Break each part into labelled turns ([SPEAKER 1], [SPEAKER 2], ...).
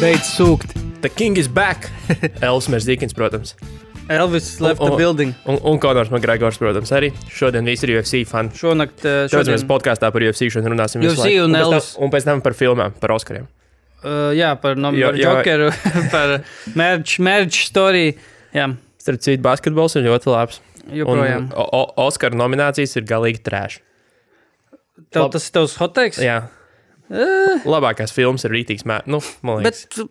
[SPEAKER 1] beidz sūkt.
[SPEAKER 2] The King is back! Elsmers Dīkins, protams.
[SPEAKER 1] Elvis left
[SPEAKER 2] Un-
[SPEAKER 1] the building.
[SPEAKER 2] Un, un Konors Magrēgors, protams, arī. Šodien visi ir UFC fani.
[SPEAKER 1] Šonakt, eh,
[SPEAKER 2] Tāpēc
[SPEAKER 1] šodien,
[SPEAKER 2] mēs podkāstā par UFC šodien runāsim. visu
[SPEAKER 1] UFC
[SPEAKER 2] laiku.
[SPEAKER 1] un
[SPEAKER 2] pēc tam-
[SPEAKER 1] Elvis.
[SPEAKER 2] Un pēc tam par filmām, par Oskariem.
[SPEAKER 1] uh, jā, par
[SPEAKER 2] Jo-
[SPEAKER 1] nomināciju,
[SPEAKER 2] jo-
[SPEAKER 1] jokeru, par merch, merch story. Jā,
[SPEAKER 2] Starp citu, basketbols ir ļoti labs.
[SPEAKER 1] joprojām.
[SPEAKER 2] O- O- Oskara nominācijas ir galīgi trēš.
[SPEAKER 1] Tev
[SPEAKER 2] lab-
[SPEAKER 1] tas tavs hoteiks?
[SPEAKER 2] Jā. Labākās filmas ir rītīgs. mē- Nu, man
[SPEAKER 1] Eh. Bet
[SPEAKER 2] liekas,
[SPEAKER 1] tu-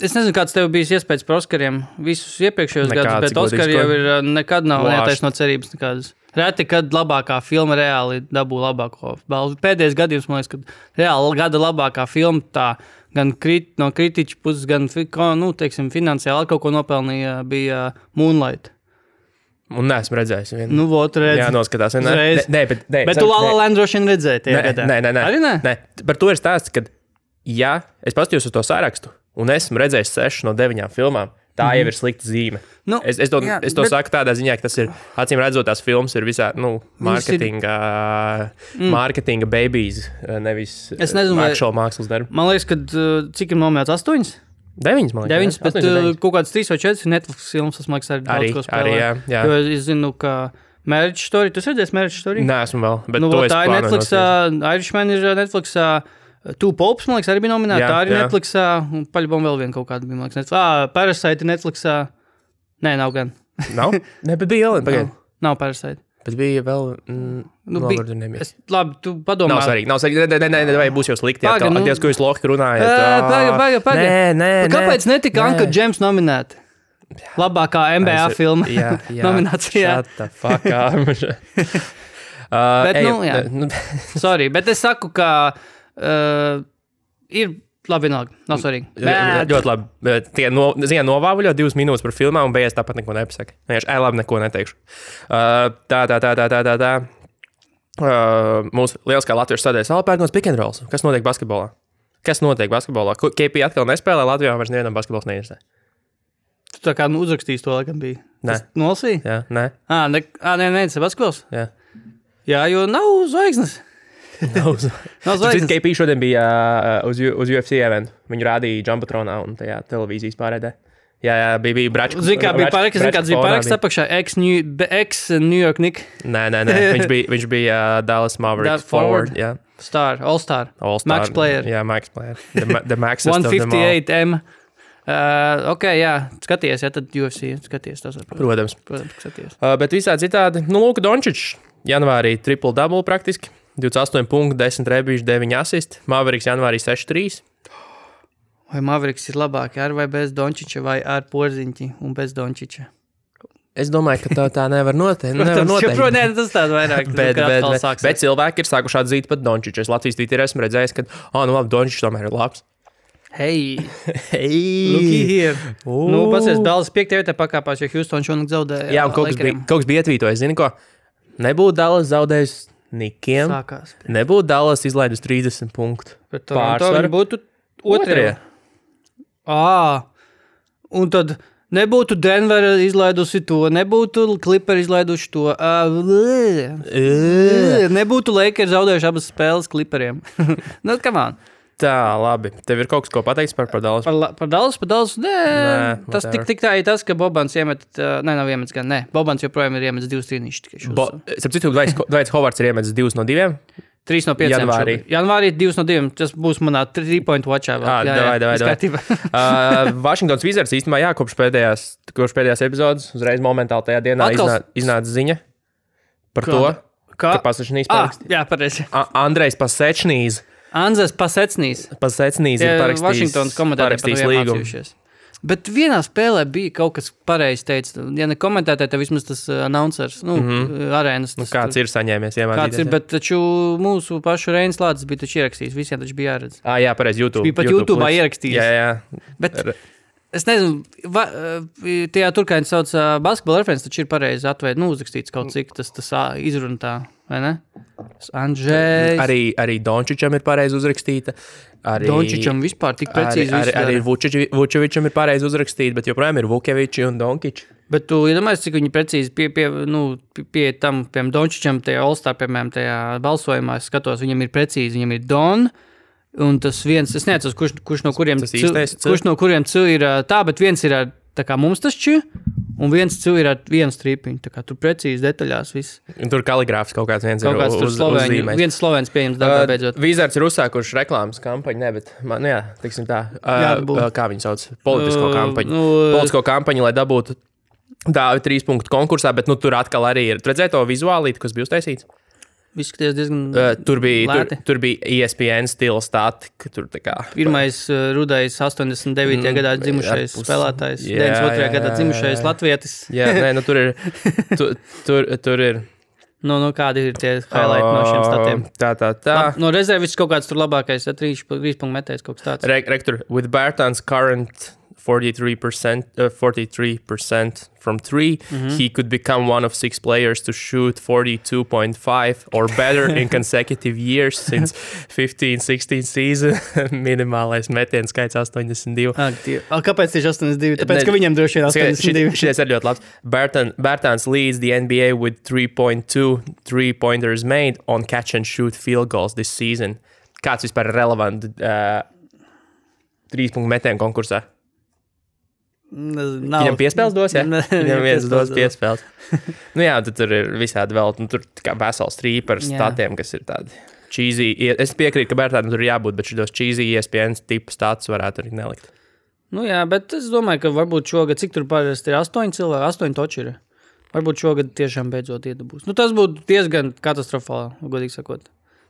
[SPEAKER 1] es nezinu, kāds tev bija iespējas par Oskariem visus iepriekšējos
[SPEAKER 2] Nekāds,
[SPEAKER 1] gadus, bet
[SPEAKER 2] godīgi
[SPEAKER 1] Oskari
[SPEAKER 2] sakot.
[SPEAKER 1] jau ir uh, nekad nav
[SPEAKER 2] Lāšana.
[SPEAKER 1] netaisno cerības nekādas. Reti, kad labākā filma reāli dabū labāko balvu. Pēdējais gadījums, man liekas, kad reāli gada labākā filma tā gan krit, no kritiķa puses, gan fi- ko, nu, teiksim, finansiāli kaut ko nopelnīja, bija uh, Moonlight.
[SPEAKER 2] un neesmu redzējis vienu.
[SPEAKER 1] Nu, otru reizi.
[SPEAKER 2] Jā, noskatās. vienmēr.
[SPEAKER 1] Uzreiz.
[SPEAKER 2] Nē, nē, bet, nē,
[SPEAKER 1] Bet
[SPEAKER 2] zini,
[SPEAKER 1] tu Lala
[SPEAKER 2] nē.
[SPEAKER 1] Land droši vien redzēji tajā
[SPEAKER 2] Nē,
[SPEAKER 1] gadā.
[SPEAKER 2] nē, nē, nē.
[SPEAKER 1] Arī nē?
[SPEAKER 2] nē. Par to ir stāsts, ka, ja es paskatījos uz to sārakstu un esmu redzējis sešas no deviņām filmām, tā mm -hmm. jau ir slikta zīme.
[SPEAKER 1] Mhm. Nu,
[SPEAKER 2] es, es to, jā,
[SPEAKER 1] jā,
[SPEAKER 2] es to
[SPEAKER 1] bet-
[SPEAKER 2] bet... saku tādā ziņā, ka tas ir acīm redzot, tās filmas ir visā nu,
[SPEAKER 1] Viņas ir- Mm.
[SPEAKER 2] mārketinga, ir... mārketinga babies, eh, nevis
[SPEAKER 1] Es nezinu, vai-
[SPEAKER 2] šo mākslas darbu.
[SPEAKER 1] Man liekas, ka uh, cik ir nomēts astoņas?
[SPEAKER 2] Deviņas, man liekas.
[SPEAKER 1] Deviņas,
[SPEAKER 2] ne?
[SPEAKER 1] bet
[SPEAKER 2] Astoņas,
[SPEAKER 1] uh,
[SPEAKER 2] deviņas.
[SPEAKER 1] kaut kādas trīs vai četras ir Netflix filmas, kas maksā daudz
[SPEAKER 2] Arī-
[SPEAKER 1] ko
[SPEAKER 2] arī, jā,
[SPEAKER 1] spēlēt.
[SPEAKER 2] jā.
[SPEAKER 1] Jo es zinu, ka Marriage Story, tu redzēsi Marriage Story?
[SPEAKER 2] Nē, esmu vēl. Bet
[SPEAKER 1] nu,
[SPEAKER 2] to
[SPEAKER 1] vot
[SPEAKER 2] es
[SPEAKER 1] tā ir
[SPEAKER 2] plānoju
[SPEAKER 1] Netflix, eh,
[SPEAKER 2] noskatīties.
[SPEAKER 1] Irishman ir Netflix. eh, Two Popes, man liekas, arī bija nominēta.
[SPEAKER 2] Jā,
[SPEAKER 1] Tā arī
[SPEAKER 2] jā.
[SPEAKER 1] Netflix, eh, un paļbom vēl viena kaut kāda bija. man liekas, Netflix. Ā, Parasite ir Netflix. eh, Nē, nav gan.
[SPEAKER 2] Nav? Nē, bet bija Elena. Pagaid.
[SPEAKER 1] Nav, nav Parasite.
[SPEAKER 2] Bet bija vēl. Mm, nu,
[SPEAKER 1] Nu,
[SPEAKER 2] bija.
[SPEAKER 1] bija-
[SPEAKER 2] Nebija.
[SPEAKER 1] Es, labi, tu padomā.
[SPEAKER 2] Nav svarīgi, nav svarīgi. Nē, nē, nē, nē, vai būs jau slikti. Jā,
[SPEAKER 1] Paga,
[SPEAKER 2] tā
[SPEAKER 1] nu.
[SPEAKER 2] ir ko jūs loģiski runājat.
[SPEAKER 1] Ā,
[SPEAKER 2] Ā,
[SPEAKER 1] paga, paga, paga.
[SPEAKER 2] Nē, nē,
[SPEAKER 1] Bet
[SPEAKER 2] nē.
[SPEAKER 1] Nu, Kāpēc netika
[SPEAKER 2] Nē.
[SPEAKER 1] Anka Džems nominēta? Labākā MBA
[SPEAKER 2] Es-
[SPEAKER 1] filma
[SPEAKER 2] Jā, jā.
[SPEAKER 1] nominācijā.
[SPEAKER 2] Shut the fuck up. Uh,
[SPEAKER 1] Bet, nu, jā.
[SPEAKER 2] nu,
[SPEAKER 1] Sorry, bet es saku, ka uh, ir labi, vienalga. Nav svarīgi. Bet-
[SPEAKER 2] ļoti labi. Bet Tie no, zina, novāvuļo divas minūtes par filmām, un beigās tāpat neko nepasaka. Nē, es labi neko neteikšu. Uh, tā, tā, tā, tā, tā, tā. tā. Uh, mūsu liels kā Latvijas sadēļas Alpērnos Pikenrols. Kas notiek basketbolā? Kas notiek basketbolā? Ko- KP atkal nespēlē Latvijā, un vairs nevienam basketbols neinteresē.
[SPEAKER 1] Tu tā kā nu, uzrakstījis to laikam bija.
[SPEAKER 2] Nē.
[SPEAKER 1] Tas Nolasīja?
[SPEAKER 2] Jā, nē,
[SPEAKER 1] Ah, nē, nē, nē, Sebaskos.
[SPEAKER 2] jā.
[SPEAKER 1] Jā, jo nav zvaigznes.
[SPEAKER 2] Nav uz-
[SPEAKER 1] Nav
[SPEAKER 2] Starp citu,
[SPEAKER 1] zvaigznes.
[SPEAKER 2] KP šodien bija uh, uz, U- uz UFC eventu. Viņu rādīja Jumpatronā un tajā televīzijas pārēdē. Jā, jā bija, bija bračka.
[SPEAKER 1] Zini, kā bija
[SPEAKER 2] bračka-
[SPEAKER 1] paraksts, zini, kāds bija
[SPEAKER 2] bračka
[SPEAKER 1] paraksts
[SPEAKER 2] fonā
[SPEAKER 1] apakšā. Ex-New ex New York Nick
[SPEAKER 2] bija. Nē, nē, nē. Viņš bija, viņš bija uh, Dallas Mavericks.
[SPEAKER 1] Da-
[SPEAKER 2] Forward.
[SPEAKER 1] forward.
[SPEAKER 2] Jā,
[SPEAKER 1] star, All Star,
[SPEAKER 2] All-star.
[SPEAKER 1] Max player.
[SPEAKER 2] Jā, Max Player. The, ma- the Max
[SPEAKER 1] 158 M. Uh, ok, jā, skaties, jā, tad UFC skaties, tas ir.
[SPEAKER 2] Protams.
[SPEAKER 1] Protams, skaties.
[SPEAKER 2] Uh, bet visā citādi, nu, Lūk, Dončičs. Janvārī triple double praktiski. 28 punkti, 10 rebīši, 9 asisti. Mavericks janvārī 6-3.
[SPEAKER 1] Vai Mavriks ir labāk ar vai bez Dončiča, vai ar porziņķi un bez Dončiča?
[SPEAKER 2] Es domāju, ka tā, tā nevar notikt. Nevar
[SPEAKER 1] Protams,
[SPEAKER 2] notikt.
[SPEAKER 1] joprojām nē, tas tāds vairāk.
[SPEAKER 2] Bet, bet, bet,
[SPEAKER 1] sāks.
[SPEAKER 2] bet cilvēki ir sākuši atzīt pat Dončiču. Es Latvijas tīri esmu redzējis, ka, ah, nu labi, Dončičs tomēr ir labs.
[SPEAKER 1] Hei, looky
[SPEAKER 2] Hei!
[SPEAKER 1] here.
[SPEAKER 2] Ooh.
[SPEAKER 1] Nu, pasies, Dallas 5. vietā pakāpās, jo Houston šonakt zaudēja.
[SPEAKER 2] Jā, un kaut kas, bija,
[SPEAKER 1] Lakeriem.
[SPEAKER 2] kaut kas bija ietvītojis. Zini, ko? Nebūtu Dallas zaudējis nikiem. Sāk.
[SPEAKER 1] Sākās.
[SPEAKER 2] Nebūtu Dallas izlaidus 30 punktu.
[SPEAKER 1] Bet Toronto
[SPEAKER 2] Pārsvaru.
[SPEAKER 1] viņi būtu otrie. Ā, un tad nebūtu Denvera izlaidusi to, nebūtu Clipper izlaiduši to. Ā, blē.
[SPEAKER 2] Ē.
[SPEAKER 1] Nebūtu Lakers zaudējuši abas spēles Clipperiem. nu, come on.
[SPEAKER 2] Tā, labi. Tev ir kaut kas, ko pateiks par, par Dallas.
[SPEAKER 1] Par, la- par daudz, par daudz. Nē,
[SPEAKER 2] Nē,
[SPEAKER 1] nē tas
[SPEAKER 2] whatever.
[SPEAKER 1] tik, tik tā ir tas, ka Bobans iemet, uh, nē, nav iemetis gan, nē, Bobans joprojām ir iemetis divas trīnīšas tikai šos.
[SPEAKER 2] Bo- Starp citu, Dvaits Hovards ir iemetis 2 no 2.
[SPEAKER 1] Trīs no pieciem.
[SPEAKER 2] Janvārī.
[SPEAKER 1] šobrīd. Janvārī divas no diviem. Tas būs manā trīpoint watchā. vēl.
[SPEAKER 2] Ā, davai, davai,
[SPEAKER 1] viss
[SPEAKER 2] davai.
[SPEAKER 1] kārtībā.
[SPEAKER 2] Uh, Vašingtons Wizards īstenībā, jā, kopš pēdējās, kopš pēdējās epizodes, uzreiz momentāli tajā dienā
[SPEAKER 1] Atkal
[SPEAKER 2] iznā, iznāca ziņa par to,
[SPEAKER 1] Kā?
[SPEAKER 2] ka Pasečnīs
[SPEAKER 1] Ah,
[SPEAKER 2] parakstīs.
[SPEAKER 1] jā, pareizi.
[SPEAKER 2] Andrejs Pasečnīs,
[SPEAKER 1] Anzas pasecnīs.
[SPEAKER 2] Pasečnīs ir
[SPEAKER 1] Ja
[SPEAKER 2] parakstījis,
[SPEAKER 1] Vašingtonas komandā
[SPEAKER 2] parakstījis līgumu.
[SPEAKER 1] Bet vienā spēlē bija kaut kas pareizs. Teica, ja ne komentētāji, tad vismaz tas uh, announcers, nu, mm -hmm. arēnas.
[SPEAKER 2] Nu,
[SPEAKER 1] Tas,
[SPEAKER 2] kāds ir saņēmies?
[SPEAKER 1] kāds ir?
[SPEAKER 2] iemācīties, jā.
[SPEAKER 1] Bet taču mūsu pašu Reinas Lācis bija taču ierakstījis. Visiem taču bija jāredz.
[SPEAKER 2] Ā, jā, pareizi. YouTube.
[SPEAKER 1] Viņš bija pat YouTube'ā
[SPEAKER 2] klips.
[SPEAKER 1] ierakstījis.
[SPEAKER 2] Jā, jā.
[SPEAKER 1] Bet
[SPEAKER 2] Re-
[SPEAKER 1] es nezinu, va, eh, tajā tur, kā viņi sauc, eh, basketbola referents, taču ir pareizi atveidot, nu, uzrakstīts kaut cik tas, tas ā, izruna tā, vai ne? Andrzejs.
[SPEAKER 2] Arī, arī Dončičam ir pareizi uzrakstīta. Arī
[SPEAKER 1] Dončičam vispār tik precīzi.
[SPEAKER 2] Arī,
[SPEAKER 1] visu
[SPEAKER 2] arī, arī
[SPEAKER 1] dara.
[SPEAKER 2] Vučevi- Vučevičam ir pareizi uzrakstīta, bet joprojām ir Vukeviči un Donkiči.
[SPEAKER 1] Bet tu iedomājies, cik viņi precīzi pie, pie, nu, pie, pie tam, piemēram, Dončičam, tajā Olstā, piemēram, tajā balsojumā, es skatos, viņam ir precīzi, viņam ir Don, Un tas viens, es nezinu, kurš, kurš no kuriem
[SPEAKER 2] Tas
[SPEAKER 1] cil-
[SPEAKER 2] īstais cil-
[SPEAKER 1] kurš no kuriem cilvēks ir ā, tā, bet viens ir ar tā kā mums tas čī, un viens cilvēks ir ar vienu strīpiņu. Tā kā tur precīzi detaļās viss.
[SPEAKER 2] Un Tur kaligrāfs kaut kāds viens
[SPEAKER 1] Kaut kāds
[SPEAKER 2] ir
[SPEAKER 1] tur
[SPEAKER 2] uz,
[SPEAKER 1] slovēņu,
[SPEAKER 2] uzzīmējis.
[SPEAKER 1] viens slovēns pieņems darbā beidzot.
[SPEAKER 2] Vīzards ir uzsākuši reklāmas kampaņu, ne, bet man, jā, tiksim tā, uh,
[SPEAKER 1] Jāatbūt.
[SPEAKER 2] uh, kā viņi sauc, politisko
[SPEAKER 1] Uh,
[SPEAKER 2] kampaņu.
[SPEAKER 1] nu, uh,
[SPEAKER 2] Politisko kampaņu, lai dabūtu dāvi trīs punktu konkursā, bet nu, tur atkal arī ir, redzēt, to vizuālīti, kas bija uztaisīts.
[SPEAKER 1] Viss skaties diezgan.
[SPEAKER 2] Uh, tur, bija, tur,
[SPEAKER 1] Lēti.
[SPEAKER 2] tur bija E ESPN stila stāti, ka tur tā kā.
[SPEAKER 1] Pirmais uh, rudais, 89. Mm, gadā dzimušais
[SPEAKER 2] ar pusi.
[SPEAKER 1] spēlētājs,
[SPEAKER 2] Jā,
[SPEAKER 1] 92.
[SPEAKER 2] jā,
[SPEAKER 1] gadā
[SPEAKER 2] jā, jā,
[SPEAKER 1] dzimušais
[SPEAKER 2] jā.
[SPEAKER 1] latvietis.
[SPEAKER 2] Jā, nē, nu, tur ir. Tur, tur, tur ir.
[SPEAKER 1] Nu, nu, kādi ir tie highlighti no šiem statiem?
[SPEAKER 2] Uh, Tā, tā, tā.
[SPEAKER 1] Lab, no rezerves kaut kāds tur labākais, ja trīs punktu metējs kaut kas tāds.
[SPEAKER 2] Re Rector, with Barton's current 43%, uh, 43% from 3, he could become one of six players to shoot 42.5 or better in consecutive years since 15-16 season. Minimālais metiens skaits 82.
[SPEAKER 1] Ak, Diev- Ak, Kāpēc tieši 82?
[SPEAKER 2] Ne-
[SPEAKER 1] Tāpēc, ka viņam droši vien
[SPEAKER 2] Skaties, šit-
[SPEAKER 1] 82.
[SPEAKER 2] Šitais ir ļoti labs. Barton, Bartons leads the NBA with 3.2 three pointers made on catch and shoot field goals this season. Kāds vispār ir relevants uh, trīs punktu metienu konkursā?
[SPEAKER 1] Nav.
[SPEAKER 2] Viņam piespēles dos, jā?
[SPEAKER 1] Ne,
[SPEAKER 2] Viņam
[SPEAKER 1] viņam
[SPEAKER 2] viens dos
[SPEAKER 1] piespēles
[SPEAKER 2] piespēles. nu jā, tad tur ir visādi vēl, nu tur tā kā vesels strīpa ar
[SPEAKER 1] Jā.
[SPEAKER 2] statiem, kas ir tādi. Cheesy, ie- es piekrītu, ka Bērtām tur ir jābūt, bet šādos cheesy E iespējams tipu stāsts varētu arī nelikt.
[SPEAKER 1] Nu, jā, bet es domāju, ka varbūt šogad, cik tur parasti ir astoņi cilvēki, astoņi toči ir. Varbūt šogad tiešām beidzot iedabūs. Nu, tas būtu diezgan katastrofāli, godīgi sakot.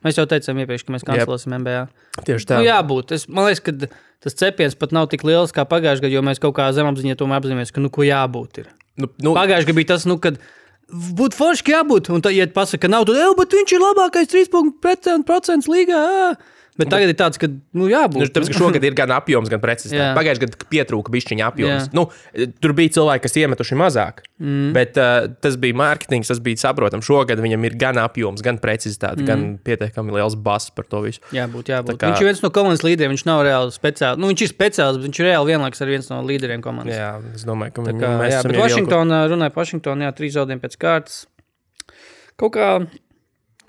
[SPEAKER 1] Mēs jau teicām iepriekš, ka mēs kancelēsim MBA.
[SPEAKER 2] Tieši tā.
[SPEAKER 1] Nu, jābūt. Es, man liekas, ka tas cepiens pat nav tik liels kā pagājušajā gadā, jo mēs kaut kā zemapziņā tomēr apzināmies, ka nu, ko jābūt. Ir.
[SPEAKER 2] Nu, nu,
[SPEAKER 1] Pagājušajā gadā bija tas, nu, kad būtu forši, ka jābūt. Un tad, ja pasakā, ka nav, tad jau, bet viņš ir labākais 3% līgā. ā." Bet tagad ir tāds, ka, nu,
[SPEAKER 2] Nu,
[SPEAKER 1] jābūt.
[SPEAKER 2] tāpēc, ka šogad ir gan apjoms, gan precizitāte.
[SPEAKER 1] Jā.
[SPEAKER 2] Pagājušajā gadā pietrūka bišķiņa
[SPEAKER 1] Jā.
[SPEAKER 2] apjoms. Nu, tur bija cilvēki, kas iemetuši mazāk, mm. bet uh, tas bija mārketings, tas bija saprotams. Šogad viņam ir gan apjoms, gan precizitāte, mm. gan pietiekami liels bass par to visu.
[SPEAKER 1] Jābūt, jābūt.
[SPEAKER 2] kā-
[SPEAKER 1] Kā... Viņš ir viens no komandas līderiem. Viņš nav reāli speciāls. Nu, viņš ir speciāls, bet viņš ir reāli vienlaikus ar viens no līderiem komandas. Jā,
[SPEAKER 2] Jā, es domāju, ka
[SPEAKER 1] kā,
[SPEAKER 2] viņam- mēs
[SPEAKER 1] jā
[SPEAKER 2] esam
[SPEAKER 1] bet
[SPEAKER 2] ievilku-
[SPEAKER 1] Vašingtonā runāja par Vašingtonu, jā, trīs zaudējumu pēc kārtas. Kaut kā,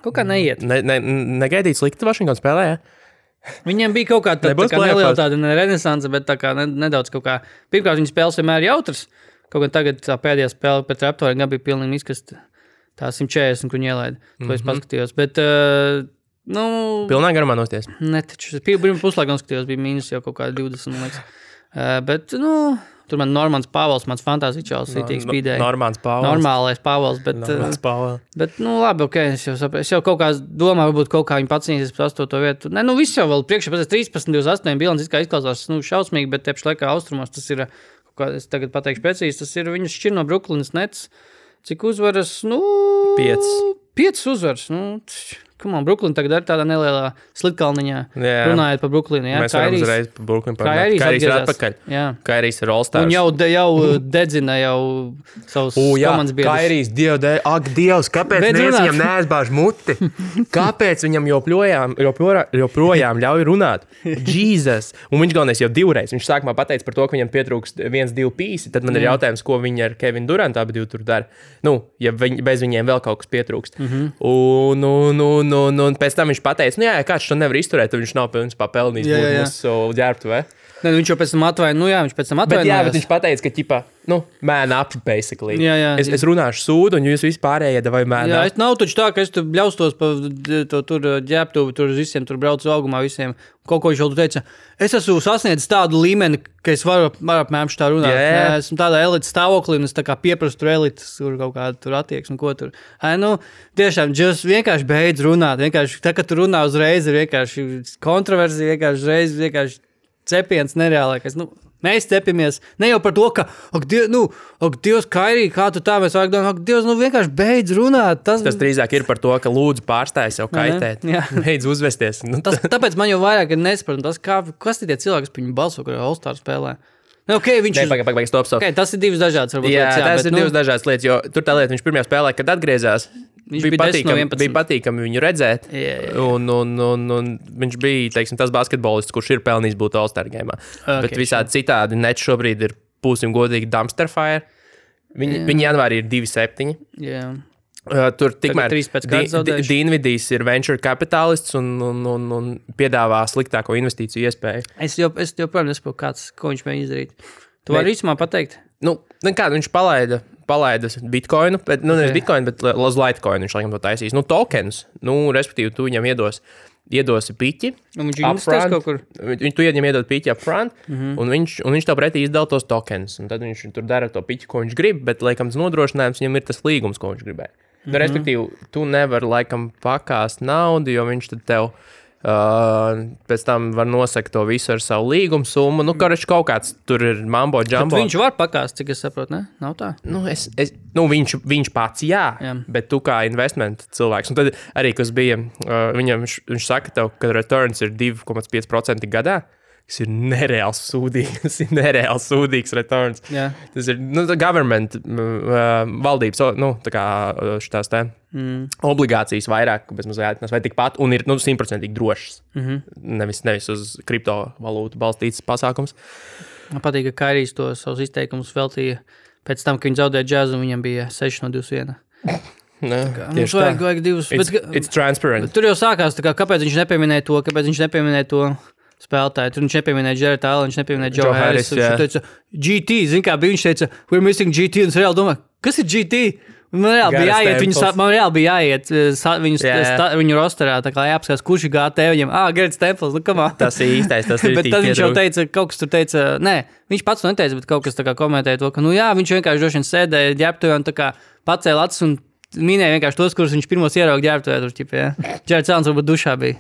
[SPEAKER 1] kaut kā neiet.
[SPEAKER 2] Ne, ne, negaidīt slikti Vašingtonas spēlē. Ja?
[SPEAKER 1] Mm. Viņiem bija kaut kāda
[SPEAKER 2] Nebūs
[SPEAKER 1] tā kā
[SPEAKER 2] playoffs.
[SPEAKER 1] neliela tāda ne renaissance, bet tā kā ne, nedaudz kaut kā. Pirmkārt, viņa spēles vienmēr ir jautras. Kaut gan tagad tā pēdējā spēle pret Raptoriem gan bija pilnīgi izkasta. Tā 140, kur viņi ielaida. To mm -hmm. es
[SPEAKER 2] Mhm.
[SPEAKER 1] paskatījos. Bet, uh, nu,
[SPEAKER 2] Pilnā garumā nosties.
[SPEAKER 1] Ne, taču es pirmā puslaikā skatījos, bija mīnus jau kaut kāda 20. man Liekas. Uh, bet, nu, tur man Normans Pāvils, mans fantāzijas čels, ir tik spīdējis.
[SPEAKER 2] Normāls Pāvils.
[SPEAKER 1] Normālais Pāvils, bet, uh,
[SPEAKER 2] Normāls Pāvils.
[SPEAKER 1] bet, nu, labi, ok, es jau saprotu. Es jau kaut kā domāju, varbūt kaut kā viņi pacīnīsies par 8. vietu. Nē, nu, viss jau vēl priekšā, pēc 13, 28 bilants it kā izklausās, nu, šausmīgi, bet tepš laikā austrumos tas ir, kaut kā es tagad pateikšu precīzi, tas ir viņu šķir no Brooklynas nets. Cik uzvaras, nu,
[SPEAKER 2] Piecas.
[SPEAKER 1] Piecas uzvaras, nu, kumam, Brooklyn tagad ir tādā nelielā slitkalniņā.
[SPEAKER 2] Jā.
[SPEAKER 1] Runājot par Brooklynu, jā,
[SPEAKER 2] Mēs varam
[SPEAKER 1] Kairijs-
[SPEAKER 2] uzreiz par Brooklynu
[SPEAKER 1] Kā
[SPEAKER 2] parunāt.
[SPEAKER 1] arī
[SPEAKER 2] Kairijs ir atpakaļ.
[SPEAKER 1] Jā.
[SPEAKER 2] Kā arī
[SPEAKER 1] Un
[SPEAKER 2] ir Rolstāns.
[SPEAKER 1] jau, de, jau uh, dedzina jau savus komandas biedrus.
[SPEAKER 2] Kairijas dievs, ak, dievs, kāpēc
[SPEAKER 1] Bet
[SPEAKER 2] neviens
[SPEAKER 1] runāt.
[SPEAKER 2] viņam neaizbāž muti? Kāpēc viņam joprojām, joprojām, joprojām ļauj runāt? Jēzus! Un viņš galvenais jau divreiz. Viņš sākumā pateica par to, ka viņam pietrūkst viens, divi pīsi. Tad man
[SPEAKER 1] Mm.
[SPEAKER 2] ir jautājums, ko viņi ar Kevinu Durantu abi divi tur dara. Nu, ja viņ, bez viņiem vēl kaut kas pietrūkst. Mm
[SPEAKER 1] Mhm.
[SPEAKER 2] -hmm. un, un, un, un, un pēc tam viņš pateica, nu jā, ja kāds to nevar izturēt, tad viņš nav pilns papelnījis
[SPEAKER 1] Jā,
[SPEAKER 2] būt
[SPEAKER 1] jā.
[SPEAKER 2] mūsu ģērbtuvē.
[SPEAKER 1] Ne, viņš jau pēc tam atvainoja, nu jā, viņš pēc tam
[SPEAKER 2] Bet, jā, bet
[SPEAKER 1] atvainojās.
[SPEAKER 2] viņš teica, ka, tipā, nu, man up, basically.
[SPEAKER 1] Jā, jā.
[SPEAKER 2] es, es runāšu sūdu, un jūs visi pārējie devai man
[SPEAKER 1] Jā,
[SPEAKER 2] up.
[SPEAKER 1] es nav taču tā, ka es tur bļaustos pa d- to tur uh, ģērbtuvi, tur uz visiem tur braucu augumā visiem. Kaut ko viņš jau tur teica. Es esmu sasniedzis tādu līmeni, ka es varu ap- varu apmēram tā runāt.
[SPEAKER 2] Jā, jā.
[SPEAKER 1] Es esmu tādā elites stāvoklī, un es tā kā pieprasu tur elites, kur kaut kāda tur attieksme, ko tur. Ai, nu, tiešām, just vienkārši beidz runāt. Vienkārši, tā, ka tu runā uzreiz, ir vienkārši kontroversija, vienkārši uzreiz, vienkārši cepiens nereālākais. Nu, Mēs cepjamies ne jau par to, ka, ak, diev, nu, ak, Dievs, kā arī, kā tu tā, mēs vajag domāt, ak, Dievs, nu vienkārši beidz runāt. Tas,
[SPEAKER 2] Tas drīzāk ir par to, ka lūdzu pārstāj sev
[SPEAKER 1] ne?
[SPEAKER 2] kaitēt.
[SPEAKER 1] Nu, Jā.
[SPEAKER 2] Beidz uzvesties. Nu,
[SPEAKER 1] Tas, tāpēc man jau vairāk ir nesaprotams, tas, kā, kas ir tie cilvēki, kas pie viņu balso, kurā All-Star spēlē. Nu, okay, viņš,
[SPEAKER 2] Nē, pagaidi, pagaidi, stop, stop.
[SPEAKER 1] okay, tas ir divas dažādas varbūt,
[SPEAKER 2] Jā,
[SPEAKER 1] lietas.
[SPEAKER 2] tas
[SPEAKER 1] bet,
[SPEAKER 2] ir
[SPEAKER 1] nu,
[SPEAKER 2] divas dažādas lietas, jo tur tā lieta, viņš pirmajā spēlē, kad atgriezās,
[SPEAKER 1] Viņš bija 10 no
[SPEAKER 2] patīkami,
[SPEAKER 1] 11.
[SPEAKER 2] bija patīkami viņu redzēt.
[SPEAKER 1] Jā, jā,
[SPEAKER 2] Un, un, un, un viņš bija teiksim, tas basketbolists, kurš ir pelnījis būt All-Stargēmā. Okay,
[SPEAKER 1] Ok,
[SPEAKER 2] Bet visādi citādi net šobrīd ir, būsim godīgi, dumpster fire. Viņi, viņi janvārī ir 2-7.
[SPEAKER 1] Jā.
[SPEAKER 2] Uh, tur tikmēr
[SPEAKER 1] trīs pēc kāda zaudējuši.
[SPEAKER 2] Dienvidīs ir venture kapitalists un, un, un, un piedāvā sliktāko investīciju iespēju.
[SPEAKER 1] Es, jo, es joprojām nesaprotu, kāds- ko viņš mēģina izdarīt. Tu
[SPEAKER 2] Ne-
[SPEAKER 1] vari īsumā pateikt,
[SPEAKER 2] Nu, nekādu viņš palaida, palaida bitkoinu, bet, nu, nevis
[SPEAKER 1] Ok.
[SPEAKER 2] bitkoinu, bet la- uz Litecoin viņš laikam to taisīs. Nu, tokens, nu, respektīvi, tu viņam iedos, iedosi piķi.
[SPEAKER 1] Un Nu, viņš investēs
[SPEAKER 2] upfront.
[SPEAKER 1] kaut kur? Mhm.
[SPEAKER 2] Vi- Viņ, tu viņam iedod piķi upfront, mm -hmm. un, viņš, un viņš tev pretī izdala tos tokens. Un tad viņš tur dara to piķi, ko viņš grib, bet, laikam, tas nodrošinājums viņam ir tas līgums, ko viņš gribēja. Mm -hmm.
[SPEAKER 1] Mhm.
[SPEAKER 2] Respektīvi, tu nevari, laikam, pakāst naudu, jo viņš tad tev. Uh, pēc tam var nosakt to visu ar savu līgumu summu. Nu, karš kaut kāds tur ir mambo,
[SPEAKER 1] Tad
[SPEAKER 2] džambo.
[SPEAKER 1] viņš var pakāst, cik es saprotu, ne? Nav tā.
[SPEAKER 2] Nu, es, es, nu, viņš, viņš pats, jā, jā,
[SPEAKER 1] Jā.
[SPEAKER 2] bet tu kā investment cilvēks. Un tad arī, kas bija, uh, viņam, viņš, viņš saka, tev, ka returns ir 2,5% gadā. Tas ir nereāls sūdīgs, tas ir nereāls sūdīgs returns.
[SPEAKER 1] Jā.
[SPEAKER 2] Tas ir nu, tā government, mm, uh, valdības, o, nu, tā kā šīs tā mm. obligācijas vairāk, bez mazliet, vai tikpat, un ir, nu, simtprocentīgi drošs. Mm -hmm. Nevis, nevis uz kriptovalūtu balstīts pasākums.
[SPEAKER 1] Man patīk, ka Kairijs to savus izteikumus veltīja pēc tam, kad viņš zaudēja džēzu, un viņam bija 6 no 21.
[SPEAKER 2] Nē,
[SPEAKER 1] Mums
[SPEAKER 2] tieši
[SPEAKER 1] vajag,
[SPEAKER 2] tā.
[SPEAKER 1] vajag divus.
[SPEAKER 2] It's,
[SPEAKER 1] Bet, ka-
[SPEAKER 2] it's transparent.
[SPEAKER 1] Tur jau sākās, tā kā, kāpēc viņš nepieminēja to, kāpēc viņš nepieminēja to spēlētāju. Tur viņš nepieminēja Džeku Tālu, viņš nepieminēja
[SPEAKER 2] Joe
[SPEAKER 1] Džoku
[SPEAKER 2] Harris,
[SPEAKER 1] Harrisu. Viņš
[SPEAKER 2] jā.
[SPEAKER 1] teica, GT, zina, kā bija. Viņš teica, we're missing GT. Un es reāli domāju, kas ir GT? Un Man reāli, bija
[SPEAKER 2] Garas
[SPEAKER 1] jāiet, viņu, sa-
[SPEAKER 2] Temples.
[SPEAKER 1] man reāli bija jāiet eh, sa, viņu,
[SPEAKER 2] Jā.
[SPEAKER 1] yeah. sta, viņu rosterā, tā kā jāapskatās, kurš ir GT. Viņam, ah, Gerns Tempels, nu, kamā.
[SPEAKER 2] Tas ir īstais, tas ir
[SPEAKER 1] Bet
[SPEAKER 2] tik
[SPEAKER 1] tad viņš jau
[SPEAKER 2] pietrūkst.
[SPEAKER 1] teica, kaut kas tur teica, nē, viņš pats to neteica, bet kaut kas tā kā komentēja to, ka, nu jā, viņš vienkārši droši vien sēdēja ģērbtuvē un tā kā pacēla acis un minēja vienkārši tos, kurus viņš pirmos ieraudzīja ģērbtuvē. Tur, ķip, jā. Džērts Cēlons varbūt dušā bija.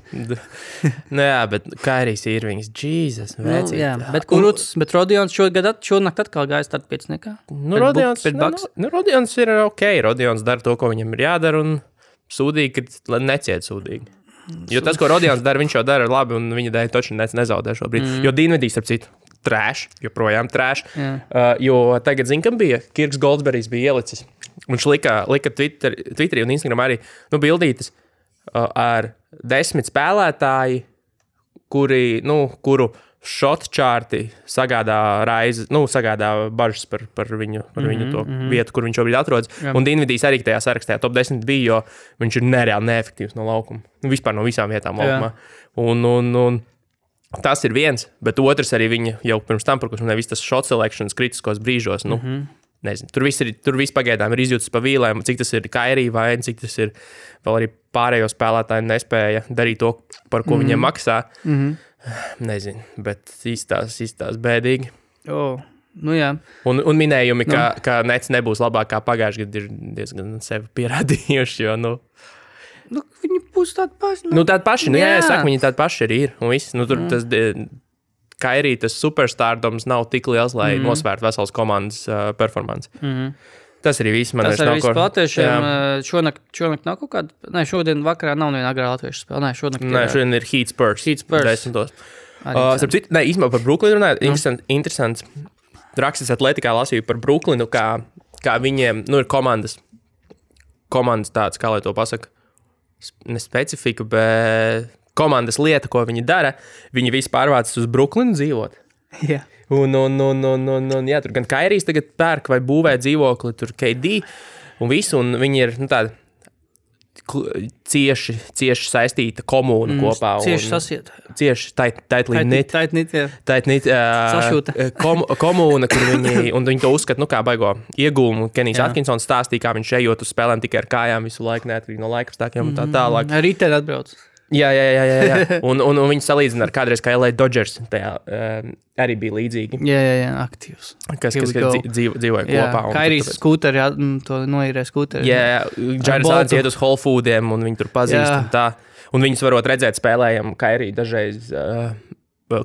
[SPEAKER 2] Nu, jā, bet kā arī ir viņas jēzus.
[SPEAKER 1] Nu, jā, bet Kuruts, bet Rodions šogad, at- šonakt atkal gāja starp 5 nekā.
[SPEAKER 2] Nu,
[SPEAKER 1] pret
[SPEAKER 2] Rodions,
[SPEAKER 1] Buks- pret
[SPEAKER 2] nu,
[SPEAKER 1] Bucks?
[SPEAKER 2] nu, Rodions ir ok. Rodions dara to, ko viņam ir jādara. Un sūdīgi, ka lai neciet sūdīgi. Jo tas, ko Rodions dara, viņš jau dara labi, un viņa dēļ taču ne, nezaudē šobrīd. Mm. Jo Dienvidīs, ap citu, trēš, joprojām trēš.
[SPEAKER 1] Jā.
[SPEAKER 2] Uh, jo tagad, zinām, kam bija Kirks Goldbergs, bija ielicis. Viņš lika, lika Twitter, Twitterī un Instagram arī nu, bildītas uh, ar desmit spēlētāju, kuri, nu, kuru šotčārti sagādā raizi, nu, sagādā bažas par, par viņu, par viņu mm -hmm, to mm -hmm. vietu, kur viņš šobrīd atrodas. Jā. Un Dienvidīs arī tajā sarakstā top 10 bija, jo viņš ir nereāli neefektīvs no laukuma. Nu, vispār no visām vietām laukumā. Un, un, un, Tas ir viens, bet otrs arī viņa jau pirms tam, kurš nevis tas šāds selekcijas kritiskos brīžos. Nu, mm -hmm. nezinu, tur viss ir, tur viss pagaidām ir izjūtas pa vīlēm, cik tas ir kairī vai cik tas ir vēl arī pārējo spēlētāju nespēja darīt to, par ko mm -hmm.
[SPEAKER 1] Mhm.
[SPEAKER 2] viņiem maksā. Mm -hmm. Nezinu, bet īstās, īstās bēdīgi.
[SPEAKER 1] Oh. Nu jā,
[SPEAKER 2] Un, un minējumi, ka,
[SPEAKER 1] Nu.
[SPEAKER 2] no. ka Nets nebūs labākā pagājušajā gadā, ir diezgan sevi pierādījuši. Jo, nu,
[SPEAKER 1] nu, viņi būs tādi paši.
[SPEAKER 2] Nu, tādi paši, nu, jā, jā.
[SPEAKER 1] Jā.
[SPEAKER 2] Saka, viņi tādi paši arī ir. Un viss, nu, tur, mm. tas, eh, kā arī tas superstardoms nav tik liels, lai mm. nosvērtu veselas komandas uh, performanci. Mm. Tas arī viss man
[SPEAKER 1] Tas
[SPEAKER 2] vairs
[SPEAKER 1] arī
[SPEAKER 2] nav
[SPEAKER 1] viss
[SPEAKER 2] ko-
[SPEAKER 1] platiešiem.
[SPEAKER 2] Jā.
[SPEAKER 1] eh, Šonakt, šonakt nav kaut kāda, nē, šodien vakarā nav neviena agrā latviešu spēle. Nē, šonakt
[SPEAKER 2] Nē,
[SPEAKER 1] ir,
[SPEAKER 2] šodien ir Heat Spurs.
[SPEAKER 1] Heat Spurs.
[SPEAKER 2] Desmitos.
[SPEAKER 1] arī
[SPEAKER 2] Uh,
[SPEAKER 1] interesanti.
[SPEAKER 2] starp citu, nē, īstenībā par Brooklynu runājot, interesants. interesants raksts atletikā lasīju par Brooklynu, kā, kā viņiem nu, ir komandas. Komandas tāds, kā lai to pasakā, ne specifika, bet komandas lieta, ko viņi dara. Viņi visi pārvācas uz Brooklynu dzīvot.
[SPEAKER 1] Jā.
[SPEAKER 2] Un, un, un, un, un, un nu, jā, tur gan Kairijs tagad pērk vai būvē dzīvokli, tur KD un visu. Un viņi ir nu, tādi kl- cieši, cieši saistīta komūna mm, kopā.
[SPEAKER 1] Cieši
[SPEAKER 2] un,
[SPEAKER 1] sasiet.
[SPEAKER 2] Cieši taitlīgi net.
[SPEAKER 1] Tā ir nitiem.
[SPEAKER 2] Tā ir nit,
[SPEAKER 1] Sašūta.
[SPEAKER 2] uh, kom, komūna, kur viņi, un viņi to uzskata nu, par baigo iegūmu. Kenijs Atkinsons stāstīja, kā viņš ejot uz spēlēm tikai ar kājām visu laiku, neatkarīgi no laika apstākļiem un
[SPEAKER 1] Mm.
[SPEAKER 2] tā tālāk.
[SPEAKER 1] Arī te atbrauc.
[SPEAKER 2] Jā, jā, jā. jā, jā. Un, un, un viņi salīdzina ar kādreiz, kā LA Dodgers. Tajā, uh, arī bija līdzīgi,
[SPEAKER 1] Jā, jā, jā aktīvs.
[SPEAKER 2] kas,
[SPEAKER 1] Here
[SPEAKER 2] kas,
[SPEAKER 1] we
[SPEAKER 2] kas
[SPEAKER 1] go.
[SPEAKER 2] dzi- dzīvo, dzīvoja kopā. un
[SPEAKER 1] Kā arī
[SPEAKER 2] tāpēc-
[SPEAKER 1] skūteri, jā, mm, to noīrē skūteri.
[SPEAKER 2] Jā, jā, Džairs
[SPEAKER 1] Boltu.
[SPEAKER 2] Lārns iet uz Whole Foodiem, un viņi tur pazīst.
[SPEAKER 1] Jā.
[SPEAKER 2] Un, tā. un viņus varot redzēt spēlējam, kā arī dažreiz uh,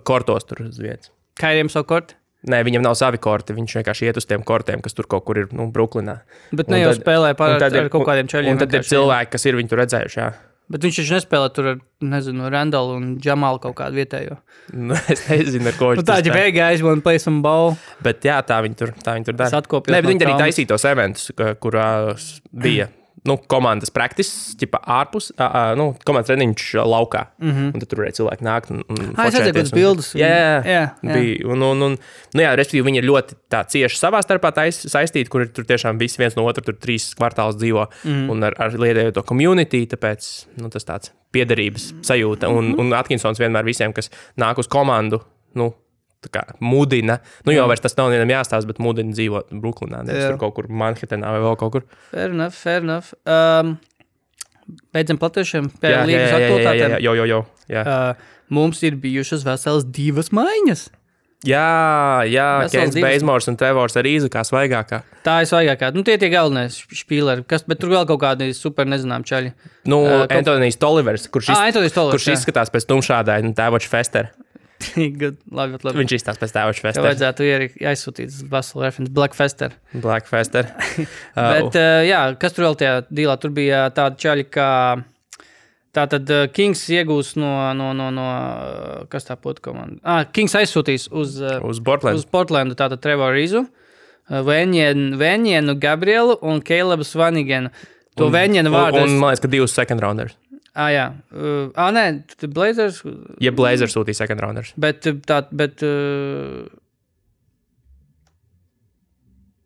[SPEAKER 2] kortos tur uz vietas.
[SPEAKER 1] Kā arī jums sakot?
[SPEAKER 2] Nē, viņam nav savi korti. Viņš vienkārši iet uz tiem kortiem, kas tur kaut kur ir, nu, Brooklynā.
[SPEAKER 1] Bet
[SPEAKER 2] Un
[SPEAKER 1] ne jau
[SPEAKER 2] tad-
[SPEAKER 1] spēlē
[SPEAKER 2] Un
[SPEAKER 1] par
[SPEAKER 2] tad ir-
[SPEAKER 1] ar kaut kādiem čaļiem.
[SPEAKER 2] Un tad ir
[SPEAKER 1] vienkārši.
[SPEAKER 2] cilvēki, kas ir viņu tur redzējuši. Jā.
[SPEAKER 1] Bet viņš taču nespēlē tur ar, nezinu, Randalu un Džamalu kaut kādu vietējo.
[SPEAKER 2] Nu, es nezinu, ar ko
[SPEAKER 1] Nu,
[SPEAKER 2] viņš
[SPEAKER 1] tā, ja
[SPEAKER 2] ir.
[SPEAKER 1] beigā aizvien play some ball.
[SPEAKER 2] Bet jā, tā viņi tur, tā viņi tur dara.
[SPEAKER 1] Es atkopjos
[SPEAKER 2] Nē, bet
[SPEAKER 1] no
[SPEAKER 2] viņi arī
[SPEAKER 1] traumas.
[SPEAKER 2] taisīja tos eventus, ka- kurās bija nu, komandas praktisks, tipā ārpus, uh, uh, nu, komandas treniņš ā, laukā. Mm -hmm. Un tad tur arī cilvēki nāk un, un
[SPEAKER 1] Ah, Mhm. es redzēju
[SPEAKER 2] fočēties
[SPEAKER 1] kādas
[SPEAKER 2] un-
[SPEAKER 1] bildes.
[SPEAKER 2] Jā, jā, jā.
[SPEAKER 1] Jā, jā.
[SPEAKER 2] Bija, un, un, un, nu, jā, respektīvi, viņi ir ļoti tā cieši savā starpā tais- saistīti, kur ir tur tiešām viss viens no otra, tur trīs kvartāls dzīvo
[SPEAKER 1] Mhm.
[SPEAKER 2] mm. un ar, ar lietēju to komunitī, tāpēc nu, tas tāds piederības sajūta. Un,
[SPEAKER 1] Mhm.
[SPEAKER 2] mm. un Atkinsons vienmēr visiem, kas nāk uz komandu, nu, tā kā mudina, nu jau vairs tas nav vienam jāstāsta, bet mudina dzīvot Brooklynā, nevis
[SPEAKER 1] Jā.
[SPEAKER 2] tur kaut kur Manhetenā vai vēl kaut kur.
[SPEAKER 1] Fair enough, fair enough. Um, beidzam platiešiem pie
[SPEAKER 2] Jā, jā,
[SPEAKER 1] līgas
[SPEAKER 2] jā, jā, jā, jā,
[SPEAKER 1] aktualitātēm.
[SPEAKER 2] jā, jā, jā, jā.
[SPEAKER 1] Uh, mums ir bijušas veselas divas maiņas.
[SPEAKER 2] Jā, jā,
[SPEAKER 1] Vesels
[SPEAKER 2] Keins
[SPEAKER 1] divas-
[SPEAKER 2] Beizmors un Trevors arī izsaka svaigākā.
[SPEAKER 1] Tā ir svaigākā. Nu, tie ir tie galvenie spīlēri, kas, bet tur vēl kaut kādi super nezinām čaļi.
[SPEAKER 2] Nu,
[SPEAKER 1] Ā,
[SPEAKER 2] uh,
[SPEAKER 1] kaut-
[SPEAKER 2] Antonijs Tolivers, kurš,
[SPEAKER 1] Ā, Antonijs Tolivers,
[SPEAKER 2] kurš
[SPEAKER 1] jā.
[SPEAKER 2] izskatās pēc tumšādā nu, tēvoča festera.
[SPEAKER 1] Good, labi, labi.
[SPEAKER 2] Viņš izskatās pēc tēvoča
[SPEAKER 1] Tev
[SPEAKER 2] festera.
[SPEAKER 1] vajadzētu ierik- aizsūtīt uz Basel referenci Blackfester.
[SPEAKER 2] Black festera.
[SPEAKER 1] Bet,
[SPEAKER 2] Bet,
[SPEAKER 1] uh, jā, kas tur vēl tajā dīlā? Tur bija tāda čaļa, kā tātad uh, Kings iegūs no, no, no, no uh, kas tā būtu komanda. Ah, Kings aizsūtīs uz, uh,
[SPEAKER 2] uz Bortlands.
[SPEAKER 1] uz Portlandu, tātad Trevoru Rīzu, Vēnienu, Gabrielu un Keilabu Svanigenu. To Vēnienu vārdu.
[SPEAKER 2] Un,
[SPEAKER 1] es-
[SPEAKER 2] man liekas, ka divas second rounders.
[SPEAKER 1] Ah, jā, uh, ah, nē, t- Blazers.
[SPEAKER 2] Ja Blazers sūtīja second rounders.
[SPEAKER 1] Bet, uh, tā, bet uh,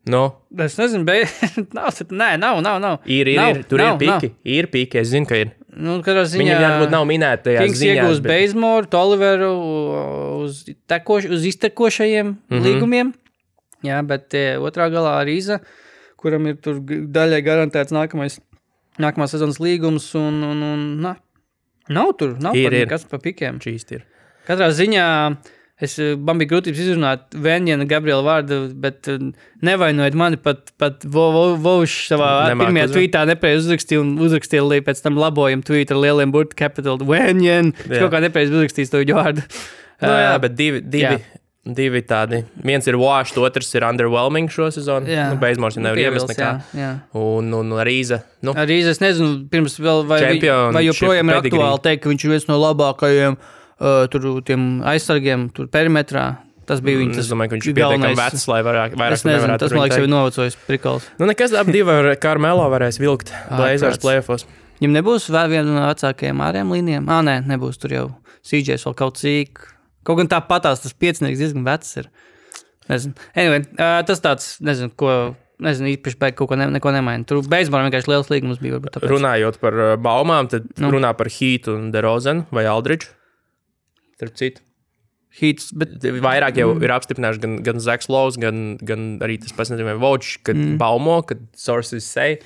[SPEAKER 2] Nu,
[SPEAKER 1] es nezinu, bet nav, nē, nav, nav, nav.
[SPEAKER 2] ir, ir,
[SPEAKER 1] nav,
[SPEAKER 2] ir. Tur
[SPEAKER 1] nav,
[SPEAKER 2] ir piki. Ir piki, es zinu, ka ir.
[SPEAKER 1] Nav. Nu, katrā ziņā
[SPEAKER 2] Viņi varbūt nav minēti tajā
[SPEAKER 1] Kings
[SPEAKER 2] ziņās,
[SPEAKER 1] iegūs
[SPEAKER 2] bet-
[SPEAKER 1] Beismoru, Toliveru u- uz, tekoš, uz iztekošajiem mm
[SPEAKER 2] Mhm.
[SPEAKER 1] -hmm. līgumiem. Jā, bet e, otrā galā ir Rīza, kuram ir tur g- daļai garantēts nākamais, nākamā sezonas līgums. Un, un, un, nā, nav tur, nav
[SPEAKER 2] Ir,
[SPEAKER 1] ir,
[SPEAKER 2] ir.
[SPEAKER 1] ir. kas par pikiem.
[SPEAKER 2] Čīsti ir.
[SPEAKER 1] Katrā ziņā. Es, e, man bija grūtības izrunāt Vēnjana, Gabriela vārdu, bet e, nevainojiet mani pat, pat Vovs savā
[SPEAKER 2] Nemāk
[SPEAKER 1] pirmajā
[SPEAKER 2] uzrunāt.
[SPEAKER 1] tvītā tā nepareizi uzrakstīja, un uzrakstīja līdz pēc tam labojam tvītu ar lieliem burbuļiem, capital Wenjen.
[SPEAKER 2] Jā.
[SPEAKER 1] Viņš kaut kā nepareizi uzrakstīs to vārdu. Eh,
[SPEAKER 2] Nu, jā,
[SPEAKER 1] Ā,
[SPEAKER 2] bet divi,
[SPEAKER 1] jā.
[SPEAKER 2] divi, divi tādi. Viens ir washed, otrs ir underwhelming šo sezonu.
[SPEAKER 1] Jā.
[SPEAKER 2] Nu, Beizmors jau nevar
[SPEAKER 1] Pievils,
[SPEAKER 2] iemest nekā.
[SPEAKER 1] jā, jā.
[SPEAKER 2] Un, un Rīza. Nu,
[SPEAKER 1] Arī es nezinu, pirms vēl vai, vi-
[SPEAKER 2] Championship
[SPEAKER 1] vai joprojām ir
[SPEAKER 2] pedigree.
[SPEAKER 1] aktuāli teikt, ka viņš ir viens no labākajiem uh, tur, tiem aizsargiem tur perimetrā. Tas bija
[SPEAKER 2] Un
[SPEAKER 1] viņa.
[SPEAKER 2] Mm, Es domāju, ka viņš ir pietiekami vecs, lai vairāk, vairāk
[SPEAKER 1] Es nezinu,
[SPEAKER 2] nevarētu
[SPEAKER 1] tas
[SPEAKER 2] tur
[SPEAKER 1] man liekas, jau
[SPEAKER 2] viņu
[SPEAKER 1] ir novecojis prikals.
[SPEAKER 2] teikt. Nu, nekas ap divi ar Karmelo varēs vilkt Blazers
[SPEAKER 1] kāds.
[SPEAKER 2] plēfos.
[SPEAKER 1] Viņam nebūs vēl viena no vecākajām ārējām līnijām. Ah, nē, nebūs tur jau CJs vēl kaut cik. Kaut gan tāpatās tas piecinieks diezgan vecs ir. Nezinu. Anyway, uh, tas tāds, nezinu, ko. Nezinu, īpaši beig kaut ko, ne, neko nemainīt. Tur beigās vienkārši liels līgums bija. varbūt tāpēc.
[SPEAKER 2] Runājot par uh, baumām, tad nu.
[SPEAKER 1] Nu.
[SPEAKER 2] runā par Heat un DeRozanu vai Aldridge. Starp citu.
[SPEAKER 1] Hits, bet
[SPEAKER 2] Vairāk jau mm. ir apstiprināts gan, gan Zaks Lovs, gan, gan arī tas pats nezināmais Vaučs, kad mm. baumo, kad sources say,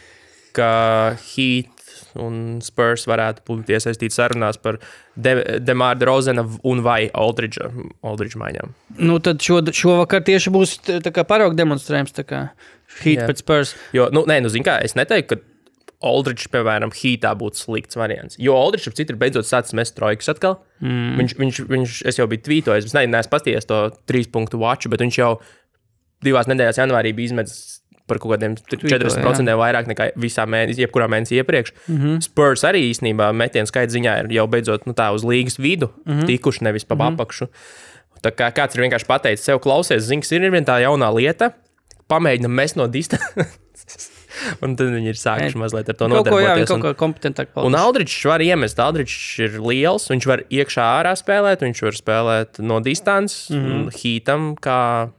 [SPEAKER 2] ka Heat un Spurs varētu būt iesaistīti sarunās par De Demāra DeRozana un vai Aldridge, Aldridge maiņām.
[SPEAKER 1] nu, tad šo, šovakar tieši būs t- tā kā parauga demonstrējums. tā kā Hits
[SPEAKER 2] Jā.
[SPEAKER 1] pēc spērs.
[SPEAKER 2] Jo, nu, nē, nu, zini, kā es neteiktu, ka Aldrichs, piemēram, Hītā būtu slikts variants. Jo Aldrichs, ap citu, ir beidzot sācis mest trojkas atkal. Mm. Viņš, viņš, viņš, es jau biju tvītojis, es nezinu, es pasties to trīs punktu watchu, bet viņš jau divās nedēļās janvārī bija izmetis. Par kaut kādiem t-
[SPEAKER 1] Tvīto,
[SPEAKER 2] 40% vairāk nekā visā mēnesī, jebkurā mēnesī iepriekš. Mm -hmm. Spurs arī īstenībā metienu skaits ziņā ir jau beidzot nu, tā uz līgas vidu, mm -hmm. tikuši nevis pa mm -hmm. apakšu. Tā kā kāds ir vienkārši pateicis, sev klausies, zini, ir viena tā jaunā lieta, pamēģinam mēs no distances. un tad viņi ir sākuši mazliet ar to
[SPEAKER 1] Kaut ko jā, viņi
[SPEAKER 2] nodarboties.
[SPEAKER 1] kaut
[SPEAKER 2] Un,
[SPEAKER 1] kā kompetentāk
[SPEAKER 2] un
[SPEAKER 1] palīdz.
[SPEAKER 2] Aldrichs var iemest. Aldrichs ir liels, viņš var iekšā ārā spēlēt, viņš var spēlēt no distances,
[SPEAKER 1] Mhm.
[SPEAKER 2] mm -hmm. hītam kā,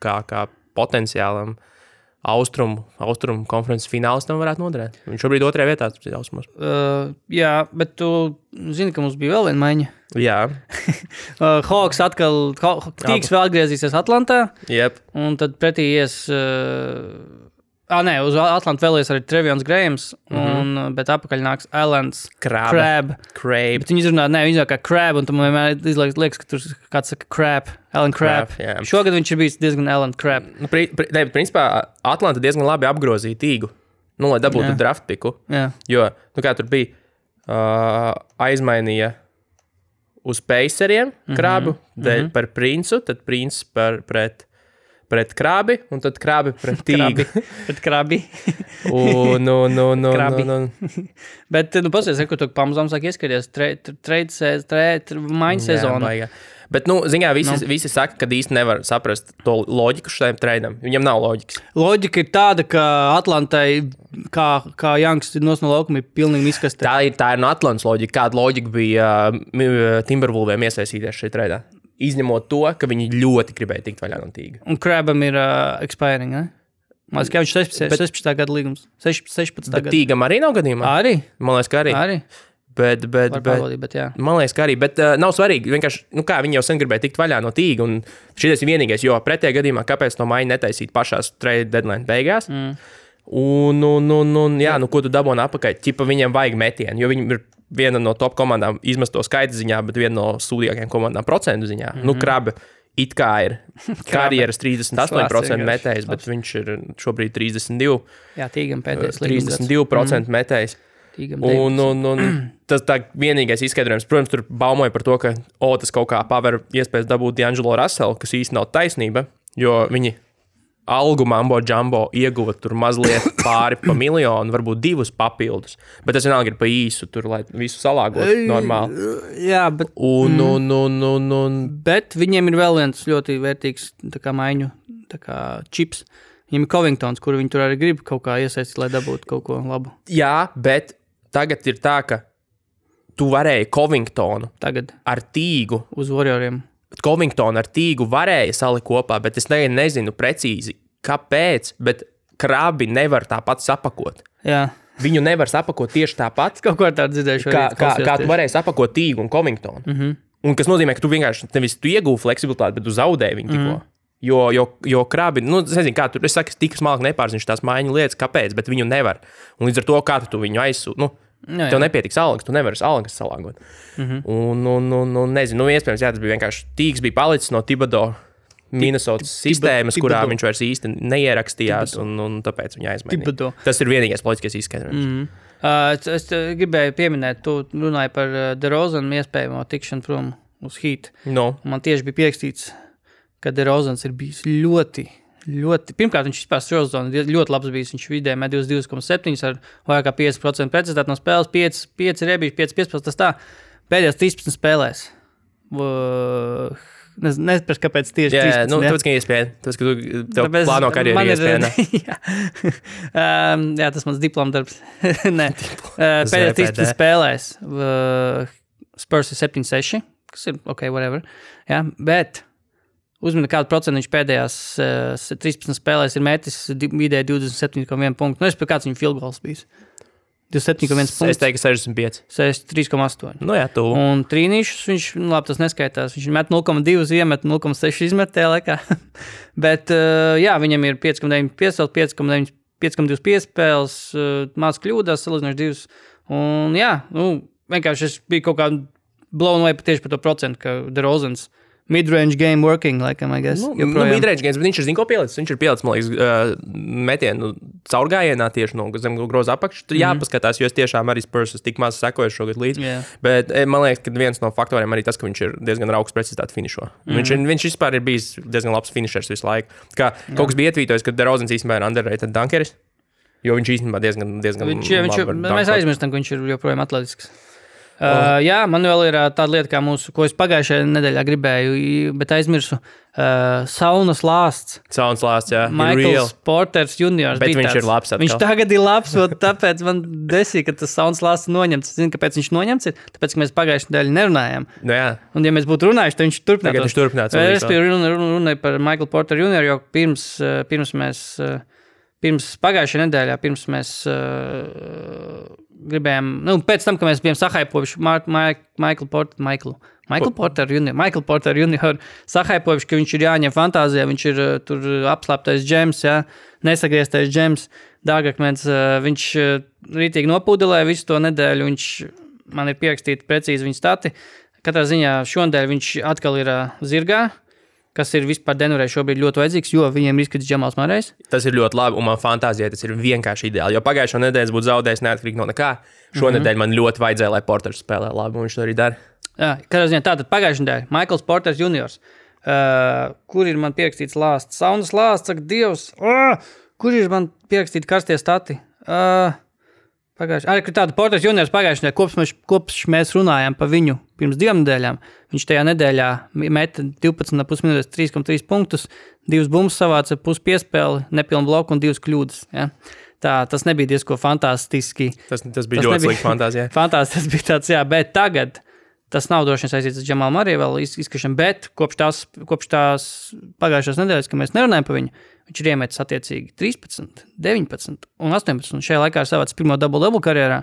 [SPEAKER 2] kā, kā potenciālam. Austrumu austrum konferences finālistam varētu noderēt. Viņš šobrīd ir otrajā vietā, tas ir jausmas.
[SPEAKER 1] Uh, jā, bet tu zini, ka mums bija vēl viena maiņa.
[SPEAKER 2] Jā,
[SPEAKER 1] Uh, Hawks atkal, Haw- Tīks vēl atgriezīsies Atlantā.
[SPEAKER 2] jep.
[SPEAKER 1] Un tad pretī ies. Uh, ah, nē, uz Atlantu vēlēs arī Trevions Grēms, mm -hmm. un, bet apakaļ nāks Alans
[SPEAKER 2] Krabe.
[SPEAKER 1] Krab.
[SPEAKER 2] Krabe.
[SPEAKER 1] Bet viņi izrunā, nē, viņi zina, ka krab, un tam vienmēr izliekas, liekas, ka tur kāds saka krab, Alan krab.
[SPEAKER 2] Crab, jā.
[SPEAKER 1] Šogad viņš ir bijis diezgan Alan krab.
[SPEAKER 2] Nu, pri, pri, ne, bet principā Atlanta diezgan labi apgrozīja tīgu, nu, lai dabūtu
[SPEAKER 1] Jā.
[SPEAKER 2] draft piku.
[SPEAKER 1] Jā,
[SPEAKER 2] Jo, nu, kā tur bija, uh, aizmainīja
[SPEAKER 1] Mhm,
[SPEAKER 2] uz pēceriem krabu mm -hmm. par princu, tad princis par, pret, pret krabi, un tad krabi pret nu,
[SPEAKER 1] Krabi.
[SPEAKER 2] tīģi.
[SPEAKER 1] Bet krabi.
[SPEAKER 2] un, un, un, un,
[SPEAKER 1] Krabi.
[SPEAKER 2] un, un,
[SPEAKER 1] Bet, nu, pasies, kur tu pamazām sāk ieskaties trade maiņu
[SPEAKER 2] Jā,
[SPEAKER 1] sezonu.
[SPEAKER 2] baigā. Bet, nu, ziņā, visi, nu. visi saka, ka īsti nevar saprast to loģiku šādam trendam. Viņam nav loģikas.
[SPEAKER 1] Loģika ir tāda, ka Atlantai, kā, kā Janks, ir nos no laukuma, ir pilnīgi izkastē.
[SPEAKER 2] Tā ir, tā ir no Atlantijas loģika. Kāda loģika bija uh, Timbervulviem iesaistīties šajā trendā? Izņemot to, ka viņi ļoti gribēja tikt vaļā no tīga.
[SPEAKER 1] Un krabam ir uh, expiring, ne? Man liekas, ka viņš 16, 16. gada līgums. 16, 16.
[SPEAKER 2] Bet
[SPEAKER 1] gada.
[SPEAKER 2] tīgam arī nav gadījumā.
[SPEAKER 1] Arī?
[SPEAKER 2] Man liekas, ka arī.
[SPEAKER 1] Arī?
[SPEAKER 2] Bet, bet,
[SPEAKER 1] Var
[SPEAKER 2] bet,
[SPEAKER 1] pārbaudīt, bet jā.
[SPEAKER 2] man liekas, ka arī. Bet uh, nav svarīgi. Vienkārši, nu, kā viņi jau sen gribēja tikt vaļā no tīga. Un šis ir vienīgais, jo pretējā gadījumā, kāpēc no maija netaisīt pašā trade deadline beigās? Mm. Un, un, un, un jā, nu, ko tu dabūji apakaļ? Čipa viņiem vajag metienu, jo viņi ir viena no top komandām izmesto skaita ziņā, bet viena no sūdīgākajām komandām procentu ziņā. Mm -hmm. Nu,
[SPEAKER 1] Mhm.
[SPEAKER 2] krabi it kā ir karjeras 38%
[SPEAKER 1] vienkārši.
[SPEAKER 2] metējs, bet viņš ir šobrīd 32,
[SPEAKER 1] Jā, tīgam pēdējais līgums.
[SPEAKER 2] 32%
[SPEAKER 1] Mhm.
[SPEAKER 2] mm. metējs.
[SPEAKER 1] Tīgam
[SPEAKER 2] Uh, Un, un, un tas tā vienīgais izskaidrojums, protams, tur baumoja par to, ka o, tas kaut kā paver iespējas dabūt D'Angelo Russell, kas īstenībā nav taisnība, jo viņi algu mambo džambo ieguva tur mazliet pāri pa miljonu, varbūt divus papildus. Bet tas vienalga ir pa īsu, tur, lai visu salāgotu normāli.
[SPEAKER 1] Jā, bet,
[SPEAKER 2] Un, un, un, un, un
[SPEAKER 1] bet viņiem ir vēl viens ļoti vērtīgs tā kā maiņu tā kā čips. Viņam ir Covingtons, kur viņi tur arī grib kaut kā iesaistīt, lai dabūtu kaut ko labu.
[SPEAKER 2] jā, bet tagad ir tā, ka tu varēji Covingtonu
[SPEAKER 1] Tagad
[SPEAKER 2] ar tīgu
[SPEAKER 1] uz Warrioriem.
[SPEAKER 2] Covingtonu ar tīgu varēja salikt kopā, bet es ne, nezinu precīzi, kāpēc. Bet krabi nevar tāpat sapakot.
[SPEAKER 1] Jā,
[SPEAKER 2] Viņu nevar sapakot tieši tāpat,
[SPEAKER 1] es kaut ko tādu dzirdēju.
[SPEAKER 2] kā, kā, kā tu varēji sapakot tīgu un Covingtonu. Mm -hmm. Un tas nozīmē, ka tu vienkārši nevis tu iegūji fleksibilitāti, bet tu zaudēji viņu tikko. Mm. Jo, jo, jo krabi, nu, es nezinu, kā tur, es saku, es tik smalki nepārziņš tās mājiņu lietas, kāpēc, bet viņu nevar. Un līdz ar to, kā tu tu viņu aizsūti, nu,
[SPEAKER 1] Jā, Mhm.
[SPEAKER 2] Tev
[SPEAKER 1] jā.
[SPEAKER 2] nepietiks algas, tu nevari algas salāgot. Mm -hmm. Un, un, un, un nezinu, nu, iespējams, jā, tas bija vienkārši tīks, bija palicis no Tibado. Minnesotas sistēmas,
[SPEAKER 1] Tibado.
[SPEAKER 2] kurā viņš vairs īsti neierakstījās, un, un tāpēc viņa
[SPEAKER 1] Tibado.
[SPEAKER 2] aizmainīja. Tas ir vienīgais loģiskais izskaidrojums. Mm.
[SPEAKER 1] Uh, es- es uh, gribēju pieminēt, tu runāji par uh, DeRozanu iespējamo tikšanu prom uz Heat.
[SPEAKER 2] No.
[SPEAKER 1] Man tieši bija pierakstīts, ka DeRozans ir bijis ļoti, ļoti. Pirmkārt, viņš vispār strādājis zonā, ļoti labs bijis. Viņš vidē met 22,7 ar vairāk kā 50% precizitāti no spēles, 5, 5 rebīši, 5, 15. Tas tā pēdējās 13 spēlēs. Uh, nez- Nesaprotu, kāpēc tieši
[SPEAKER 2] Jā, jā,
[SPEAKER 1] 13,
[SPEAKER 2] nu,
[SPEAKER 1] jā.
[SPEAKER 2] tāpēc, ka iespēja, tāpēc, ka tu tev
[SPEAKER 1] Tāpēc
[SPEAKER 2] plāno karjeru
[SPEAKER 1] man ir-
[SPEAKER 2] iespēja. ne?
[SPEAKER 1] jā. um, jā, tas mans diploms darbs. Nē, uh, pēdējais
[SPEAKER 2] ZPD.
[SPEAKER 1] 13 spēlēs. Uh, Spurs ir 7-6, kas ir ok, whatever. Jā, bet uzmini, kādu procentu viņš pēdējās uh, se- 13 spēlēs ir metis di- vidēji 27,1 punktu. Nu, es pēc kāds viņa field goals bijis. 27,1
[SPEAKER 2] Es
[SPEAKER 1] punkts,
[SPEAKER 2] teiktu, ka 65.
[SPEAKER 1] 63,8.
[SPEAKER 2] Nu, jā, tu.
[SPEAKER 1] Un trīnīšus viņš, nu, labi, tas neskaitās. Viņš met 0,2 iemet, 0,6 izmetē laikā. Bet, uh, jā, viņam ir 5,9 piespēles, 5,9 5,2 piespēles, uh, maz kļūdās, salīdzinoši divas. Un, jā, nu, vienkārši es biju kaut kā blown away tieši par to procentu, ka DeRozans midrange game working, laikam, I guess.
[SPEAKER 2] Nu, nu,
[SPEAKER 1] joprojām.
[SPEAKER 2] midrange games, bet viņš ir zina, ko pielicis. Viņš ir pielicis, man liekas, uh, metienu caurgājienā tieši no zem groza apakšas.
[SPEAKER 1] Mhm.
[SPEAKER 2] Tur mm -hmm. jāpaskatās, jo es tiešām arī spursus tik maz sekoju šogad līdzi.
[SPEAKER 1] Jā.
[SPEAKER 2] Bet eh, man liekas, ka viens no faktoriem arī tas, ka viņš ir diezgan augsts precizitāte finišo. Mm.
[SPEAKER 1] Mhm.
[SPEAKER 2] Viņš, ir- viņš vispār ir bijis diezgan labs finišers visu laiku. Kā kaut kas bija ietvītojis, ka Derozans īstenībā ir underrated dunkeris. Jo viņš īstenībā diezgan, diezgan
[SPEAKER 1] Viņš, jā, viņš,
[SPEAKER 2] Nu, labi var
[SPEAKER 1] mēs
[SPEAKER 2] dunkot.
[SPEAKER 1] aizmirstam, ka viņš ir joprojām atletisks. Uh, jā, man vēl ir uh, tāda lieta, kā mūsu, ko es pagājušajā nedēļā gribēju, i- bet aizmirsu. Uh, saunas lāsts.
[SPEAKER 2] Sounds lāsts, jā. ir real.
[SPEAKER 1] Maikls Porters Jr.
[SPEAKER 2] Bet viņš ir labs atkal.
[SPEAKER 1] Viņš tagad ir labs, un tāpēc man desīja, ka tas saunas lāsts ir noņemts. Es zinu, kāpēc viņš noņemts. Ir, tāpēc, ka mēs pagājušajā nedēļā nerunājām.
[SPEAKER 2] Nu, jā.
[SPEAKER 1] Un, ja mēs būtu runājuši, tad viņš turpinātu.
[SPEAKER 2] Tagad viņš turpinātu savu
[SPEAKER 1] Es
[SPEAKER 2] visu.
[SPEAKER 1] biju runa, runa, runa par Maiklu Porteru Jr. jau pirms, eh, pirms mēs, eh, pirms pagājušajā nedēļā, pirms mēs eh, gribējām, nu, pēc tam, kad mēs bijām sahaipojuši Ma- Ma- Maiklu Porteru, Maiklu. Maikls Porter Jr. Maikls Porter Jr. sahaipojuši, ka viņš ir jāņem fantāzijā, viņš ir eh, tur apslēptais džems, jā, nesagrieztais džems, dārgakmens. eh, Viņš eh, rītīgi nopūdelēja visu to nedēļu, viņš man ir pierakstīta precīzi viņa stati. Katrā ziņā šodien viņš atkal ir uh, zirgā, kas ir vispār Denverai šobrīd ļoti vajadzīgs, jo viņiem ir izkrits Džemals Mārais.
[SPEAKER 2] Tas ir ļoti labi, un man fantāzijā tas ir vienkārši ideāli. Jo pagājušā nedēļa es būtu zaudējis neatkarīgi no nekā. Šonadēļ mm -hmm. man ļoti vajadzēja, lai Porters spēlē labi, un viņš to arī dara.
[SPEAKER 1] Ah, Jā, katrā ziņā tātad pagājušajā nedēļā Maikls Porters Jr. Uh, kur ir man pierakstīts lāsts? Saunas lāsts, saka, Dievs, uh, kur ir man pierakstīti karstie stati? Uh, Pagājušajā gadā, kad tāda portugāta juniors pagājušajā gadā, kopš, mēs- kopš mēs runājām par viņu pirms divām nedēļām, viņš tajā nedēļā meta 12,5 minūtes, 3,3 punktus, divas bumbas savāca, puspiespēli, nepilnu bloku un divas kļūdas. Ja? Tā, tas nebija diezgan fantastiski.
[SPEAKER 2] Tas, tas bija
[SPEAKER 1] Tas
[SPEAKER 2] tas ļoti
[SPEAKER 1] nebija-
[SPEAKER 2] slikti fantāzijā.
[SPEAKER 1] Fantāstiski tas bija tāds, jā, bet tagad tas nav droši vien saistīts ar Džemalu arī vēl iz- izkašanu, bet kopš tās, kopš tās pagājušās nedēļas, kad mēs nerunājam par viņu, viņš ir iemetis attiecīgi 13, 19 un 18. Un šajā laikā ir savāds pirmo dabu labu karjerā.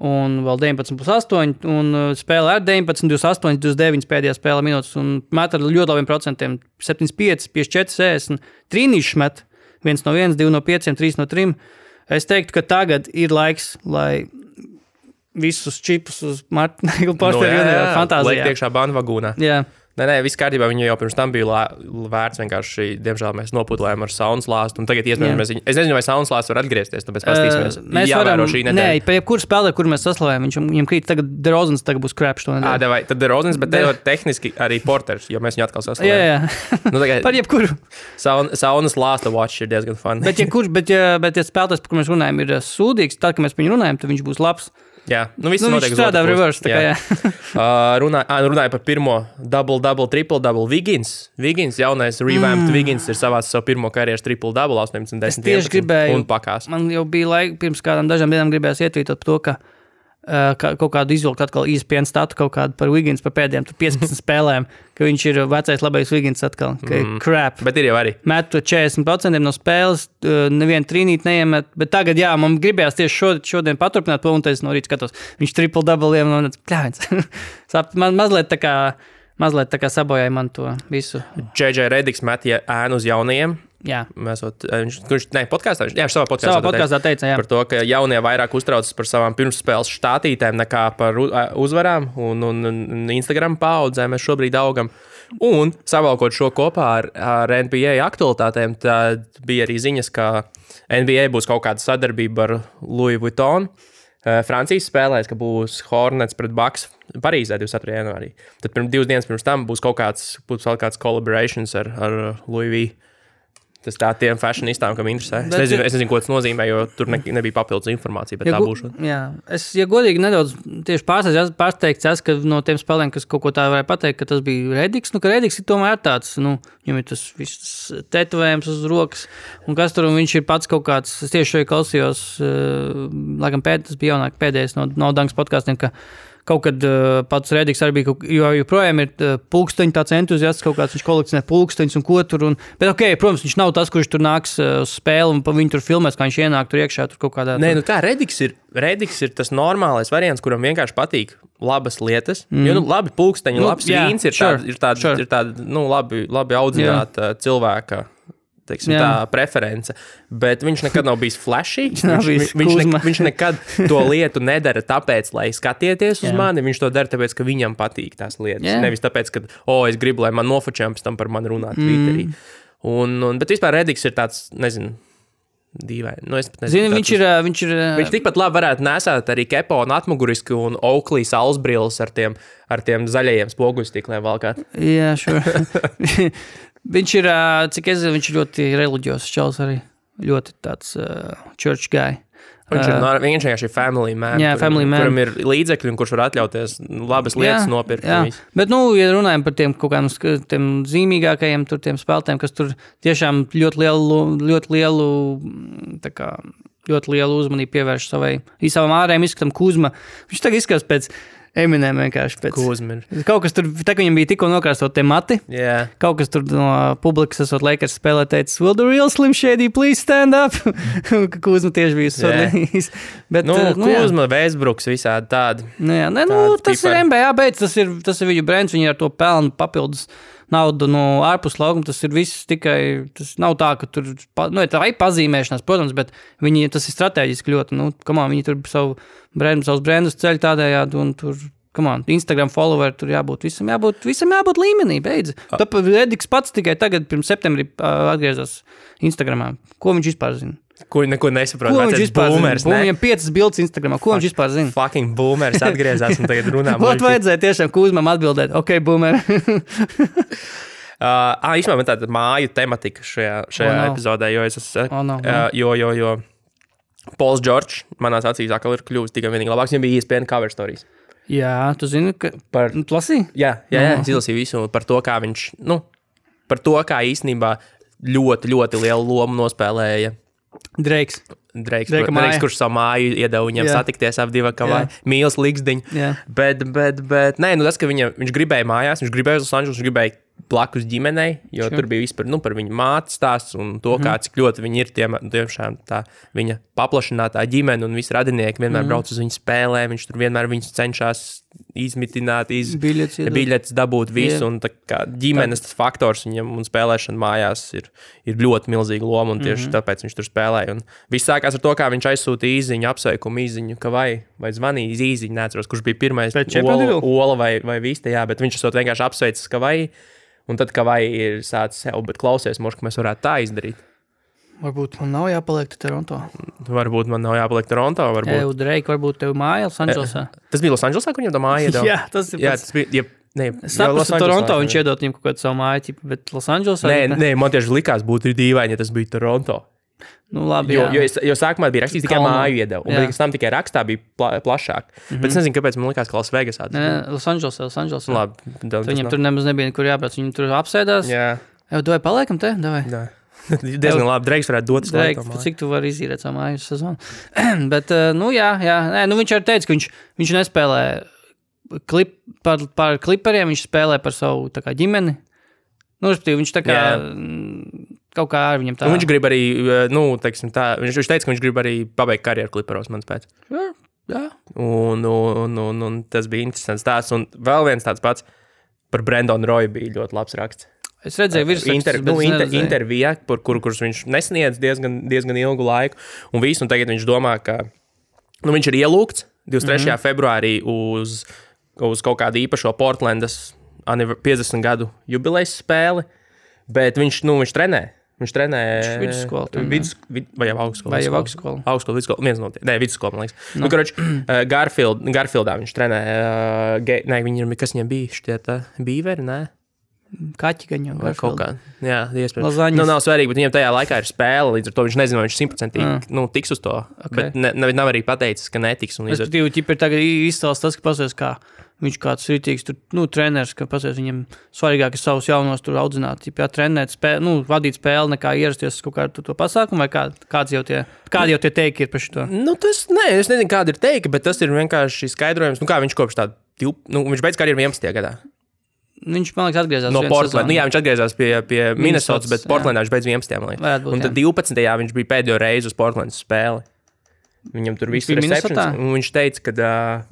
[SPEAKER 1] Un vēl 19, plus 8, un uh, spēlē ar 19, 28, 29 pēdējā spēlē minūtes, un met ar ļoti labiem procentiem. 75, 54, 60, trīnīšu met, 1 no 1, 2 no 5, 3 no 3. Es teiktu, ka tagad ir laiks, lai visus čipus uz Martina Portugāla no,
[SPEAKER 2] Nu Liek
[SPEAKER 1] fantāzijā.
[SPEAKER 2] iekšā bandvagūnā.
[SPEAKER 1] Jā,
[SPEAKER 2] Nē, nē, viss kārtībā. Viņu jau pirms tam bija lā- vērts. Vienkārši, diemžēl, mēs nopūtlējām ar saunas lāstu. un Tagad, iespējams,
[SPEAKER 1] Jā.
[SPEAKER 2] mēs viņu. Es nezinu, vai saunas lāsts var atgriezties. Tāpēc
[SPEAKER 1] uh,
[SPEAKER 2] paskatīsimies.
[SPEAKER 1] mēs
[SPEAKER 2] Jāvēro
[SPEAKER 1] varam.
[SPEAKER 2] šī
[SPEAKER 1] Nē,
[SPEAKER 2] nedēļa.
[SPEAKER 1] pie jebkuras spēlē, kur mēs saslavējam, viņš viņam krīt, tagad Drozens tagad būs krāpšs.
[SPEAKER 2] Ā,
[SPEAKER 1] Jā,
[SPEAKER 2] davai, Tad ir Rozins, bet te
[SPEAKER 1] Ne.
[SPEAKER 2] jau tehniski arī porteris, jo mēs viņu atkal
[SPEAKER 1] jā,
[SPEAKER 2] sasniedzām.
[SPEAKER 1] jā.
[SPEAKER 2] Nu, tagad
[SPEAKER 1] par jebkuru.
[SPEAKER 2] saun, saunas lāsta watch ir diezgan fun.
[SPEAKER 1] Bet, ja kurš, bet, ja, bet, ja spēlētājs, par kuriem mēs runājam, ir eh, sūdīgs, tad, kad mēs par viņu runājam, tad viņš būs labs.
[SPEAKER 2] jā, nu viss
[SPEAKER 1] Nu, viņš
[SPEAKER 2] notiek uz
[SPEAKER 1] strādā
[SPEAKER 2] otru pusi.
[SPEAKER 1] reverse. tā kā,
[SPEAKER 2] Jā.
[SPEAKER 1] jā.
[SPEAKER 2] Ā, runā- ā, nu, Runāju par pirmo double, double, triple, double. Vigins, Vigins jaunais revamped mm. Vigins ir savā savu pirmo karjeras triple, double 18, 10,
[SPEAKER 1] tieši gribēju-
[SPEAKER 2] un pakās.
[SPEAKER 1] Man jau bija laika, pirms kādām dažām dienām gribējās ietvītot par to, ka eh, kā, kaut kādu izvilkt atkal E īsi piena statu kaut kādu par Vigins, par pēdējām tur 15 spēlēm, ka viņš ir vecais labais Vigins atkal. Ka
[SPEAKER 2] Mhm.
[SPEAKER 1] mm. crap.
[SPEAKER 2] Bet ir jau arī.
[SPEAKER 1] metu 40% no spēles, eh, nevienu trīnīti neiemet. Bet tagad, jā, man gribējās tieši šo, šodien paturpināt to, un tas no rīta skatos. Viņš triple dubultiem un plēns. man mazliet tā kā, mazliet tā kā sabojāja man to visu.
[SPEAKER 2] JJ Redigs metīja ēnu uz jaunajiem.
[SPEAKER 1] Jā,
[SPEAKER 2] Mēs jau viņš, viņš ne, podkāstā, viņš, jā, viņš savā podkāstā
[SPEAKER 1] savā podkāstā teica, jā.
[SPEAKER 2] par to, ka jaunie vairāk uztraucas par savām pirmsspēles štātītēm nekā par u- ā, uzvarām un, un, un Instagram paudzēm. Mēs šobrīd augam. Un savalkot šo kopā ar, ar NBA aktualitātēm, tad bija arī ziņas, ka NBA būs kaut kāda sadarbība ar Louis Vuitton. Eh, Francijas spēlēs, ka būs Hornets pret Baks Parīzē 24. janvārī. Tad pirms divas dienas pirms tam būs kaut kāds, būs vēl kāds kolaborācijas ar, ar Louis Vuitton. Tas tā tiem fashionistām, kam interesē. Es
[SPEAKER 1] Bet
[SPEAKER 2] nezinu,
[SPEAKER 1] ir-
[SPEAKER 2] es nezinu, ko tas nozīmē, jo tur ne, nebija papildus informācija, bet
[SPEAKER 1] Ja
[SPEAKER 2] tā
[SPEAKER 1] go-
[SPEAKER 2] būs.
[SPEAKER 1] Jā, es, ja godīgi, nedaudz tieši pārsteigts, es- pārsteigts esmu, ka no tiem spēlēm, kas kaut ko tādu varēja pateikt, ka tas bija Redigs. Nu, ka Redigs ir tomēr tāds, nu, viņam ir tas viss tetovējums uz rokas, un kas tur un viņš ir pats kaut kāds. Es tieši šodien klausījos, eh, laikam, pēd, tas bija jaunāk, pēdējais no, no Dunkas podkāstiem. ka Kaut kad uh, pats Redigs arī bija, kaut- jo joprojām ir uh, pulksteņa tāds entuziasts, kaut kāds viņš kolekcionē pulksteņus un ko tur. Un, bet, okay, protams, viņš nav tas, kurš tur nāks uh, uz spēli un pa viņu tur filmēs, kā viņš ienāk tur iekšā tur kaut kādā.
[SPEAKER 2] Nē, nu tā Redigs ir, Redigs ir tas normālais variants, kuram vienkārši patīk labas lietas. Mm. Jo nu, labi pulksteņi,
[SPEAKER 1] Nu,
[SPEAKER 2] nu, labs
[SPEAKER 1] jā,
[SPEAKER 2] vīns ir
[SPEAKER 1] sure,
[SPEAKER 2] tāds, ir tāds,
[SPEAKER 1] sure.
[SPEAKER 2] sure. ir tāds nu, labi, labi audzināta cilvēka. Teiksim,
[SPEAKER 1] Jā.
[SPEAKER 2] tā preference, bet viņš nekad nav bijis flashy.
[SPEAKER 1] nav
[SPEAKER 2] Viņš,
[SPEAKER 1] bijis
[SPEAKER 2] viņš, viņš, ne,
[SPEAKER 1] Kuzma.
[SPEAKER 2] viņš nekad to lietu nedara tāpēc, lai skatieties
[SPEAKER 1] Jā.
[SPEAKER 2] uz mani. Viņš to dara tāpēc, ka viņam patīk tās lietas.
[SPEAKER 1] Jā.
[SPEAKER 2] Nevis tāpēc, ka, oh, es gribu, lai man nofočēm pēc tam par mani runā Twitterī.
[SPEAKER 1] Mm.
[SPEAKER 2] Un, un, bet vispār Redigs ir tāds, nezinu, dīvains. Nu, es pat nezinu,
[SPEAKER 1] Zini,
[SPEAKER 2] tāds-
[SPEAKER 1] viņš ir. ā, Viņš ir ā,
[SPEAKER 2] Viņš tikpat labi varētu nesāt arī kepo un atmuguriski un auklī saules brilles ar tiem, ar tiem zaļajiem spoguļstīkliem vēl kā.
[SPEAKER 1] jā, sure. viņš ir, ā, cik es zinu, viņš ir ļoti reliģijos čels arī. e Ļoti tāds uh, church guy. Uh,
[SPEAKER 2] Viņš ir
[SPEAKER 1] Ā,
[SPEAKER 2] nor- viņš vienkārši ir family man.
[SPEAKER 1] Jā,
[SPEAKER 2] kuram-
[SPEAKER 1] family man.
[SPEAKER 2] Kuram ir līdzekļi un kurš var atļauties labas
[SPEAKER 1] jā,
[SPEAKER 2] lietas nopirkt.
[SPEAKER 1] Jā.
[SPEAKER 2] un visu.
[SPEAKER 1] Bet, nu, ja runājam par tiem kaut kādiem sk- tiem zīmīgākajiem tur, tiem spēlētājiem, kas tur tiešām ļoti lielu, ļoti lielu, mm, tā kā, ļoti lielu uzmanību pievērš savai, i savam ārējiem izskatam, kuzma. Viņš tagad izskatās pēc Eminem vienkārši. Pēc,
[SPEAKER 2] Kuzmin.
[SPEAKER 1] kaut kas tur, tā kā viņam bija tikko nokārstot tie mati.
[SPEAKER 2] Jā.
[SPEAKER 1] Kaut kas tur no publikas, esot Lakers spēlē, teica, Will the real Slim Shady, please stand up? Kūzma tieši bija uzsvarīgs. Bet,
[SPEAKER 2] Nu,
[SPEAKER 1] eh, nu, jā.
[SPEAKER 2] Kuzma, Vēsbruks, visādi tādi.
[SPEAKER 1] Nu, jā, nē, nu,
[SPEAKER 2] Tāda
[SPEAKER 1] tas
[SPEAKER 2] pipara.
[SPEAKER 1] ir MBA beigas, tas ir, tas ir viņu brands, viņi ar to pelna papildus naudu no ārpus laukuma. Tas ir viss tikai, tas nav tā, ka tur, pa- nu, tā ir pazīmēšanās, protams, bet viņi, tas ir strateģiski ļoti, nu, kamā viņi tur savu brandu, savus brandus ceļ tādējādi un tur. Come on, Instagram followeri tur jābūt. Visam jābūt, visam jābūt līmenī. Beidz. Tāpēc Redigs pats tikai tagad, pirms septembrī, ā, atgriezās Instagramā. Ko viņš vispār zina?
[SPEAKER 2] Ko neko nesaprot.
[SPEAKER 1] Ko viņš
[SPEAKER 2] Vecais
[SPEAKER 1] vispār
[SPEAKER 2] boomers,
[SPEAKER 1] zina?
[SPEAKER 2] ne?
[SPEAKER 1] Viņam piecas bildes Instagramā. Ko viņš vispār zina?
[SPEAKER 2] Fucking boomers atgriezās un tagad runā.
[SPEAKER 1] Ot,
[SPEAKER 2] muļķi.
[SPEAKER 1] vajadzēja tiešām kūzmam atbildēt, ok, boomer.
[SPEAKER 2] Uh, ah, īstenībā man tāda māju tematika šajā, šajā
[SPEAKER 1] O,
[SPEAKER 2] oh,
[SPEAKER 1] nav.
[SPEAKER 2] epizodē, jo es esmu.
[SPEAKER 1] O, nav,
[SPEAKER 2] uh, jo, jo, jo Pols Džordžs manā acīs atkal ir kļuvis tikai un vienīgi labāks. Viņam bija E iespēja cover stāstīt.
[SPEAKER 1] Jā, tu zini, ka.
[SPEAKER 2] Par-
[SPEAKER 1] Nu, tu lasīji?
[SPEAKER 2] Jā, jā, jā es izlasīju visu par to, kā viņš, nu, par to, kā īstenībā ļoti, ļoti lielu lomu nospēlēja
[SPEAKER 1] Dreiks.
[SPEAKER 2] Dreiks,
[SPEAKER 1] Dreika
[SPEAKER 2] Dreiks
[SPEAKER 1] māja.
[SPEAKER 2] kurš savu māju iedeva viņam
[SPEAKER 1] Jā.
[SPEAKER 2] satikties ap divām kavām, mīlas līgsdiņu.
[SPEAKER 1] Jā.
[SPEAKER 2] Bet, bet, bet, nē, nu tas, ka viņa, viņš gribēja mājās, viņš gribēja uz Losandželu, viņš gribēja blakus ģimenei, jo sure. tur bija vispār nu, par viņu mātes stāsts un to,
[SPEAKER 1] Mhm.
[SPEAKER 2] mm. kā cik ļoti viņi ir tiem, tiešām tā viņa paplašinātā ģimene un visi radinieki
[SPEAKER 1] Mhm.
[SPEAKER 2] vienmēr mm. brauc uz viņu spēlēm, viņš tur vienmēr viņus cenšas izmitināt, iz...
[SPEAKER 1] Biļets iedot.
[SPEAKER 2] biļetes dabūt visu,
[SPEAKER 1] Jā.
[SPEAKER 2] un tā kā ģimenes tas faktors viņam un spēlēšana mājās ir, ir ļoti milzīga loma, un tieši mm -hmm. tāpēc viņš tur spēlēja. Un viss sākās ar to, kā viņš aizsūtīja īziņu, apsveikumu īziņu, ka vai, vai zvanīja iz īziņu, neatceros, kurš bija pirmais,
[SPEAKER 1] Pēc Champions
[SPEAKER 2] ola,
[SPEAKER 1] League?
[SPEAKER 2] ola vai, vai vīsta, jā, bet viņš esot vienkārši apsveicis, ka vai, un tad, ka vai ir sācis sev, bet klausies, moš, ka mēs varētu tā izdarīt.
[SPEAKER 1] Varbūt man nav jāpaliek te Toronto.
[SPEAKER 2] Varbūt man nav jāpaliek Toronto, varbūt.
[SPEAKER 1] Jā, Dreiks, varbūt tev mājā, Losandželosā.
[SPEAKER 2] Tas bija Losandželosā, kur viņam tā māja iedeva?
[SPEAKER 1] Jā, tas ir
[SPEAKER 2] jā,
[SPEAKER 1] pats-
[SPEAKER 2] tas bija. Ja, ne,
[SPEAKER 1] Es
[SPEAKER 2] jau
[SPEAKER 1] saprotu, ka
[SPEAKER 2] Losandželosā,
[SPEAKER 1] Toronto
[SPEAKER 2] jā.
[SPEAKER 1] viņš iedod viņam kaut kādu savu māju, tipu, bet Losandželosā.
[SPEAKER 2] Nē,
[SPEAKER 1] viņš ne-
[SPEAKER 2] nē, man tieši likās, būtu dīvaini, ja tas bija Toronto.
[SPEAKER 1] Nu, labi.
[SPEAKER 2] Jo,
[SPEAKER 1] jā.
[SPEAKER 2] jo, es, jo sākumā bija rakstīts tikai
[SPEAKER 1] Kalnā.
[SPEAKER 2] māju iedeva, un
[SPEAKER 1] Jā. Mhm.
[SPEAKER 2] pēc tam tikai rakstā bija pla plašāk. Mm -hmm. Bet es nezinu, kāpēc man likās, ka Lasvegasā tas
[SPEAKER 1] Nē,
[SPEAKER 2] bija.
[SPEAKER 1] nē, Losandželosā, Losandželosā.
[SPEAKER 2] Labi, tad
[SPEAKER 1] Viņam tur nemaz nebija nekur jābrauc. Viņam tur apsēdās. Jā,
[SPEAKER 2] Jā,
[SPEAKER 1] vai paliekam te? Davai.
[SPEAKER 2] jā. diezgan labi. Dreiks varētu dot
[SPEAKER 1] Drake,
[SPEAKER 2] slēgt.
[SPEAKER 1] tu cik tu vari izīrēt savu māju sezonu? Bet, eh, nu, jā, jā. Nē, nu, viņš arī teica, ka viņš, viņš nespēlē klip, par, par kliperiem, viņš spēlē par savu tā kā, ģimeni. Nu, respektīvi, viņš tā kā
[SPEAKER 2] Jā.
[SPEAKER 1] mm, kaut kā ar viņam tā
[SPEAKER 2] Un viņš grib arī, eh, nu, teiksim tā, viņš, viņš teica, ka viņš grib arī pabeigt karjeru kliperos, man pēc.
[SPEAKER 1] Jā, jā.
[SPEAKER 2] Un, un, un, un tas bija interesants stāsts. Un vēl viens tāds pats par Brendonu Roju bija ļoti labs raksts.
[SPEAKER 1] Es redzēju, virsrakstu,
[SPEAKER 2] Inter,
[SPEAKER 1] bet
[SPEAKER 2] nu,
[SPEAKER 1] es
[SPEAKER 2] inter,
[SPEAKER 1] neredzēju.
[SPEAKER 2] intervijā, par kuru kurus viņš nesniedz diezgan, diezgan ilgu laiku. Un, visu, un tagad viņš domā, ka nu, viņš ir ielūgts 23. Mm
[SPEAKER 1] Mhm.
[SPEAKER 2] -hmm. februārī uz, uz kaut kādu īpašo Portlandas aniv- 50 gadu jubilejas spēli. Bet viņš, nu, viņš trenē. Viņš trenē
[SPEAKER 1] Viņš vidusskolā trenē.
[SPEAKER 2] Vidus, vid, vai jau augstskola?
[SPEAKER 1] Vai jau
[SPEAKER 2] vidusskola?
[SPEAKER 1] augstskola?
[SPEAKER 2] augstskola, vidusskola, viens no tiem. Nē, vidusskola, man liekas. Nu, karoč, Garfield, Garfieldā viņš trenē. eh, ge- Nē, viņam ir kas viņam bija? Šķiet, eh, bīveri, nē.
[SPEAKER 1] Kaķi gan jau
[SPEAKER 2] Vai kaut kā. Jā, iespējams.
[SPEAKER 1] Lazaņas.
[SPEAKER 2] Nu, nav svarīgi, bet viņam tajā laikā ir spēle. Līdz ar to viņš nezina, vai viņš simtprocentīgi nu, tiks uz to. Okay. Bet ne, ne, nav arī pateicis, ka netiks. un līdz ar-
[SPEAKER 1] Respektīvi, ķip ir tagad i- izstāsts tas, ka pasies, kā viņš kāds rītīgs, tur, nu, treneris, ka pasies viņam svarīgāk ir savus jaunos tur audzināt, ķip, jā, trenēt, spē, nu, vadīt spēli, nekā ierasties uz kaut kādu to pasākumu, vai kā, kāds jau tie, kādi jau tie teiki ir par šo.
[SPEAKER 2] Nu, tas, nē, es nezinu, kāda ir teika, bet tas ir vienkārši skaidrojums. Nu, kā viņš kopš tāda. Div, nu, viņš beidz karjeru 11. gadā.
[SPEAKER 1] Viņš, man liekas, atgriezās
[SPEAKER 2] No
[SPEAKER 1] vienu
[SPEAKER 2] Portlandas.
[SPEAKER 1] sezonu.
[SPEAKER 2] Nu, jā, viņš atgriezās pie, pie Minnesotas,
[SPEAKER 1] Minnesotas,
[SPEAKER 2] bet
[SPEAKER 1] jā.
[SPEAKER 2] Portlandā viņš beidz 11. man liekas.
[SPEAKER 1] Varētu būt,
[SPEAKER 2] Un tad 12. viņš bija pēdējo reizi uz Portlandas spēli. Viņam tur viss
[SPEAKER 1] bija
[SPEAKER 2] bija receptions,
[SPEAKER 1] Minnesotā?
[SPEAKER 2] un viņš teica, ka, ā,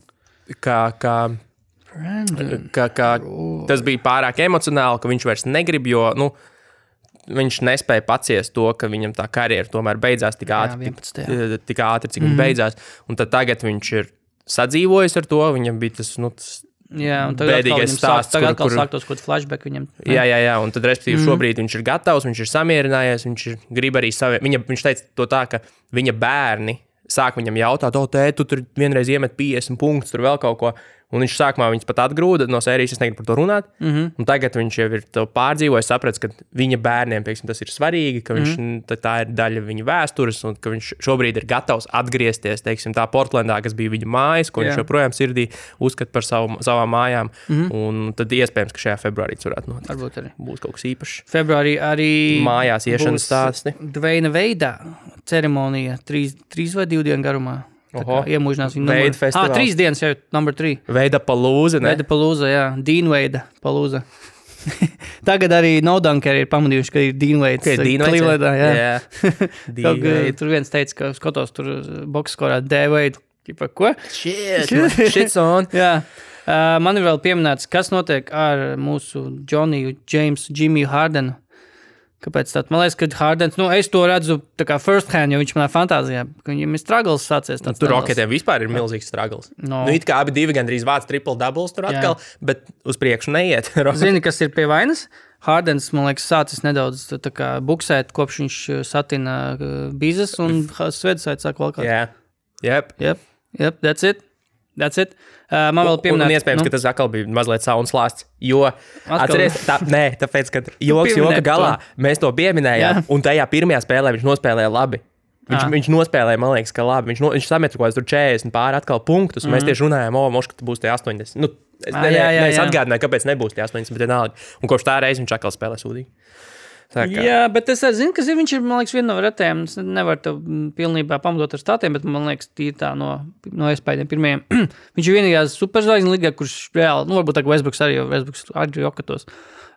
[SPEAKER 2] ka, ka
[SPEAKER 1] Brandon.
[SPEAKER 2] ka, ka tas bija pārāk emocionāli, ka viņš vairs negrib, jo nu, viņš nespēja paciest to, ka viņam tā karjera tomēr beidzās tik
[SPEAKER 1] Jā,
[SPEAKER 2] ātri,
[SPEAKER 1] 11.
[SPEAKER 2] tik ātri cik mm -hmm. viņa beidzās. Un tad tagad viņš ir sadzīvojis ar to, viņam bija tas. Nu, tas
[SPEAKER 1] Jā, un tagad atkal,
[SPEAKER 2] Bēdīgais
[SPEAKER 1] viņam sāk,
[SPEAKER 2] stāsts,
[SPEAKER 1] tagad
[SPEAKER 2] kur-
[SPEAKER 1] atkal
[SPEAKER 2] kur-
[SPEAKER 1] sāktos kaut kāds flashback viņam.
[SPEAKER 2] Jā, jā, jā, un tad, respektīvi, mm. šobrīd viņš ir gatavs, viņš ir samierinājies, viņš ir, grib arī savu. Viņa, viņš teica to tā, ka viņa bērni sāk viņam jautāt, o, tē, tu tur vienreiz iemet 50 punktus, tur vēl kaut ko. Un viņš sākumā viņus pat atgrūda no sērijas, es negribu par to runāt. Mm -hmm. Un tagad viņš jau ir to pārdzīvojis, sapratis, ka viņa bērniem pieksim, tas ir svarīgi, ka viņš, mm. tā ir daļa viņa vēstures, un ka viņš šobrīd ir gatavs atgriezties, teiksim, tā Portlandā, kas bija viņa mājas, ko
[SPEAKER 1] Jā.
[SPEAKER 2] viņš joprojām sirdī uzskata par savu, savām mājām. Mm -hmm. Un tad iespējams, ka šajā februārī tas varētu notikt
[SPEAKER 1] Varbūt arī.
[SPEAKER 2] būs kaut kas īpašs.
[SPEAKER 1] Februārī arī
[SPEAKER 2] Mājās iešanas
[SPEAKER 1] būs
[SPEAKER 2] stāsti.
[SPEAKER 1] Dveina veidā ceremonija trīs, trīs vai divu dienu garumā. Tā kā
[SPEAKER 2] Oho.
[SPEAKER 1] Iemūžinās viņa
[SPEAKER 2] Veida
[SPEAKER 1] numuru. Ā,
[SPEAKER 2] festivāls.
[SPEAKER 1] trīs dienas jau, numur trīs.
[SPEAKER 2] Veida palūze, ne?
[SPEAKER 1] Veida palūza, jā, Dīnveida palūza. Tagad arī Naudankeri ir pamanījuši, ka ir Dīnveids.
[SPEAKER 2] Ka ir Dean Waits,
[SPEAKER 1] Klīvlēdā, jā. jā. Kaut, kā
[SPEAKER 2] Dīvaini.
[SPEAKER 1] tur viens teica, ka skatos tur eh, boxkorā D-veidu. Tipa, ko?
[SPEAKER 2] Shit, man- Shit's on.
[SPEAKER 1] Jā. Uh, man ir vēl pieminēts, kas notiek ar mūsu Džoniju, Džeimsu, Džimiju Hārdenu. Kāpēc tā? Man liekas, ka Hārdens, nu, es to redzu tā kā first hand, jo viņš manā fantāzijā, ka viņam ir struggles sācies. tāds
[SPEAKER 2] Tur
[SPEAKER 1] neliels.
[SPEAKER 2] roketiem vispār ir milzīgs struggles.
[SPEAKER 1] No.
[SPEAKER 2] Nu, it kā abi divi gandrīz vāc triple doubles tur
[SPEAKER 1] Jā.
[SPEAKER 2] atkal, bet uz priekšu neiet.
[SPEAKER 1] Zini, kas ir pie vainas? Hārdens, man liekas, sācis nedaudz tā kā buksēt, kopš viņš uh, satina
[SPEAKER 2] Mm.
[SPEAKER 1] uh, bizes un sveicināja sāk valkāt.
[SPEAKER 2] Jā, Jep.
[SPEAKER 1] Yep, yep, that's it. That's it. Uh, man vēl
[SPEAKER 2] Un, un
[SPEAKER 1] pieminēja,
[SPEAKER 2] iespējams, nu. ka tas atkal bija mazliet sauns lāsts. Jo, atcerieties, tā, nē, tāpēc, ka joks,
[SPEAKER 1] pieminēji
[SPEAKER 2] joka galā
[SPEAKER 1] to.
[SPEAKER 2] mēs to pieminējām,
[SPEAKER 1] Jā. Ah.
[SPEAKER 2] un tajā pirmajā spēlē viņš nospēlēja labi. Viņš,
[SPEAKER 1] Ā.
[SPEAKER 2] viņš nospēlēja, man liekas, ka labi. Viņš, no, viņš sametra kaut kādus tur 40 pāri atkal punktus. Mm -hmm. Mēs tieši runājām, o, moš, ka tu būsi tie 80. Nu, es,
[SPEAKER 1] Ā, Mhm. Ah,
[SPEAKER 2] ne, jā,
[SPEAKER 1] jā,
[SPEAKER 2] jā,
[SPEAKER 1] jā,
[SPEAKER 2] ne, es
[SPEAKER 1] jā.
[SPEAKER 2] atgādināju, kāpēc nebūs tie 80, bet vienalga. Un kopš tā reizes viņš atkal spēlē sūdīgi. Tā kā-
[SPEAKER 1] Jā, bet es zinu, ka zi- viņš ir man liekas, viena no retēm. Es nevaru to mm, pilnībā pamatot ar statiem, bet man liekas, tī tā no, no iespējām pirmajiem. viņš ir vienīgā superzvaigznes līgā, kurš reāli, nu, varbūt tā kā Westbrooks arī, jo Westbrooks arī jokatos,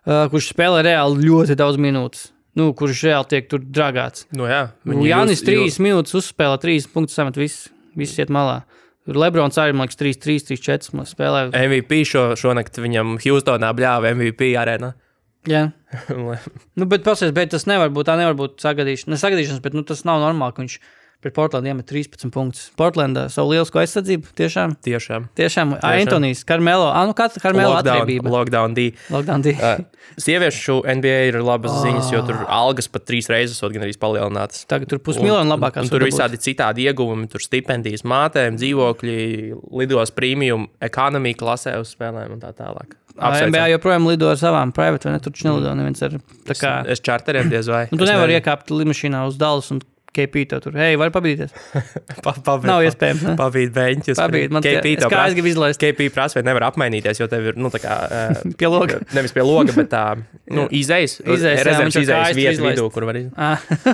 [SPEAKER 1] uh, kurš spēlē reāli ļoti daudz minūtes. Nu, kurš reāli tiek tur dragāts.
[SPEAKER 2] Nu, jā,
[SPEAKER 1] Nu,
[SPEAKER 2] jūs-
[SPEAKER 1] Jānis
[SPEAKER 2] jūs-
[SPEAKER 1] trīs minūtes uzspēlē, trīs punktus samet, viss, viss iet malā. Tur Lebrons arī, man liekas, 3, 3, 3, 4 man liekas, spēlē.
[SPEAKER 2] MVP šo, šonakt viņam Houstonā bļāva MVP arēnā.
[SPEAKER 1] Jā.
[SPEAKER 2] Lai-
[SPEAKER 1] Nu, bet, pasies, bet tas nevar būt. Tā nevar būt sagadīšana. Ne sagadīšanas, bet nu, tas nav normāli, ka viņš pret Portlandu iemet 13 punktus. Portlandā savu lielisko aizsardzību. Tiešām,
[SPEAKER 2] Tiešām.
[SPEAKER 1] tiešām. Antonius, Karmelo, ah, nu, kāda Karmelo
[SPEAKER 2] Lockdown,
[SPEAKER 1] atriebība.
[SPEAKER 2] lockdown D.
[SPEAKER 1] Lockdown D.
[SPEAKER 2] Uh, sieviešu NBA ir labas oh. ziņas, jo tur algas pat trīs reizes ir gandrīz palielinātas.
[SPEAKER 1] Tagad tur
[SPEAKER 2] Un-
[SPEAKER 1] pusmiljonu labākās.
[SPEAKER 2] un Tur
[SPEAKER 1] var
[SPEAKER 2] ir
[SPEAKER 1] dabūt.
[SPEAKER 2] visādi citādi ieguvumi, tur stipendijas mātēm, dzīvokļi, lidos premium, ekonomija klasē uz spēlēm un tā tālāk.
[SPEAKER 1] Ā, NBA joprojām lido ar savām privātu, vai ne? Tur taču nelido neviens ar. tā Kā,
[SPEAKER 2] Mm. Es čārteriem diez vai.
[SPEAKER 1] nu, tu nevari iekāpt lidmašīnā uz Dallas un KP to tur. Hei, var pabīties. Nav
[SPEAKER 2] Pabīt,
[SPEAKER 1] iespējams. ne?
[SPEAKER 2] pabīt beņķus.
[SPEAKER 1] Pabīt, man tie-
[SPEAKER 2] KP
[SPEAKER 1] es
[SPEAKER 2] to
[SPEAKER 1] kā
[SPEAKER 2] prasa.
[SPEAKER 1] es gribu izlaist
[SPEAKER 2] KP prasa, vai nevar apmainīties, jo tev ir, nu, tā kā. Uh,
[SPEAKER 1] pie loga.
[SPEAKER 2] Nevis pie loga, bet tā nu, izejas.
[SPEAKER 1] Izejas, jā,
[SPEAKER 2] reizēm
[SPEAKER 1] viņš ar
[SPEAKER 2] izejas
[SPEAKER 1] kājas
[SPEAKER 2] vietas
[SPEAKER 1] izlaist.
[SPEAKER 2] vidū, kur var izdarīt.
[SPEAKER 1] Ah.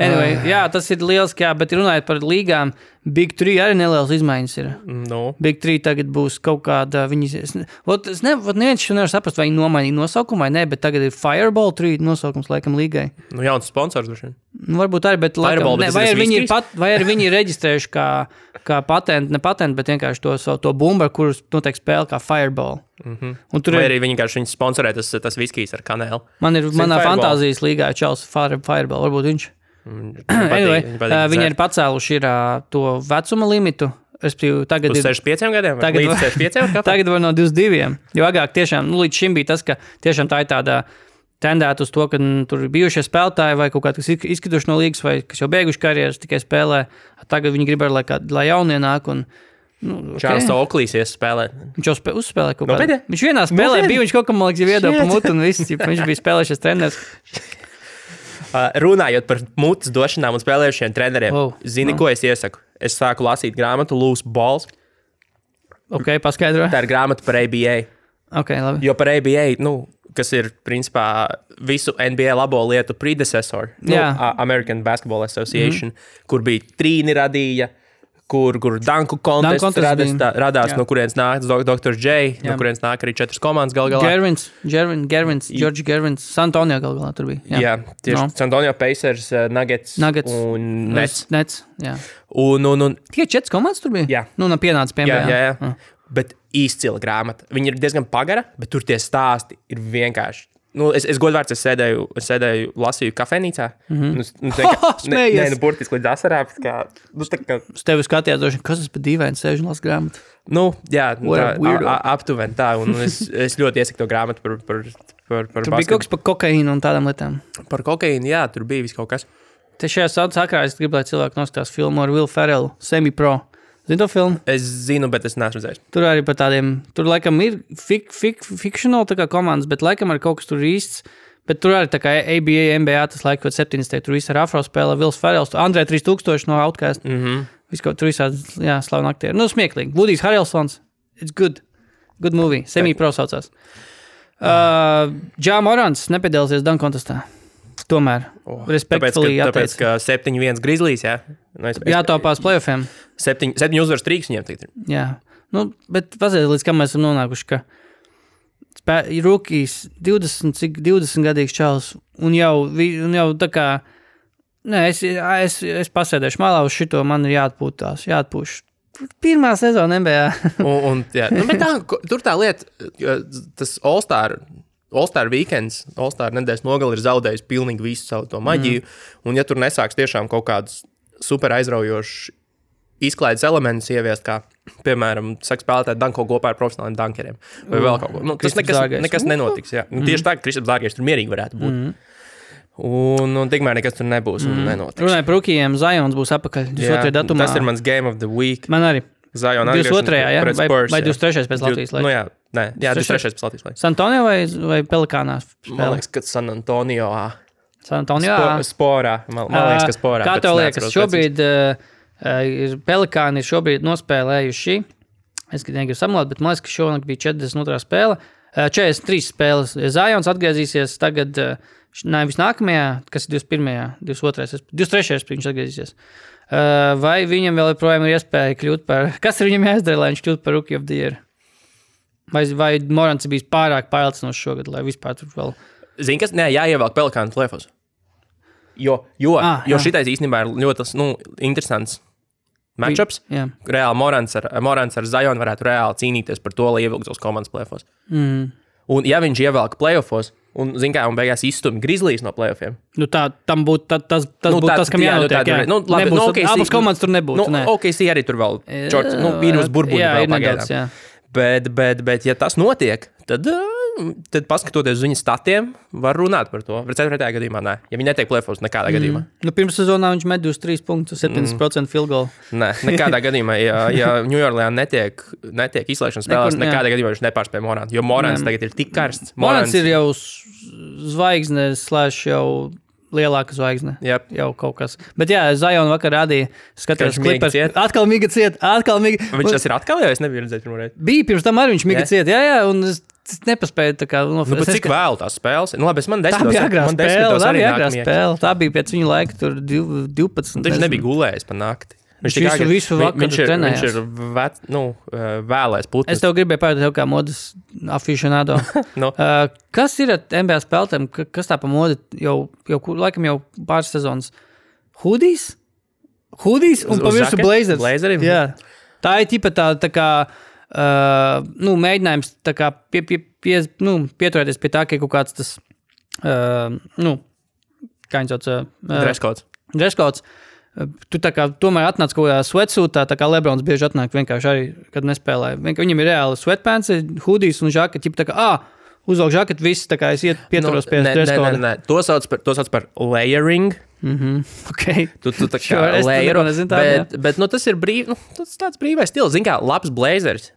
[SPEAKER 1] anyway,
[SPEAKER 2] Ah.
[SPEAKER 1] jā, tas ir lieliski, jā, bet runājot par līgām, Big 3 arī nelielas izmaiņas ir.
[SPEAKER 2] Nu,
[SPEAKER 1] Big 3 tagad būs kaut kāda. Viņas, es, ne- vot, es ne, vot neviens šo nevar saprast, vai viņi nomainīja nosaukumu vai nē, bet tagad ir Fireball 3 nosaukums laikam līgai.
[SPEAKER 2] nu jauns sponsors droši vien.
[SPEAKER 1] Nu, varbūt arī, bet
[SPEAKER 2] Fireball,
[SPEAKER 1] laikam,
[SPEAKER 2] bet
[SPEAKER 1] ne,
[SPEAKER 2] tas
[SPEAKER 1] vai,
[SPEAKER 2] ir
[SPEAKER 1] arī
[SPEAKER 2] tas
[SPEAKER 1] viņi ir
[SPEAKER 2] viskijs?
[SPEAKER 1] pat, vai arī viņi ir reģistrējuši kā, kā patentu, ne patentu, bet vienkārši to, savu- to bumbu, ar kurus notiek spēle kā Fireball. Mm -hmm. Un tur
[SPEAKER 2] Mhm. Vai
[SPEAKER 1] ir,
[SPEAKER 2] arī viņi vienkārši viņus sponsorē tas, tas viskijs ar kanēlu.
[SPEAKER 1] man ir manā
[SPEAKER 2] Fireball.
[SPEAKER 1] fantāzijas līgā čels Fire- Fireball, varbūt viņš.
[SPEAKER 2] Mm,
[SPEAKER 1] Anyway, uh, viņi ir pacēluši ir, uh, to vecuma limitu. Respektīvi, tagad
[SPEAKER 2] Uz
[SPEAKER 1] ir
[SPEAKER 2] 65 gadiem? vai?
[SPEAKER 1] Tagad
[SPEAKER 2] Līdz
[SPEAKER 1] var-
[SPEAKER 2] 65 gadiem?
[SPEAKER 1] Tagad var no 22. Jo agrāk tiešām nu, līdz šim bija tas, ka tiešām tā ir tāda. Tendēt uz to, ka mm, tur ir bijušie spēlētāji vai kaut kādi, kas ir izkrituši no līnijas, vai kas jau beiguši karjeras, tikai spēlē. Tagad viņi grib, lai, kād- lai jaunie nāk. Un, nu,
[SPEAKER 2] Čārlis
[SPEAKER 1] okay.
[SPEAKER 2] Oaklīs iespēlē.
[SPEAKER 1] Viņš jau spēlē, uzspēlē kaut ko
[SPEAKER 2] Nopietni?
[SPEAKER 1] tādu. Viņš vienā spēlē
[SPEAKER 2] Nopietni?
[SPEAKER 1] bija, viņš kaut kā, man liekas,
[SPEAKER 2] Shit.
[SPEAKER 1] iedodas pa mutu, un viss, jip, viņš bija spēlējušies treneris.
[SPEAKER 2] Uh, runājot par mutes došanām un spēlējušiem treneriem,
[SPEAKER 1] Oh,
[SPEAKER 2] oh, zini, no. ko es iesaku? Es sāku lasīt grāmatu Lūsu Balls.
[SPEAKER 1] Ok, paskaidro.
[SPEAKER 2] Tā ir grāmata par ABA.
[SPEAKER 1] Ok, labi.
[SPEAKER 2] Jo par ABA, nu, kas ir principā visu NBA labo lietu predecessor, nu,
[SPEAKER 1] Jā. Mhm.
[SPEAKER 2] A- American Basketball Association, mm -hmm. kur bija trīni radīja. Kur, kur Danku konteksts
[SPEAKER 1] contests
[SPEAKER 2] radās,
[SPEAKER 1] bija.
[SPEAKER 2] tā, radās
[SPEAKER 1] Jā.
[SPEAKER 2] no kurienes nāk do, Dr. J, no
[SPEAKER 1] Jā.
[SPEAKER 2] kurienes nāk arī četras komandas gal galā.
[SPEAKER 1] Gervins, Gervins, Gervins, George Gervins, Santonijā gal galā tur bija.
[SPEAKER 2] Jā, jā tieši no.
[SPEAKER 1] No.
[SPEAKER 2] San Antonio Pacers, eh, Nuggets,
[SPEAKER 1] Nuggets.
[SPEAKER 2] un Nets.
[SPEAKER 1] Nets. jā.
[SPEAKER 2] Un, un, un,
[SPEAKER 1] Tikai četras komandas tur bija?
[SPEAKER 2] Jā.
[SPEAKER 1] Nu, nav pienācis pie
[SPEAKER 2] jā,
[SPEAKER 1] mums.
[SPEAKER 2] jā, jā. Mm. Bet izcila grāmata. Viņa ir diezgan pagara, bet tur tie stāsti ir vienkārši. Nu, es, es godīgi es sēdēju, es sēdēju, lasīju kafejnīcā. Mm -hmm. nu, es- nu, es vienkārši- nē,
[SPEAKER 1] Smējies.
[SPEAKER 2] nē, nu, burtiski līdz asarām. kā- Nu, tā kā-
[SPEAKER 1] Uz tevi skatījās, droši, vien, kas tas par dīvainu sēž un lasu grāmatu.
[SPEAKER 2] nu, jā, nu,
[SPEAKER 1] What a
[SPEAKER 2] tā,
[SPEAKER 1] weirdo.
[SPEAKER 2] a- a- aptuveni tā. Un es, es ļoti iesaku to grāmatu par, par, par, par,
[SPEAKER 1] Tur bija kaut kas par kokaīnu un tādām lietām.
[SPEAKER 2] kas par kokaīnu. Jā, tur bija viss kaut kas.
[SPEAKER 1] Te šajā sa- sakarā es gribu, lai cilvēki noskatās filmu ar Vilnu Ferelu, Semi-Pro. Zini to filmu?
[SPEAKER 2] Es zinu, bet es neesmu redzējis.
[SPEAKER 1] Tur arī par tādiem, tur laikam ir fik, fik, fikcionāli tā kā komandas, bet laikam ar kaut kas tur īsts. Bet tur arī tā kā ABA, MBA, tas laikam ir 70. Tur viss ar afro spēlē, Vils Ferels, Andrē 3000 no Outcast. Mm
[SPEAKER 2] Mhm.
[SPEAKER 1] -hmm. Visko, tur visādi, jā, slavni aktieri. Nu, smieklīgi. Budijs Harelsons, it's good. Good movie. Semi-Pro saucās. Uh, Džā Morants nepiedalīsies Dunk kontestā. Tomēr. Oh,
[SPEAKER 2] Tāpēc,
[SPEAKER 1] Respektfully
[SPEAKER 2] ka, tāpēc,
[SPEAKER 1] jāteic.
[SPEAKER 2] ka 7-1 grizlīs, jā. Nu, es, es,
[SPEAKER 1] Jātopās playoffiem.
[SPEAKER 2] 7, 7 uzvaras trīks viņiem tagad ir.
[SPEAKER 1] Jā, nu, bet paziet, līdz kam mēs esam nonākuši. ka spē- Rūkīs 20, cik 20 gadīgs čels, un jau, vi- un jau tā kā. Nē, es, es, es pasēdēšu malā uz šito, man ir jāatpūtās, jāatpūš. Pirmā sezona MBA.
[SPEAKER 2] Un, un, jā. nu, bet tā, ko- tur tā lieta, ka tas All-Star. All-Star weekends, All-Star nedēļas nogalē ir zaudējis pilnīgi visu savu to maģiju. Mm. Un, ja tur nesāks tiešām kaut kādas super aizraujošas izklaides elementus ieviest, kā, piemēram, saka spēlētāji danko kopā ar profesionāliem dankeriem, vai vēl kaut ko tādu, nu, tas
[SPEAKER 1] Kristaps
[SPEAKER 2] nekas,
[SPEAKER 1] Zārgais.
[SPEAKER 2] nekas nenotiks. Jā. Nu, tieši tā, ka Kristaps Zārgais tur mierīgi varētu būt. Mm. Un, un tikmēr nekas tur nebūs mm. un nenotiks.
[SPEAKER 1] Runājot par rūkījiem, Zajons būs apakaļ 22.
[SPEAKER 2] Jā,
[SPEAKER 1] datumā.
[SPEAKER 2] tas ir mans game of the week.
[SPEAKER 1] Man arī.
[SPEAKER 2] Zaļo un
[SPEAKER 1] 22. jā,
[SPEAKER 2] pret
[SPEAKER 1] vai,
[SPEAKER 2] Spurs,
[SPEAKER 1] vai
[SPEAKER 2] jā.
[SPEAKER 1] 23. pēc Latvijas
[SPEAKER 2] Nu,
[SPEAKER 1] laika.
[SPEAKER 2] jā, nē, jā,
[SPEAKER 1] 23.
[SPEAKER 2] 23. pēc Latvijas laiks.
[SPEAKER 1] Santonijā vai, vai Pelikānā?
[SPEAKER 2] Man
[SPEAKER 1] spēlē?
[SPEAKER 2] liekas, ka San Antonio.
[SPEAKER 1] Santonijā.
[SPEAKER 2] Sporā. Man, man liekas, ka sporā.
[SPEAKER 1] Kā
[SPEAKER 2] bet
[SPEAKER 1] tev
[SPEAKER 2] es
[SPEAKER 1] liekas,
[SPEAKER 2] neatceros
[SPEAKER 1] šobrīd uh, ir Pelikāni ir šobrīd nospēlējuši? Es negribu samalot, bet man liekas, ka šonakt bija 42. spēle. ā, 43 spēles. Zājons atgriezīsies tagad, ā, š- nē, visnākamajā, kas ir 21. 22. es- 23. viņš atgriezīsies. Ā, Vai viņam vēl joprojām ir iespēja kļūt par, kas ir viņam jāizdara, lai viņš kļūtu par Rookie of the Year? Vai, vai Morants bija pārāk pārliecinošs šogad, lai vispār tur vēl.
[SPEAKER 2] Zini, kas? Nē, jāievelk pelikānu telefons. Jo, jo, ah,
[SPEAKER 1] Ah,
[SPEAKER 2] jo
[SPEAKER 1] jā.
[SPEAKER 2] šitais īstenībā ir ļoti tas, nu, interesants matčups.
[SPEAKER 1] Jā.
[SPEAKER 2] Reāli Morants ar, Morants ar Zajonu varētu reāli cīnīties par to, lai ievilktu tos komandas plēfos.
[SPEAKER 1] Mm.
[SPEAKER 2] Un, ja viņš ievelk plēfos, un, zini, kā, un beigās izstumj Grizzlies no plēfiem,
[SPEAKER 1] Nu, tā, tam būtu tā, tas, tas,
[SPEAKER 2] Nu,
[SPEAKER 1] nu, būtu
[SPEAKER 2] tā-
[SPEAKER 1] tas, kam
[SPEAKER 2] jā, nu,
[SPEAKER 1] jānotiek.
[SPEAKER 2] tā tur
[SPEAKER 1] jā.
[SPEAKER 2] ir. Nu, labi,
[SPEAKER 1] nebūs,
[SPEAKER 2] nu,
[SPEAKER 1] nu,
[SPEAKER 2] okei,
[SPEAKER 1] okay,
[SPEAKER 2] es-
[SPEAKER 1] abas komandas tur nebūtu.
[SPEAKER 2] nu,
[SPEAKER 1] nē. Eh,
[SPEAKER 2] ok, es arī tur vēl čorts, nu, vīrus burbuļu
[SPEAKER 1] Jā,
[SPEAKER 2] vēl
[SPEAKER 1] ir nedaudz,
[SPEAKER 2] pagaidām.
[SPEAKER 1] jā.
[SPEAKER 2] Bet, bet, bet, ja tas notiek, tad, ā, tad paskatoties uz viņa statiem, var runāt par to. Bet ceturtajā gadījumā nē. Ja viņi netiek plēfos, nekādā mm. gadījumā. Mm.
[SPEAKER 1] Nu, pirms sezonā viņš medus 3 punktus, 70% field goal.
[SPEAKER 2] Nē, nekādā gadījumā, ja, ja Ņujorkā netiek, netiek izslēgšanas spēlēs,
[SPEAKER 1] Nekur, jā.
[SPEAKER 2] nekādā gadījumā viņš nepārspēja Morānu. Jo Morāns
[SPEAKER 1] Jā.
[SPEAKER 2] tagad ir tik karsts.
[SPEAKER 1] Morants ir jau s- zvaigzne, slēdz jau lielāka zvaigzne.
[SPEAKER 2] Jā,
[SPEAKER 1] Jau kaut kas. Bet, jā, Zajona vakar rādīja, skatījās
[SPEAKER 2] viņš mīga
[SPEAKER 1] klipas.
[SPEAKER 2] ciet.
[SPEAKER 1] Atkal miga ciet, atkal miga.
[SPEAKER 2] viņš tas ir atkal, ja es nebiju redzējis pirmo reizi.
[SPEAKER 1] Bija pirms tam arī viņš miga
[SPEAKER 2] Jā.
[SPEAKER 1] ciet, jā, jā, un es es nepaspēju tā kā.
[SPEAKER 2] Nu, bet cik vēlu tās spēles? Nu, labi, es man
[SPEAKER 1] Tā
[SPEAKER 2] desmitos,
[SPEAKER 1] bija agrā
[SPEAKER 2] man
[SPEAKER 1] spēle.
[SPEAKER 2] desmitos
[SPEAKER 1] Tā
[SPEAKER 2] arī
[SPEAKER 1] bija
[SPEAKER 2] nāk
[SPEAKER 1] agrā
[SPEAKER 2] miegs.
[SPEAKER 1] spēle. Tā bija pēc viņa laika, tur div- 12.
[SPEAKER 2] Nu, Viņš
[SPEAKER 1] nezinu.
[SPEAKER 2] nebija gulējis pa nakti.
[SPEAKER 1] Viņš
[SPEAKER 2] tik
[SPEAKER 1] visu-
[SPEAKER 2] agri-
[SPEAKER 1] visu
[SPEAKER 2] vi-
[SPEAKER 1] vakaru
[SPEAKER 2] viņš ir, viņš
[SPEAKER 1] trenējās.
[SPEAKER 2] ir vec, nu, eh, vēlais
[SPEAKER 1] Es
[SPEAKER 2] putns.
[SPEAKER 1] tev gribēju pateikt, tev kā modes aficionādo.
[SPEAKER 2] Nu.
[SPEAKER 1] uh, kas ir ar NBA spēlēm, ka- kas tā pa modi jau, jau kur- laikam jau pāris sezonas? Hudijs? Hudijs un
[SPEAKER 2] Uz- uz
[SPEAKER 1] pavisam
[SPEAKER 2] žaketu?
[SPEAKER 1] blazers.
[SPEAKER 2] Blazerim?
[SPEAKER 1] Jā. Tā ir tipa tā, tā kā. Uh, nu, mēģinājums tā kā pie, pie, pie, nu, pieturēties pie tā, ka ir kaut kāds tas, uh, nu, kā viņš sauc, uh, uh,
[SPEAKER 2] Dreskots.
[SPEAKER 1] Dreskauts, tu tā kā tomēr atnāc kaut kādā sweatsūtā, tā kā Lebrons bieži atnāk vienkārši arī, kad nespēlē. Vienkār, viņam ir reāli sweatpants, hudijs un žaketi, ķip tā kā, ah, uzvelk žaketi, viss tā kā es iet pieturos pie
[SPEAKER 2] nē, nē, nē,
[SPEAKER 1] dreskauta.
[SPEAKER 2] nē. To sauc par, to sauc par layering.
[SPEAKER 1] Okay.
[SPEAKER 2] Tu, tu tā kā
[SPEAKER 1] Sure, es te
[SPEAKER 2] lēji,
[SPEAKER 1] neko nezinu tādu,
[SPEAKER 2] bet, bet nu, tas ir brīv, nu, tas tāds brīvais stils. Zini, kā labs blazers,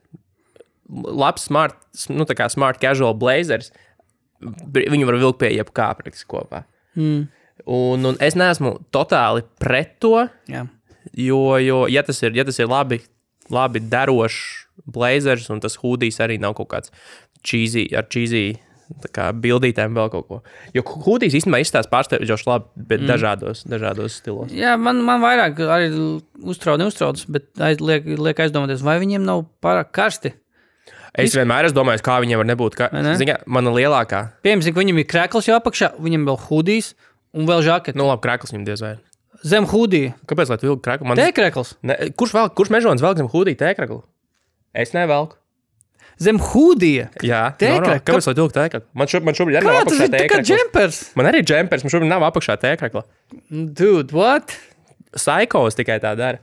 [SPEAKER 2] labs smart, nu, tā kā smart casual blazers, bri- viņu var vilkt pie jebkā praktiski kopā.
[SPEAKER 1] Mm,
[SPEAKER 2] Un, un es neesmu totāli pret to,
[SPEAKER 1] jā.
[SPEAKER 2] jo, jo ja, tas ir, ja tas ir labi, labi derošs blazers, un tas hūdijs arī nav kaut kāds cheesy, ar cheesy. Tā kā bildītēm vēl kaut ko. Jo hūdijas īstenībā izstāsta pārsteidzoši labi, bet mm. dažādos, dažādos stilos.
[SPEAKER 1] jā, man, man vairāk arī uztrauc, neuztrauc, bet aiz, liek, liek aizdomāties, vai viņiem nav pārāk karsti.
[SPEAKER 2] Es vienmēr esmu domājis, kā viņam var nebūt. Kā,
[SPEAKER 1] Vai ne?
[SPEAKER 2] zini, kā, mana lielākā,
[SPEAKER 1] Piemēram, ka viņam ir krēkls jau apakšā, viņam vēl hudijs un vēl žaketi.
[SPEAKER 2] nu, labi, krāklis viņam diez vai. ir.
[SPEAKER 1] Zem hudija.
[SPEAKER 2] Kāpēc? Lai tu vilki krāklu? Man...
[SPEAKER 1] Te krēkls.
[SPEAKER 2] Ne, kurš, vēl, kurš mežonis velk zem hūdī tēkraklu? Es nevelku.
[SPEAKER 1] Zem hudija.
[SPEAKER 2] Jā,
[SPEAKER 1] Tēkrakli?
[SPEAKER 2] normāli. Kāpēc? Lai tu vilki tēkraklu? Man, šo, man šobrīd arī nav
[SPEAKER 1] Kā tas
[SPEAKER 2] apakšā
[SPEAKER 1] ir? Tā kā
[SPEAKER 2] tēkrakla.
[SPEAKER 1] džempers.
[SPEAKER 2] Man arī ir džempers, man šobrīd nav apakšā tēkrakla.
[SPEAKER 1] Dude, what?
[SPEAKER 2] Saikos tikai tā dara.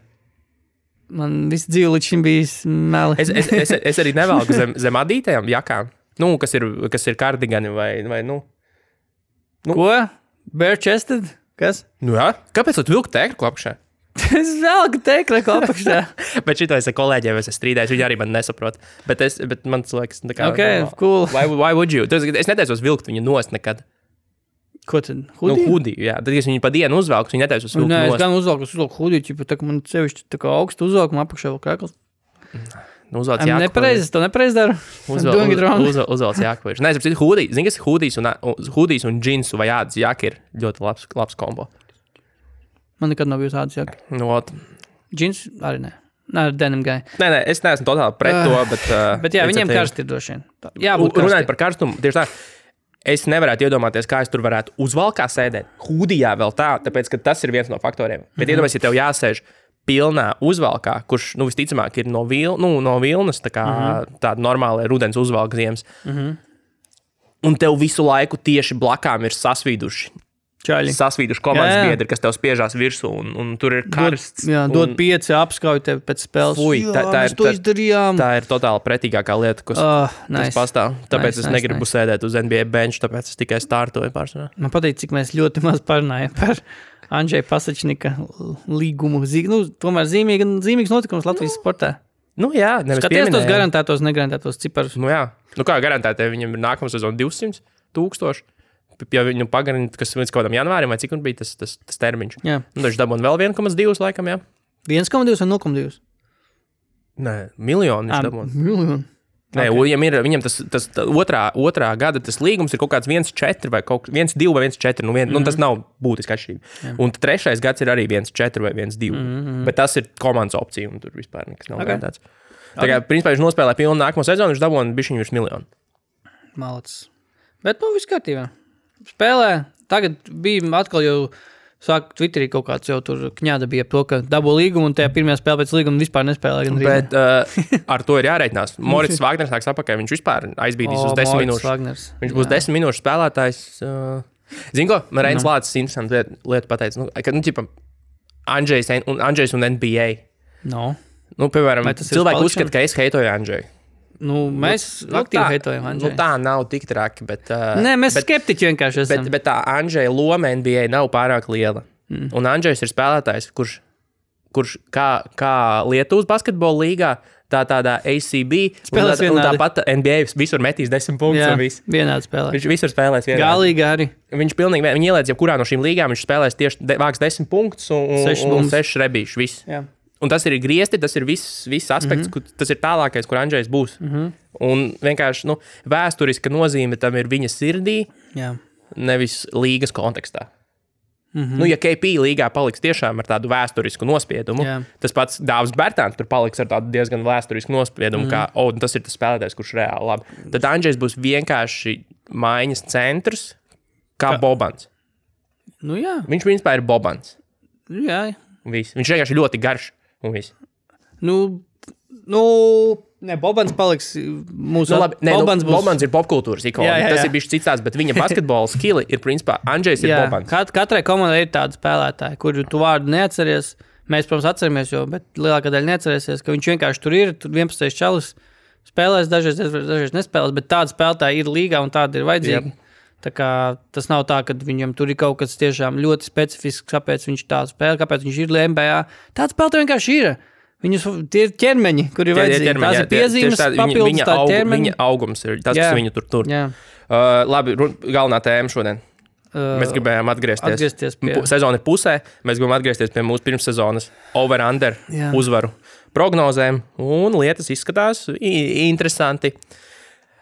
[SPEAKER 1] Man viss dzīve līdz šim bija meli.
[SPEAKER 2] Es, es, es, es arī nevelku zem, zem adītajām jakām, nu, kas, ir, kas ir kardigani vai, vai nu.
[SPEAKER 1] Ko? Bērķested? Kas?
[SPEAKER 2] nu jā. Kāpēc? Lai tu vilki tēkraklu apakšā?
[SPEAKER 1] es velku teiktu, ka apakšā.
[SPEAKER 2] Bet šī tas ir kolēģiem, es strīdēju, viņi arī man nesaprot. Bet, es, bet man liekas, tā kā. nu,
[SPEAKER 1] Ok, cool.
[SPEAKER 2] Why, why would you? Tas, es netaisos vilkt viņu nost nekad.
[SPEAKER 1] Ko tad?
[SPEAKER 2] Nu,
[SPEAKER 1] Hudiju?
[SPEAKER 2] hudiju, jā. Tad, ja viņi pa dienu uzvelks, viņi netaisos
[SPEAKER 1] Nu,
[SPEAKER 2] vilkt
[SPEAKER 1] Nē, es
[SPEAKER 2] nost.
[SPEAKER 1] gan uzvelku, es uzvelku hudiju, ķipa, tā kā man sevišķi tā kā augstu uzvelku, man apakšā vēl krāklis.
[SPEAKER 2] Nu, uzvelc
[SPEAKER 1] Ai,
[SPEAKER 2] jāku,
[SPEAKER 1] nepareizi, es to nepareizi daru. I'm
[SPEAKER 2] Uzvelc,
[SPEAKER 1] doing it wrong.
[SPEAKER 2] uz, uz, uzvelc jāku. Nē, es saprotu, hudiju. Zini, kas ir hudijs un, un- hudijs un džinsu vai jādas jāka ir ļoti labs, labs kombo.
[SPEAKER 1] Man nekad nav bijusi tādas jāk.
[SPEAKER 2] Nu, ot.
[SPEAKER 1] Džins arī nē. Nē, ar denim gai.
[SPEAKER 2] nē, nē, es neesmu totāli pret to, bet. Uh,
[SPEAKER 1] Ah. Bet jā, viņiem
[SPEAKER 2] iniciatīva.
[SPEAKER 1] karsti ir droši vien. Tā- Jā,
[SPEAKER 2] U-
[SPEAKER 1] būtu
[SPEAKER 2] Runājot
[SPEAKER 1] karsti.
[SPEAKER 2] par karstumu, tieši tā. Es nevarētu iedomāties, kā es tur varētu uzvalkā sēdēt. Hūdijā vēl tā, tāpēc ka tas ir viens no faktoriem. Bet mm
[SPEAKER 1] Mhm.
[SPEAKER 2] -hmm. iedomājieties, ja tev jāsēž pilnā uzvalkā, kurš nu, visticamāk ir no, vil, nu, no vilnas, tā kā mm
[SPEAKER 1] Mhm.
[SPEAKER 2] -hmm. tāda normāla rudens uzvalka ziemas. Mm -hmm. Un tev visu laiku tieši blakām ir sasvīduši.
[SPEAKER 1] Čaļi.
[SPEAKER 2] Sasvīduši komandas
[SPEAKER 1] Jā, jā.
[SPEAKER 2] biedri, kas tev spiežās virsū, un, un tur ir
[SPEAKER 1] Dod,
[SPEAKER 2] karsts.
[SPEAKER 1] jā,
[SPEAKER 2] un
[SPEAKER 1] dod pieci, apskauj tevi pēc spēles.
[SPEAKER 2] Fui, tā- tā
[SPEAKER 1] mēs
[SPEAKER 2] ir-
[SPEAKER 1] to
[SPEAKER 2] tā-
[SPEAKER 1] izdarījām.
[SPEAKER 2] tā ir totāli pretīgākā lieta, kas, uh,
[SPEAKER 1] Ah,
[SPEAKER 2] nice. kas
[SPEAKER 1] nice.
[SPEAKER 2] pastāv. Tāpēc nice,
[SPEAKER 1] Nice,
[SPEAKER 2] es
[SPEAKER 1] nice,
[SPEAKER 2] negribu nice. sēdēt uz NBA bench, tāpēc es tikai startoju pārsvarā.
[SPEAKER 1] Man patīk, cik mēs ļoti maz parunājam par Andrzeja Pasačnika līgumu. Zī, nu, tomēr zīmīga, zīmīgs notikums Latvijas sportā.
[SPEAKER 2] Nu, jā, nevis
[SPEAKER 1] Skaties tos
[SPEAKER 2] pieminējām.
[SPEAKER 1] garantētos, negarantētos ciparus.
[SPEAKER 2] Nu, jā, nu, kā garantēti, viņam ir nākamā sezona 200 tūkstoši. P- Ja viņu pagarina, kas līdz kaut kādam janvārim, vai cik un bija tas, tas, tas termiņš.
[SPEAKER 1] Jā.
[SPEAKER 2] Nu, Viņš dabūja vēl 1,2 laikam, jā.
[SPEAKER 1] 1,2 vai 0,2?
[SPEAKER 2] Nē, miljonu
[SPEAKER 1] Ā,
[SPEAKER 2] viņš dabūja.
[SPEAKER 1] miljonu.
[SPEAKER 2] Nē, okay. viņam ir viņam tas, tas tā, otrā, otrā gada tas līgums ir kaut kāds 1,4 vai 1,2 vai 1,4. Nu, vien, mm -hmm. nu, tas nav būtiski atšķirība. Yeah. Un trešais gads ir arī 1,4 vai 1,2. Mm -hmm. Bet tas ir komandas opcija, un tur vispār nekas nav okay. tāds. Tā kā, principā, viņš nospēlēja pilnu nākamo sezonu, viņš dabūja bišķiņu virs miljonu.
[SPEAKER 1] Malacis. Bet, nu, viss kārtībā. Spēlē. Tagad bija atkal jau. Sākumā Twitterī kaut kāds jau tur ņēda bija par to, ka dabū līgumu un tajā pirmajā spēlē pēc līguma vispār nespēlēja. gandrīz.
[SPEAKER 2] Bet uh, ar to ir jāreikinās. Morris Wagners nāks atpakaļ. Viņš vispār aizbīdīs
[SPEAKER 1] O,
[SPEAKER 2] uz desmit
[SPEAKER 1] Moritz
[SPEAKER 2] minūšu.
[SPEAKER 1] Wagners.
[SPEAKER 2] Viņš būs desmit minūšu spēlētājs. Uh, Zinu, ko Marijas Lācis interesanti liet, lietu pateica. Nu, ka, nu, tipam, Andrzejs en- un, Andrzejs un NBA.
[SPEAKER 1] No.
[SPEAKER 2] Nu, piemēram,
[SPEAKER 1] Vai tas ir
[SPEAKER 2] cilvēki
[SPEAKER 1] uz
[SPEAKER 2] uzskata, ka es heitoju Andrzeju.
[SPEAKER 1] Nu, mēs nu, aktīvi heitojam.
[SPEAKER 2] nu,
[SPEAKER 1] Andžej.
[SPEAKER 2] tā nav tik traki, bet, uh,
[SPEAKER 1] Nē, mēs
[SPEAKER 2] bet,
[SPEAKER 1] skeptiķi vienkārši esam.
[SPEAKER 2] bet, bet tā Andrzeja loma NBA nav pārāk liela. Mm. Un Andrzejs ir spēlētājs, kurš, kurš kā, kā Lietuvas basketbola līgā, tā tādā ACB, un
[SPEAKER 1] Spēlēs
[SPEAKER 2] tā- un
[SPEAKER 1] vienādi.
[SPEAKER 2] tāpat NBA visur metīs desmit punktus.
[SPEAKER 1] Jā,
[SPEAKER 2] un viss.
[SPEAKER 1] vienādi spēlē.
[SPEAKER 2] Viņš visur spēlēs vienā.
[SPEAKER 1] Galīgi arī.
[SPEAKER 2] Viņš pilnīgi vien- viņa ieliec, ja kurā no šīm līgām viņš spēlēs tieši de, vāks desmit punktus un, un,
[SPEAKER 1] Sešas
[SPEAKER 2] un
[SPEAKER 1] bumbas.
[SPEAKER 2] sešas rebīšas. Viss.
[SPEAKER 1] Jā.
[SPEAKER 2] Un tas ir griezti, tas ir viss, viss aspekts, mm -hmm. kur, tas ir tālākais, kur Andrzejs būs. Mm -hmm. Un vienkārši nu, vēsturiska nozīme tam ir viņa sirdī,
[SPEAKER 1] Jā.
[SPEAKER 2] nevis līgas kontekstā. Mm -hmm. nu, ja KP līgā paliks tiešām ar tādu vēsturisku nospiedumu,
[SPEAKER 1] Jā.
[SPEAKER 2] Jā. tas pats Dārzs Bērtāns tur paliks ar tādu diezgan vēsturisku nospiedumu, mm. kā oh, nu tas ir tas spēlētājs, kurš reāli labi. Tad Andrzejs būs vienkārši mājiņas centrs, kā Ka... Bobans.
[SPEAKER 1] Nu, jā. nu
[SPEAKER 2] Viņš principā ir Bobans.
[SPEAKER 1] jā.
[SPEAKER 2] un viss. Viņš vienkārši ir ļoti garš. un viss.
[SPEAKER 1] Nu, nu, ne, Bobans paliks mūsu
[SPEAKER 2] Nu, labi, nē,
[SPEAKER 1] Bobans
[SPEAKER 2] Bobans, nu,
[SPEAKER 1] būs.
[SPEAKER 2] Bobans ir popkultūras ikona.
[SPEAKER 1] Jā, jā,
[SPEAKER 2] Tas
[SPEAKER 1] jā.
[SPEAKER 2] ir bijis cits tās, bet viņa basketbola skili ir principā Andrzejs ir
[SPEAKER 1] Jā,
[SPEAKER 2] Bobans.
[SPEAKER 1] kat, katrai komandai ir tāda spēlētāja, kuru tu vārdu neatceries. Mēs, protams, atceramies, jo bet lielākā daļa neatcerēsies, ka viņš vienkārši tur ir. Tur 11. čalis spēlēs, dažreiz, dažreiz nespēlēs, bet tāda spēlētāja ir līgā un tāda ir vajadzīga. Tā kā, tas nav tā, ka viņam tur ir kaut kas tiešām ļoti specifisks, kāpēc viņš tā spēlē, kāpēc viņš ir LMBA. Tāda spēlētāja vienkārši ir. Viņus tie ir ķermeņi, kuriem ir
[SPEAKER 2] Tie- tie
[SPEAKER 1] vajadzīgi.
[SPEAKER 2] ķermeņi,
[SPEAKER 1] Tās
[SPEAKER 2] jā,
[SPEAKER 1] ir
[SPEAKER 2] tie- tieši
[SPEAKER 1] piezīmes,
[SPEAKER 2] tādi, viņa-
[SPEAKER 1] papildus
[SPEAKER 2] viņa
[SPEAKER 1] tā
[SPEAKER 2] aug-
[SPEAKER 1] ķermeņa.
[SPEAKER 2] Viņa augums ir tas,
[SPEAKER 1] Jā.
[SPEAKER 2] kas viņu tur tur.
[SPEAKER 1] Jā,
[SPEAKER 2] Uh, labi, run, galvenā tēma šodien.
[SPEAKER 1] Uh,
[SPEAKER 2] Mēs gribējām atgriezties.
[SPEAKER 1] atgriezties pie-
[SPEAKER 2] Pu- Sezona ir pusē. Mēs gribam atgriezties pie mūsu pirmssezonas over-under
[SPEAKER 1] Jā.
[SPEAKER 2] uzvaru prognozēm. Un lietas izskatās i- interesanti.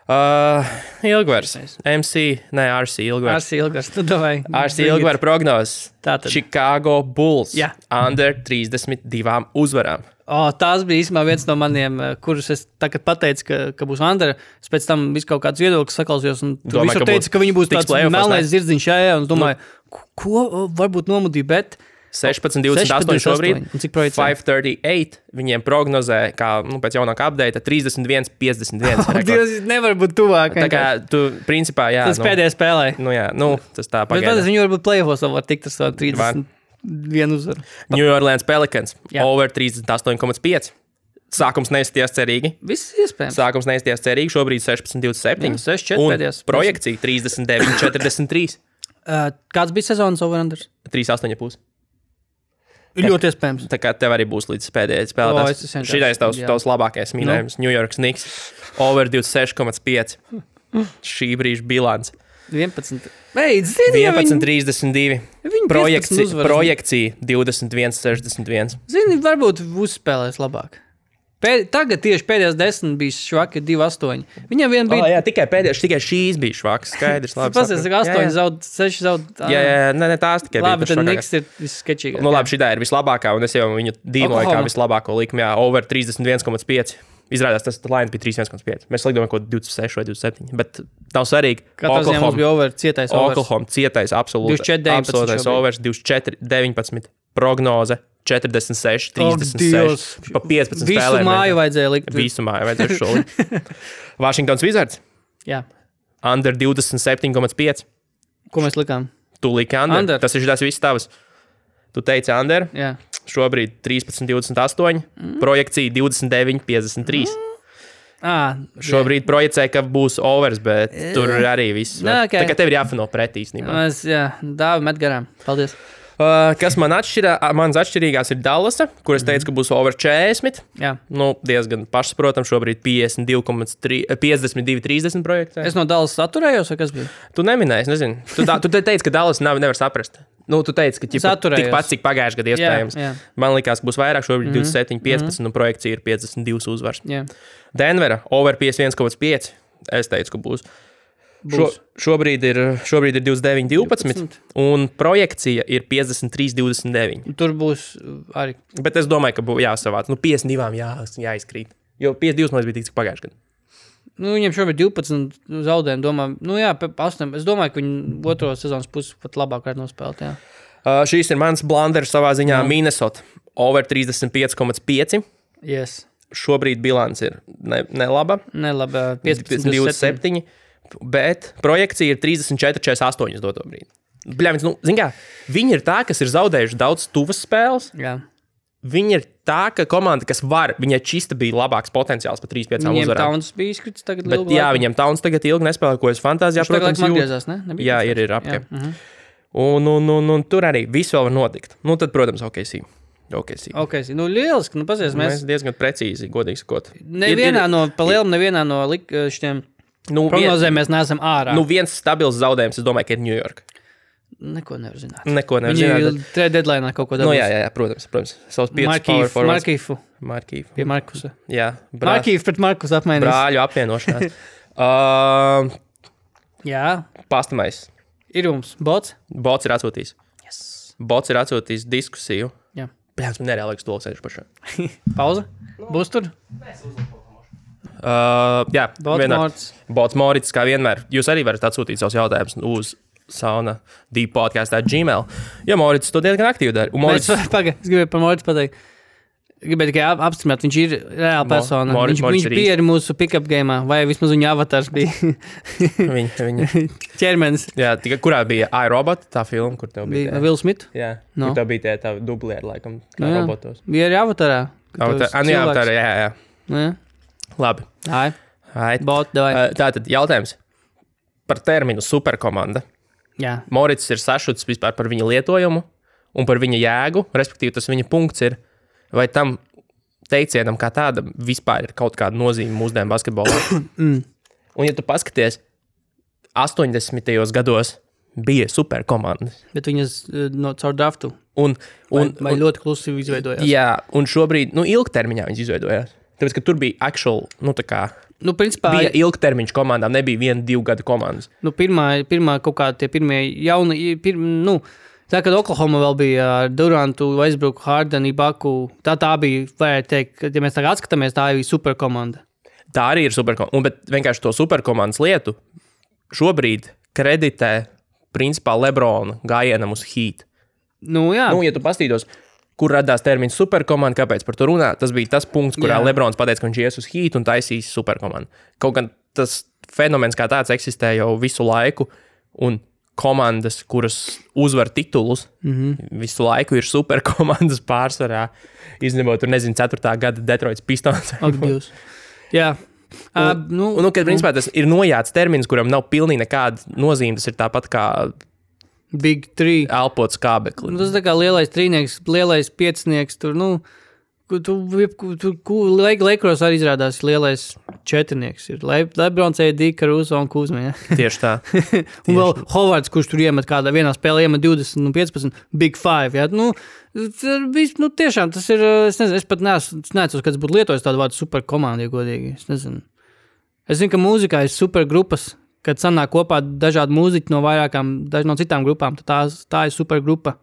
[SPEAKER 2] Uh, Ilgvers. MC, nē, RC Ilgvers.
[SPEAKER 1] Ars Ilgars, nu, tu domāji.
[SPEAKER 2] RC Ilgvera prognozes.
[SPEAKER 1] Tātad.
[SPEAKER 2] Chicago Bulls
[SPEAKER 1] Jā.
[SPEAKER 2] under 32 uzvarām.
[SPEAKER 1] O, tās bija īstenībā viens no maniem, eh, kurus es tagad pateicu, ka, ka būs Andra. Es pēc tam visu kaut kādas viedokļus saklausījos. un Tu
[SPEAKER 2] Domāju,
[SPEAKER 1] visur
[SPEAKER 2] ka
[SPEAKER 1] teici,
[SPEAKER 2] būs.
[SPEAKER 1] ka viņi būs
[SPEAKER 2] Tiks Nu.
[SPEAKER 1] tāds
[SPEAKER 2] playoffos,
[SPEAKER 1] melnais zirdziņš, jā, jā. un Es domāju, ko, ko o, varbūt nomudīja, bet
[SPEAKER 2] 16, 28
[SPEAKER 1] 16,
[SPEAKER 2] šobrīd.
[SPEAKER 1] un cik projicē?
[SPEAKER 2] 538 viņiem prognozē, kā nu, pēc jaunākā apgabala 31, 51. rekords.
[SPEAKER 1] Dievs, nevar būt tuvāk.
[SPEAKER 2] Tā kā tu, principā, jā,
[SPEAKER 1] tas
[SPEAKER 2] nu,
[SPEAKER 1] nu, pēdējais spēlē.
[SPEAKER 2] Nu, jā, nu, tas tā
[SPEAKER 1] Bet
[SPEAKER 2] pagaida.
[SPEAKER 1] pēc tam viņi varbūt plēvos vēl var tikt ar savu 31 uzvaru.
[SPEAKER 2] New Orleans Pelicans
[SPEAKER 1] Jā.
[SPEAKER 2] jā. over 38,5. Sākums neizties cerīgi.
[SPEAKER 1] Viss iespējams.
[SPEAKER 2] Sākums neizties cerīgi. Šobrīd 16, 27.
[SPEAKER 1] Jā, 6,4
[SPEAKER 2] Un
[SPEAKER 1] pēdējais.
[SPEAKER 2] Projekcija 39, 43.
[SPEAKER 1] Uh, kāds bija sezonas overanders?
[SPEAKER 2] 3,8.
[SPEAKER 1] Ļoti iespējams.
[SPEAKER 2] Nu, Tā kā tev arī būs līdz pēdējai
[SPEAKER 1] O, es
[SPEAKER 2] spēlētājai.
[SPEAKER 1] vienkārši-
[SPEAKER 2] Šī ir tavs,
[SPEAKER 1] jā. Nu?
[SPEAKER 2] tavs labākais mīļākais. New York Knicks. Over 26,5. Šī brīža bilants.
[SPEAKER 1] 11. Beidz, zini, ja viņi-
[SPEAKER 2] 11, 32.
[SPEAKER 1] viņi 15
[SPEAKER 2] Projekcija,
[SPEAKER 1] uzvaras.
[SPEAKER 2] projekcija 21, 61.
[SPEAKER 1] Zini, varbūt uzspēlēs labāk. Pē, tagad tieši pēdējais desmit bija švaki, divi astoņi. Viņam vien
[SPEAKER 2] Oh,
[SPEAKER 1] bija.
[SPEAKER 2] jā, tikai pēdējais, tikai šīs bija švaks. Skaidrs, labi.
[SPEAKER 1] Pastāstiet,
[SPEAKER 2] sapratu.
[SPEAKER 1] ka astoņi
[SPEAKER 2] Jā, jā.
[SPEAKER 1] zaudē, seši zaudē.
[SPEAKER 2] Jā, jā, jā, nē, nē, tās tikai
[SPEAKER 1] Labi,
[SPEAKER 2] bija.
[SPEAKER 1] tad
[SPEAKER 2] pašvakar.
[SPEAKER 1] Niks ir visskečīgākais.
[SPEAKER 2] Nu, labi, šī ir vislabākā, un es jau viņu dīvoju kā
[SPEAKER 1] Oklahoma.
[SPEAKER 2] vislabāko likumu. Jā, over 31,5. Izrādās, tas line bija 31,5. Mēs likām, ka 26 vai 27. Bet nav svarīgi.
[SPEAKER 1] Katrā ziņā mums
[SPEAKER 2] Oklahoma-
[SPEAKER 1] bija over, cietais over.
[SPEAKER 2] Oklahoma cietais absolūti.
[SPEAKER 1] 24, 19
[SPEAKER 2] absolūtais
[SPEAKER 1] šobrīd.
[SPEAKER 2] overs 24, 19 prognoze 46,
[SPEAKER 1] Ak,
[SPEAKER 2] 36,
[SPEAKER 1] Oh, Dievs.
[SPEAKER 2] pa 15
[SPEAKER 1] Visu
[SPEAKER 2] spēlēm.
[SPEAKER 1] māju vajadzēja likt.
[SPEAKER 2] Visu māju vajadzēja šodien. Washingtons Wizards
[SPEAKER 1] Jā,
[SPEAKER 2] under 27,5.
[SPEAKER 1] ko mēs likām?
[SPEAKER 2] Tu liki under.
[SPEAKER 1] Under.
[SPEAKER 2] under. Tas ir tas viss tavs. Tu teici under,
[SPEAKER 1] Jā,
[SPEAKER 2] šobrīd 13, 28, mm. projekcija 29, 53. Mm.
[SPEAKER 1] à,
[SPEAKER 2] Šobrīd projicē, ka būs overs, bet tur arī viss.
[SPEAKER 1] Eh. Nē,
[SPEAKER 2] var-
[SPEAKER 1] ok.
[SPEAKER 2] Tā kā tev ir jāfano pretī īstenībā.
[SPEAKER 1] Mēs, jā, dāvi met garām. Paldies.
[SPEAKER 2] Uh, Uh, kas man atšķirā, mans atšķirīgās ir Dallasa, kur es teicu, ka būs over 40.
[SPEAKER 1] Jā.
[SPEAKER 2] Nu, diezgan pašsaprotami, šobrīd 52,3 52, 30 projektā.
[SPEAKER 1] Es no Dallas saturējos, vai kas bija?
[SPEAKER 2] Tu neminēji, es nezinu. Tu, tā, tu te teici, ka Dallas nav, nevar saprast. Nu, tu teici, ka ķipa,
[SPEAKER 1] Saturējos.
[SPEAKER 2] tikpat, cik pagājušajā gadā iespējams.
[SPEAKER 1] jā. Mhm.
[SPEAKER 2] Man liekas, būs vairāk, šobrīd mm -hmm. 27, 15, mm -hmm. un projekcija ir 52 uzvaras.
[SPEAKER 1] Jā.
[SPEAKER 2] Denvera over 51,5. Es teicu, ka būs. Šo, šobrīd, ir, šobrīd ir 29, 12, 12, un projekcija ir 53, 29.
[SPEAKER 1] Tur būs uh, arī.
[SPEAKER 2] Bet es domāju, ka būs jāsavāc. Nu, 52 jā, jāizkrīt. Jo 52 man bija tik cik pagājušajā gadā.
[SPEAKER 1] Nu, viņam šobrīd 12 zaudējumi. Domā, nu, jā, pa- pa 8. Es domāju, ka viņi otro sezonas pusi pat labāk varētu nospēlēt. Jā.
[SPEAKER 2] Uh, šīs ir mans blunders savā ziņā. Minnesota over 35,5.
[SPEAKER 1] Yes.
[SPEAKER 2] Šobrīd bilants ir ne, nelaba.
[SPEAKER 1] Nē, labi. 15, 27.
[SPEAKER 2] 27. Bet projekcija ir 34, 48. doto brīdi. Bļāvis, nu, zini kā, viņi ir tā, kas ir zaudējuši daudz tuvas spēles.
[SPEAKER 1] Jā.
[SPEAKER 2] Viņi ir tā, ka komanda, kas var, viņai čista bija labāks potenciāls par 3-5
[SPEAKER 1] Viņiem
[SPEAKER 2] uzvarām.
[SPEAKER 1] Towns bija izkritis tagad.
[SPEAKER 2] Bet, jā, viņam tauns tagad ilgi nespēlē, ko es fantāzijā
[SPEAKER 1] viņš tagad
[SPEAKER 2] protams, jūtu.
[SPEAKER 1] atgriezās. Ne? Nebija mhm.
[SPEAKER 2] Jā, ir, ir apgabals. Un, un, un, un tur arī viss vēl var notikt. Nu, tad, protams, ok, sī. Okay, sī.
[SPEAKER 1] Ok, nu, lieliski. Nu, pazies,
[SPEAKER 2] Mēs
[SPEAKER 1] mēs
[SPEAKER 2] diezgan precīzi, godīgi sakot.
[SPEAKER 1] nevienā no, pa lielam, nevienā no lik- šiem
[SPEAKER 2] nu, vien,
[SPEAKER 1] prognozēm mēs neesam ārā.
[SPEAKER 2] nu,
[SPEAKER 1] Nu,
[SPEAKER 2] viens stabils zaudējums, es domāju, ka ir New York.
[SPEAKER 1] Neko nevar zināt.
[SPEAKER 2] Neko nevar
[SPEAKER 1] Viņi
[SPEAKER 2] zināt.
[SPEAKER 1] trade deadline kaut ko
[SPEAKER 2] Nu,
[SPEAKER 1] dabūs.
[SPEAKER 2] jā, jā, jā, protams, protams. Savs piecus
[SPEAKER 1] Markīfu.
[SPEAKER 2] forwards.
[SPEAKER 1] Markīfu.
[SPEAKER 2] Markīf.
[SPEAKER 1] Pie Markusa.
[SPEAKER 2] Jā, brā,
[SPEAKER 1] Markīfu pret Markusu apmainījās.
[SPEAKER 2] brāļu apvienošanās. uh,
[SPEAKER 1] Jā,
[SPEAKER 2] pastamais.
[SPEAKER 1] ir jums bots.
[SPEAKER 2] Bots ir atsūtījis.
[SPEAKER 1] Yes.
[SPEAKER 2] Bots ir atsūtījis diskusiju.
[SPEAKER 1] Jā.
[SPEAKER 2] Pēc tam nereāli liekas, to sēžu pašā.
[SPEAKER 1] Pauza. Būs tur.
[SPEAKER 2] Uh, jā,
[SPEAKER 1] Bots
[SPEAKER 2] vienmēr.
[SPEAKER 1] Morts.
[SPEAKER 2] Bots Morits, kā vienmēr, jūs arī varat atsūtīt savus jautājumus uz sauna deep podkāstā Gmail. Jo Morits to diezgan aktīvi dara. Un
[SPEAKER 1] Mēs,
[SPEAKER 2] Morits,
[SPEAKER 1] paga, es gribēju par Mortu pateikt. Gribēju tikai ap- apstiprināt, viņš ir reāla persona.
[SPEAKER 2] Morris-
[SPEAKER 1] viņš viņš
[SPEAKER 2] Morris ir
[SPEAKER 1] bija arī mūsu pick-up game, vai vismaz viņa avatars bija
[SPEAKER 2] viņa, viņa,
[SPEAKER 1] ķermenis.
[SPEAKER 2] jā, tika, kurā bija iRobot, tā filma, kur tev bija.
[SPEAKER 1] Bija
[SPEAKER 2] tie-
[SPEAKER 1] Vils Smits.
[SPEAKER 2] Jā,
[SPEAKER 1] No.
[SPEAKER 2] no. kur tev bija tie tā dublēri, laikam, kā
[SPEAKER 1] Nu
[SPEAKER 2] no,
[SPEAKER 1] jā.
[SPEAKER 2] robotos.
[SPEAKER 1] Bija arī avatarā. ka tu
[SPEAKER 2] Avatar,
[SPEAKER 1] esi
[SPEAKER 2] ah, nu jā,
[SPEAKER 1] cilvēks.
[SPEAKER 2] tā ir, jā, jā.
[SPEAKER 1] Nu, jā.
[SPEAKER 2] Labi.
[SPEAKER 1] Tā ir.
[SPEAKER 2] Ait.
[SPEAKER 1] Bot, davai.
[SPEAKER 2] Uh, Tātad jautājums par terminu superkomanda.
[SPEAKER 1] Jā.
[SPEAKER 2] Morits ir sašuts vispār par viņa lietojumu un par viņa jēgu. Respektīvi, tas viņa punkts ir, vai tam teicienam kā tādam vispār ir kaut kāda nozīme mūsdienu basketbolā.
[SPEAKER 1] Mm.
[SPEAKER 2] un, ja tu paskaties, 80. gados bija superkomandas.
[SPEAKER 1] Bet viņas eh, no caur draftu.
[SPEAKER 2] Un,
[SPEAKER 1] Un,
[SPEAKER 2] un,
[SPEAKER 1] vai ļoti klusi izveidojās.
[SPEAKER 2] jā, un šobrīd, nu, ilgtermiņā viņas izveidojās. Tāpēc, ka tur bija actual, nu, tā kā
[SPEAKER 1] Nu, principā,
[SPEAKER 2] bija ilgtermiņš komandām, nebija viena, divu gadu komandas.
[SPEAKER 1] nu, pirmā, pirmā kaut kā tie pirmie jauni, pir, nu, tā kad Oklahoma vēl bija ar Durantu, Vaisbruku, Hardenu, Baku, tā tā bija, varētu teikt, ka, ja mēs tagad atskatāmies, tā bija superkomanda.
[SPEAKER 2] Tā arī ir superkomanda. Un bet vienkārši to superkomandas lietu šobrīd kreditē principā Lebrona gājienam uz Heat.
[SPEAKER 1] Nu, jā,
[SPEAKER 2] Nu,
[SPEAKER 1] nu,
[SPEAKER 2] ja tu paskatītos, kur radās termins superkomanda, kāpēc par to runā, tas bija tas punkts, kurā
[SPEAKER 1] Jā.
[SPEAKER 2] Jā. Lebrons pateica, ka viņš ies uz Heat un taisīs superkomandu. Kaut gan tas fenomens kā tāds eksistē jau visu laiku. un Komandas, kuras uzvar titulus, mm -hmm. visu laiku ir superkomandas pārsvarā. Izņemot, tur nezinu, 4. gada Detroitas pistons.
[SPEAKER 1] atbildīs. Jā, uh, nu,
[SPEAKER 2] Un, nu, kad, principā, tas ir nojauts termins, kuram nav pilnīgi nekāda nozīme. Tas ir tāpat kā
[SPEAKER 1] Big Three.
[SPEAKER 2] elpots
[SPEAKER 1] Nu,
[SPEAKER 2] kābeklis.
[SPEAKER 1] tas tā kā lielais trīnieks, lielais piecinieks. Tur, nu, ku- tu, jebku- tu, ku- laik, laikos arī izrādās lielais četrnieks. Ir Le, Lebrons, Eidija, Karuso un Kuzmija.
[SPEAKER 2] Tieši tā.
[SPEAKER 1] un vēl Hovards, kurš tur iemet kādā vienā spēlē, iemet 20 un 15. Big Five. Jā, nu, tas ir vis- nu, tiešām tas ir. eh, Es, nezinu, es pat neesmu, es neatceros, kad es būtu lietojis tādu vārdu superkomandai, godīgi. Es nezinu. Es zinu, ka mūzikā ir supergrupas. Kad sanāk kopā dažādi mūziķi no vairākām, daži no citām grupām, tad tā, tā ir supergrupa.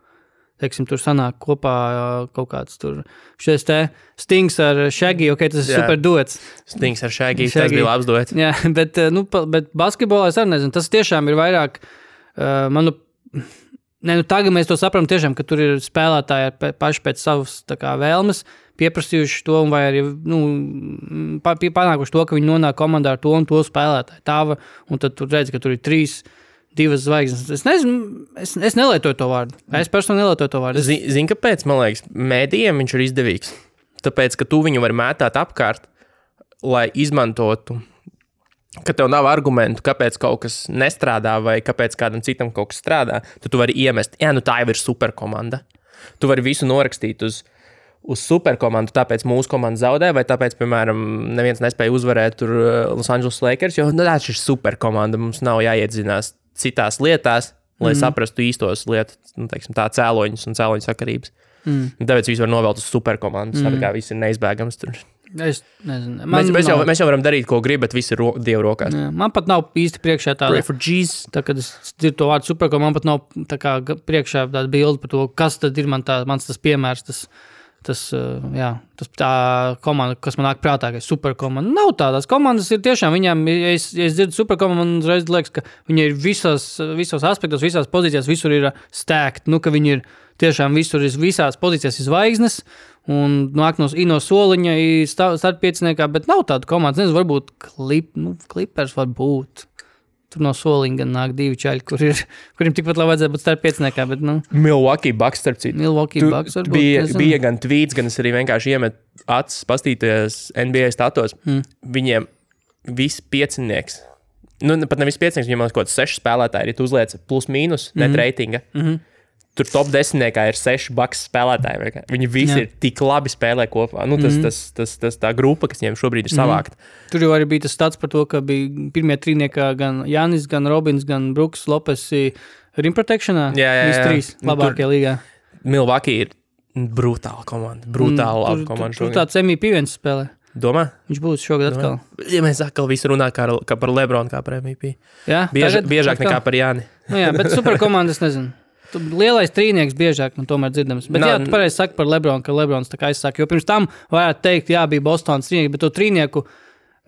[SPEAKER 1] Teiksim, tur sanāk kopā eh, kaut kāds tur šis te stings ar šāģi, ok, tas ir
[SPEAKER 2] Jā.
[SPEAKER 1] superdots.
[SPEAKER 2] Stings ar šāģi. Tas
[SPEAKER 1] Shaggy.
[SPEAKER 2] bija labs duets.
[SPEAKER 1] Jā, bet, eh, nu, pa- bet basketbolā es arī nezinu. Tas tiešām ir vairāk. eh, Manu, ne, nu, tagad mēs to saprotam, tiešām, ka tur ir spēlētāji ar pe- paši pēc savas tā kā, vēlmes pieprasījuši to, un vai arī nu, mm, pa- pie- panākuši to, ka viņi nonāk komandā ar to un to spēlētāju. Tā var, un tad tur redz, ka tur ir trīs. Divas zvaigznes. Es nezinu, es, es nelietoju to vārdu. Es personīgi nelietoju to vārdu. Es,
[SPEAKER 2] Zini, zin, kāpēc man liekas, mēdījiem viņš ir izdevīgs? Tāpēc, ka tu viņu vari mētāt apkārt, lai izmantotu ka tev nav argumentu, kāpēc kaut kas nestrādā, vai kāpēc kādam citam kaut kas strādā, tad tu vari iemest, jā, nu tā jau ir superkomanda. Tu vari visu norakstīt uz, uz superkomandu, tāpēc mūsu komanda zaudē, vai tāpēc, piemēram, neviens nespēja uzvarēt tur eh, Los Angeles Lakers, jo nu, tā ir superkomanda, mums nav jāiedzinās citās lietās. Lai mm. saprastu īstos lietas, nu, teiksim, tā cēloņus un cēloņu sakarības. Mm. Tāpēc viss var novēlēt uz superkomandu. Mm. Tā kā viss ir neizbēgams. Tur.
[SPEAKER 1] Es nezinu. Man,
[SPEAKER 2] Mēs, mēs, jau,
[SPEAKER 1] nav-
[SPEAKER 2] mēs jau varam darīt, ko gribam, bet viss ir ro dievu rokās.
[SPEAKER 1] Jā, man pat nav īsti priekšā tāda.
[SPEAKER 2] Refugees.
[SPEAKER 1] Tā, kad es dzirdu to vārdu superko, man pat nav tā kā, ga- priekšā tāda bilde par to, kas tad ir man tā, mans tas piemērs. Tas, tas, uh, jā, tas tā komanda, kas man nāk prātā, ka ir superkomanda. Nav tādas komandas, ir tiešām viņiem, ja es, ja es dzirdu superkomandu, man uzreiz liekas, ka viņi ir visos, visos aspektos, visās pozīcijās, visur ir stēgti. Nu, ka viņi ir tiešām visur, ir visās pozīcijās ir zvaigznes. Un nāk no, ir no soliņa, ir sta- starppieciniekā, bet nav tāda komandas. Nezinu, varbūt klip, nu, klipers var būt. Tur no soliņa gan nāk divi čaļi, kur ir, kuriem tikpat labi vajadzētu būt starp pieciniekā, bet, nu,
[SPEAKER 2] Milwaukee Bucks, starp citu.
[SPEAKER 1] Milwaukee
[SPEAKER 2] Tu-
[SPEAKER 1] Bucks varbūt.
[SPEAKER 2] bija,
[SPEAKER 1] nezinu.
[SPEAKER 2] bija gan tvīts, gan es arī vienkārši iemetu acis, paskatīties NBA status.
[SPEAKER 1] Hmm.
[SPEAKER 2] Mm. Viņiem viss piecinieks. Nu, ne- pat nevis piecinieks, viņam ir kaut kāds seši spēlētāji, ir uzliec plus mīnus, mm. net
[SPEAKER 1] Mhm.
[SPEAKER 2] reitinga. Mm. Tur top desmitniekā ir seši Bucks spēlētāji. vienkār- Viņi visi
[SPEAKER 1] Jā. Mhm.
[SPEAKER 2] Jā. ir tik labi spēlē kopā. Nu, tas, mm. tas, tas, tas tā grupa, kas viņiem šobrīd ir savākta.
[SPEAKER 1] Tur jau arī bija tas stāsts par to, ka bija pirmie trīniekā gan Jānis, gan Robins, gan Brooks Lopes Rimprotekšanā.
[SPEAKER 2] Jā, jā,
[SPEAKER 1] Visi
[SPEAKER 2] jā.
[SPEAKER 1] trīs
[SPEAKER 2] Nu, tur-
[SPEAKER 1] labākajā līgā.
[SPEAKER 2] Mm. Milwaukee ir brutāla komanda. Brutāla
[SPEAKER 1] Un
[SPEAKER 2] laba
[SPEAKER 1] Mm. tur-
[SPEAKER 2] komanda.
[SPEAKER 1] Tur, tur
[SPEAKER 2] šogad.
[SPEAKER 1] tāds MVP viens spēlē.
[SPEAKER 2] Domā?
[SPEAKER 1] Viņš būs šogad atkal.
[SPEAKER 2] Ja mēs atkal visu runājam kā, ar- kā par Lebronu, kā par MVP.
[SPEAKER 1] Jā,
[SPEAKER 2] Bieža,
[SPEAKER 1] tagad
[SPEAKER 2] biežāk
[SPEAKER 1] atkal?
[SPEAKER 2] nekā par Jāni.
[SPEAKER 1] Nu, jā, bet superkomandas nezinu. Tu- Lielais trīnieks biežāk, nu, tomēr dzirdams. Bet,
[SPEAKER 2] Nā,
[SPEAKER 1] jā, tu pareizi saki par Lebronu, ka Lebrons tā kā aizsaka. Jo pirms tam varētu teikt, jā, bija Bostonas trīnieks, bet to trīnieku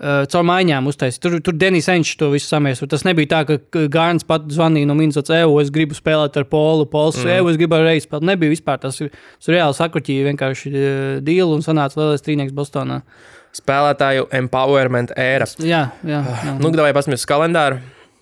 [SPEAKER 1] uh, caur mājām uztaisīja. Tur, tur Denis Enčs to visu samiesu. Tas nebija tā, ka Gārns pat zvanīja no Minnesota, Evo, es gribu spēlēt ar Polu, Pols,
[SPEAKER 2] Mhm.
[SPEAKER 1] mm. Evo, es gribu ar Reisu spēlēt. Nebija vispār tas, ir- tas ir reāli sakuķīja vienkārši uh, dīlu un sanāca lielais trīnieks Bostonā.
[SPEAKER 2] Spēlētāju empowerment era.
[SPEAKER 1] Jā, jā. jā.
[SPEAKER 2] Nu, gudavai pasmies uz kalendāru.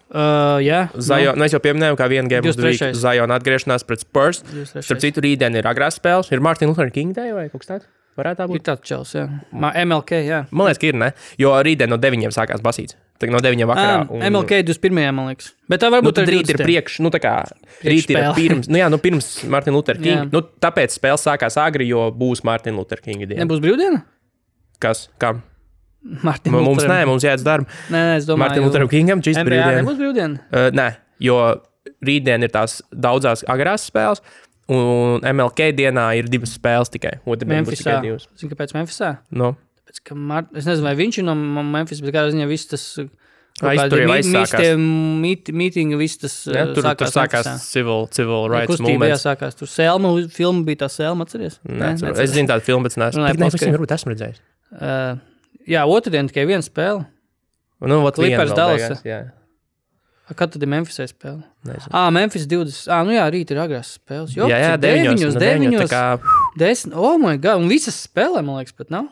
[SPEAKER 1] Uh, jā
[SPEAKER 2] Zajo, nu, es jau pieminēju, kā viena game uz
[SPEAKER 1] 23..
[SPEAKER 2] Dvīku Zajona atgriešanās pret Spurs.
[SPEAKER 1] Nu, 23.
[SPEAKER 2] Starp citu, rītdien ir agrās spēles. Ir Martin Luther King Day vai kaut kas tāds? Varētu tā
[SPEAKER 1] ir
[SPEAKER 2] būt.
[SPEAKER 1] tāds čels, jā. Ma- MLK, jā.
[SPEAKER 2] Man liekas, ka ir, ne? Jo rītdien no 9 sākās basīts. Tad no 9 vakarā.
[SPEAKER 1] Ah, MLK 21. man liekas. Bet tā varbūt
[SPEAKER 2] Nu, tad
[SPEAKER 1] arī
[SPEAKER 2] rīt ir priekš, nu, tā kā rīt ir
[SPEAKER 1] Priekšspēle.
[SPEAKER 2] pirms, nu, jā, nu, pirms Martina Luther
[SPEAKER 1] Jā.
[SPEAKER 2] Kinga. Nu, tāpēc spēle sākās agri, jo būs Martina Luther Kinga diena.
[SPEAKER 1] Nebūs brīvdiena?
[SPEAKER 2] Kas? Kam?
[SPEAKER 1] Martin,
[SPEAKER 2] M- Nu, Mums nē,
[SPEAKER 1] Lutheram.
[SPEAKER 2] mums jāiet darba.
[SPEAKER 1] nē, nē, es domāju,
[SPEAKER 2] Martina Luther Kingam šis
[SPEAKER 1] Kingam
[SPEAKER 2] brīdis.
[SPEAKER 1] nebūs brīvdiena.
[SPEAKER 2] Uh, nē, jo rītdien ir tās daudzās agrās spēles, un MLK dienā ir divas spēles tikai. Otrdien būs
[SPEAKER 1] Memphisā.
[SPEAKER 2] tikai divas.
[SPEAKER 1] Zini, kāpēc Memphisā?
[SPEAKER 2] Nu.
[SPEAKER 1] Tāpēc, ka Mart... Es nezinu, vai viņš ir no M- Memphis, bet kādā ziņā viss tas. uh,
[SPEAKER 2] Aiztur jau aizsākās.
[SPEAKER 1] Mītinga, viss tas.
[SPEAKER 2] Ja,
[SPEAKER 1] uh,
[SPEAKER 2] tur sākās, tur sākās
[SPEAKER 1] Memphisā.
[SPEAKER 2] civil, civil
[SPEAKER 1] Jā,
[SPEAKER 2] rights
[SPEAKER 1] Kustība
[SPEAKER 2] movement.
[SPEAKER 1] jāsākās. Tur Selma, filma bija tā Selma, atceries?
[SPEAKER 2] Neatceros. Es zinu tādu filmu, bet es neesmu
[SPEAKER 1] Runāju
[SPEAKER 2] Tik, nē,
[SPEAKER 1] polski.
[SPEAKER 2] es varbūt esmu redzējis.
[SPEAKER 1] Uh, jā, otrdien tikai viena spēle.
[SPEAKER 2] Nu, vat viena
[SPEAKER 1] Clippers
[SPEAKER 2] vēl
[SPEAKER 1] Dallasā.
[SPEAKER 2] beigās, jā.
[SPEAKER 1] A, Kad tad ir Memphisai spēle?
[SPEAKER 2] Nezinu.
[SPEAKER 1] Ah, Memphis 20. Ah, nu jā, rīt ir agrās spēles. Jo,
[SPEAKER 2] Jā, jā, deviņos, nu, deviņos, tā kā,
[SPEAKER 1] Desmit, oh, my God, un visas spēlē, man liekas, pat nav.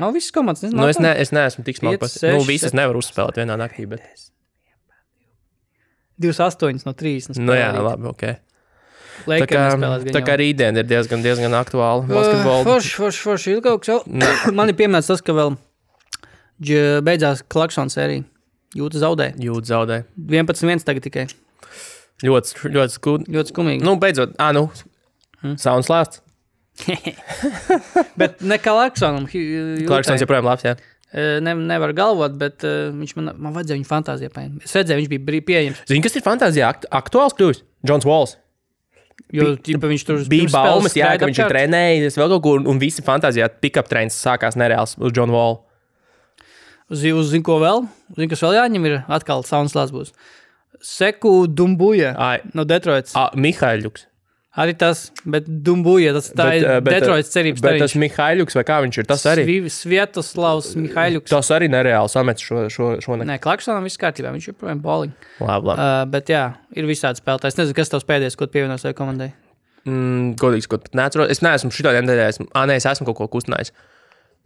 [SPEAKER 1] Nav visas komandas. Nezinu,
[SPEAKER 2] nu, es, ne, es neesmu tik
[SPEAKER 1] Pieci,
[SPEAKER 2] smagi pats. Nu,
[SPEAKER 1] seši,
[SPEAKER 2] visas nevar uzspēlēt vienā naktī, bet.
[SPEAKER 1] 28 no 30.
[SPEAKER 2] Nu, jā, labi, ok. Tā kā,
[SPEAKER 1] Lakers
[SPEAKER 2] tā kā rītdien ir diezgan, diezgan aktuāla basketbola.
[SPEAKER 1] Forši, forši, forši. Ir kaut kas
[SPEAKER 2] Nu.
[SPEAKER 1] jau. Man ir piemērs tas, ka vēl dž- beidzās Klaksons arī. Jūta zaudēja.
[SPEAKER 2] Jūtas zaudē.
[SPEAKER 1] 11-1 tagad tikai.
[SPEAKER 2] Ļoti, ļoti skūdi.
[SPEAKER 1] Ļoti skumīgi. Nu.
[SPEAKER 2] Nu, beidzot, ah, nu,
[SPEAKER 1] Hm.
[SPEAKER 2] hmm? sauns lāsts.
[SPEAKER 1] Bet ne kā Klaksonam. Hi-
[SPEAKER 2] Klaksons
[SPEAKER 1] Jūtai.
[SPEAKER 2] joprojām labs, jā.
[SPEAKER 1] Eh, Ne, nevar galvot, bet uh, viņš man, man vajadzēja viņa fantāzijā paņemt. Es redzēju, viņš bija brī- pieejams.
[SPEAKER 2] Zini, kas ir fantāzijā akt aktuāls kļuvis? Džons Vols.
[SPEAKER 1] Jo, tīpa, viņš tur
[SPEAKER 2] Bija
[SPEAKER 1] pirms spēles
[SPEAKER 2] baumas, jā, ka
[SPEAKER 1] skraida
[SPEAKER 2] viņš ir
[SPEAKER 1] apkārt.
[SPEAKER 2] trenējies vēl kaut kur, un visi fantāzijā pick-up trends sākās nereāls uz Džonu Volu.
[SPEAKER 1] Uz, uz zinu, ko vēl? Zinu, kas vēl jāņem, ir atkal Sauns Lāsbūs. Seku Dumbuja
[SPEAKER 2] Ai,
[SPEAKER 1] no Detroitas.
[SPEAKER 2] a, Mihaiļuks.
[SPEAKER 1] Arī tas, bet Dumbuja, tas tā bet, ir
[SPEAKER 2] eh,
[SPEAKER 1] bet, Detroitas cerības.
[SPEAKER 2] Bet tas Mihaiļuks, vai kā viņš ir, tas arī. Eh,
[SPEAKER 1] Svietoslavs Mihaiļuks.
[SPEAKER 2] Tas arī nereāls amets šo, šo, šonakt.
[SPEAKER 1] Nē, Klaksonam viss kārtībā, viņš joprojām bowling.
[SPEAKER 2] Labi, labi.
[SPEAKER 1] Uh, bet jā, ir visādi spēlētāji. Es nezinu, kas tavs pēdējais, ko tu pievienoji savai komandai.
[SPEAKER 2] Mm, godīgs, ko neatceros. Es neesmu šitā nedēļā, esmu, ah, nē, es esmu kaut ko kustinājis.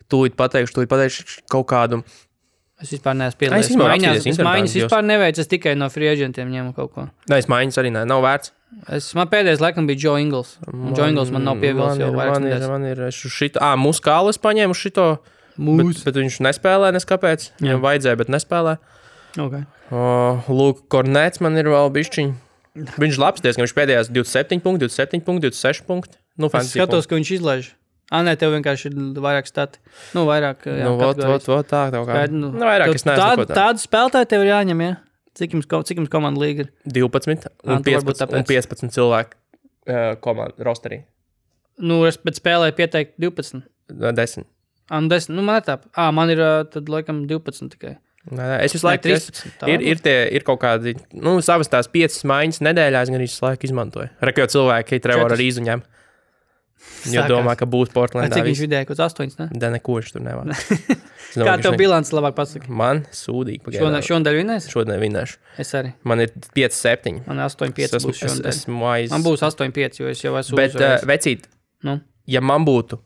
[SPEAKER 2] Tūlīt pateikšu, tūlīt pateikšu kaut kādu.
[SPEAKER 1] Es vispār neesmu
[SPEAKER 2] Ai, es
[SPEAKER 1] piedalījies.
[SPEAKER 2] izmēru
[SPEAKER 1] Maiņās- Es
[SPEAKER 2] apskatīties
[SPEAKER 1] maiņas
[SPEAKER 2] internetā,
[SPEAKER 1] vispār neveicu, es tikai no free agentiem ņēmu kaut ko.
[SPEAKER 2] Nē, es maiņas arī nē, nav vērts.
[SPEAKER 1] Es, man pēdējais, laikam, bija Joe Ingles. Joe Ingles man nav pievilcis jau
[SPEAKER 2] Man ir-
[SPEAKER 1] vairāk.
[SPEAKER 2] Man ir, man ir, es uz šito, ah, muskāli es paņēmu uz šito. Bet,
[SPEAKER 1] Mūsu.
[SPEAKER 2] bet viņš nespēlē, neskapēc.
[SPEAKER 1] Jā.
[SPEAKER 2] Viņam vajadzēja, bet nespēlē.
[SPEAKER 1] Okay.
[SPEAKER 2] Uh, Lūk, Kornets man ir vēl bišķiņ. Viņš ir labs, diezgan viņš pēdējās 27 punkti, 27 punkti, 26 punkti. Nu,
[SPEAKER 1] Es
[SPEAKER 2] fantasy
[SPEAKER 1] skatos, ka viņš izlaiž. Ah, nē, tev vienkārši ir vairāk stati. Nu, vairāk.
[SPEAKER 2] punkti.
[SPEAKER 1] Jā,
[SPEAKER 2] Nu, vot,
[SPEAKER 1] kategorijas.
[SPEAKER 2] vot, vot, tā, tā kā.
[SPEAKER 1] Skaidri,
[SPEAKER 2] Nu, vairāk
[SPEAKER 1] tev
[SPEAKER 2] es neesmu
[SPEAKER 1] tādu,
[SPEAKER 2] neko tā.
[SPEAKER 1] tādu spēlētāju tev ir jāņem. Ja? Cik jums, ko- cik jums komanda līga ir?
[SPEAKER 2] 12
[SPEAKER 1] Ah,
[SPEAKER 2] un
[SPEAKER 1] tu varbūt
[SPEAKER 2] 15, un
[SPEAKER 1] tāpēc.
[SPEAKER 2] 15 cilvēku uh, komandu rosterī.
[SPEAKER 1] Nu, es pēc spēlēju pieteikti 12.
[SPEAKER 2] Nē, 10.
[SPEAKER 1] Ah, nu, 10. Nu, man ir tā, ah, man ir ā, tad laikam 12 tikai.
[SPEAKER 2] Nē, nē, es visu
[SPEAKER 1] Vai
[SPEAKER 2] laiku es-
[SPEAKER 1] 13 tā
[SPEAKER 2] Ir,
[SPEAKER 1] varbūt?
[SPEAKER 2] ir, tie, ir kaut kādi, nu, savas tās piecas maiņas nedēļā, es gan arī visu laiku izmantoju. Rekļot cilvēki, Trevor
[SPEAKER 1] Četras.
[SPEAKER 2] ar īzuņiem. Jo
[SPEAKER 1] Sākās.
[SPEAKER 2] domā, ka būs
[SPEAKER 1] Vai
[SPEAKER 2] Portlandā.
[SPEAKER 1] Cik viņš
[SPEAKER 2] Viņš...
[SPEAKER 1] vidēji, kaut 8? Ne?
[SPEAKER 2] Da neko viņš tur nevar. Nu,
[SPEAKER 1] Kā tev bilants labāk pasaka?
[SPEAKER 2] Man sūdīgi.
[SPEAKER 1] Šonadēļ
[SPEAKER 2] pagaidām.
[SPEAKER 1] šonadēļ vienais?
[SPEAKER 2] Šodien vinēšu.
[SPEAKER 1] Es arī.
[SPEAKER 2] Man ir 5, 7.
[SPEAKER 1] Man ir 8, 5.
[SPEAKER 2] es esmu,
[SPEAKER 1] būs
[SPEAKER 2] es,
[SPEAKER 1] šonadēļ.
[SPEAKER 2] esmu aiz.
[SPEAKER 1] Man būs 8, 5, jo es jau esmu.
[SPEAKER 2] Bet, uh,
[SPEAKER 1] uzvarējis.
[SPEAKER 2] vecīt,
[SPEAKER 1] nu,
[SPEAKER 2] ja man būtu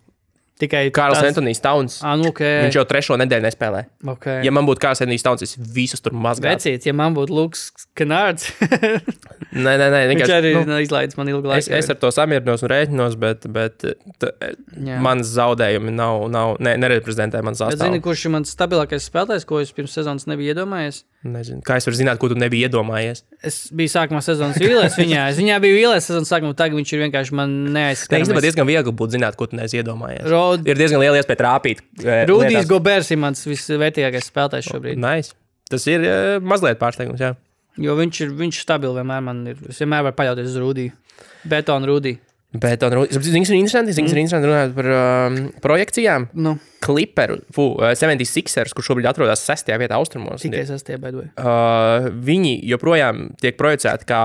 [SPEAKER 1] tikai
[SPEAKER 2] Kārls Antonius Towns,
[SPEAKER 1] Ah, nu, okay.
[SPEAKER 2] viņš jau trešo nedēļu nespēlē.
[SPEAKER 1] okay.
[SPEAKER 2] Ja man būtu Kārls Antonius Towns, es visus tur mazgāju.
[SPEAKER 1] Vecīt, ja man būtu Lūks Kanārds,
[SPEAKER 2] Nē, nē, nē,
[SPEAKER 1] viņš arī
[SPEAKER 2] vienkārši. Nu,
[SPEAKER 1] nu, izlaiž man ilgu
[SPEAKER 2] es,
[SPEAKER 1] laiku.
[SPEAKER 2] es ar to samierinos un rēķinos, bet, bet t,
[SPEAKER 1] Jā.
[SPEAKER 2] manas zaudējumi nav, nav ne, nereprezentē manas
[SPEAKER 1] Bet zini,
[SPEAKER 2] zināmas.
[SPEAKER 1] kurš ir mans stabilākais spēlētājs, ko es pirms sezonas nebiju iedomājies?
[SPEAKER 2] Nezinu, kā es varu zināt, ko tu nebija iedomājies.
[SPEAKER 1] Es biju sākumā sezonas vīlēs viņā. Es viņā biju vīlēs sezonas sākumā, tagad viņš ir vienkārši man
[SPEAKER 2] Nē, īstenībā
[SPEAKER 1] neaizskrējis.
[SPEAKER 2] diezgan viegli būtu zināt, ko tu neesi iedomājies.
[SPEAKER 1] Rod...
[SPEAKER 2] Ir diezgan liela iespēja trāpīt. eh,
[SPEAKER 1] Rudijs
[SPEAKER 2] lietās.
[SPEAKER 1] Gobers ir mans visvērtīgākais spēlētājs šobrīd.
[SPEAKER 2] Nice. Tas ir eh, mazliet pārsteigums. Jā.
[SPEAKER 1] Jo viņš ir, viņš ir stabils vienmēr man ir. Es vienmēr varu paļauties uz Rudiju. Betonu Rudiju.
[SPEAKER 2] Bet zināms, ir interesanti, zināms, ir interesanti runāt par um, projekcijām.
[SPEAKER 1] Nu,
[SPEAKER 2] Kliperu, fu, eh, 76ers, kurš šobrīd atrodas 6. vietā austrumos.
[SPEAKER 1] tikai sastie baidoju.
[SPEAKER 2] Uh, viņi joprojām tiek projicēti kā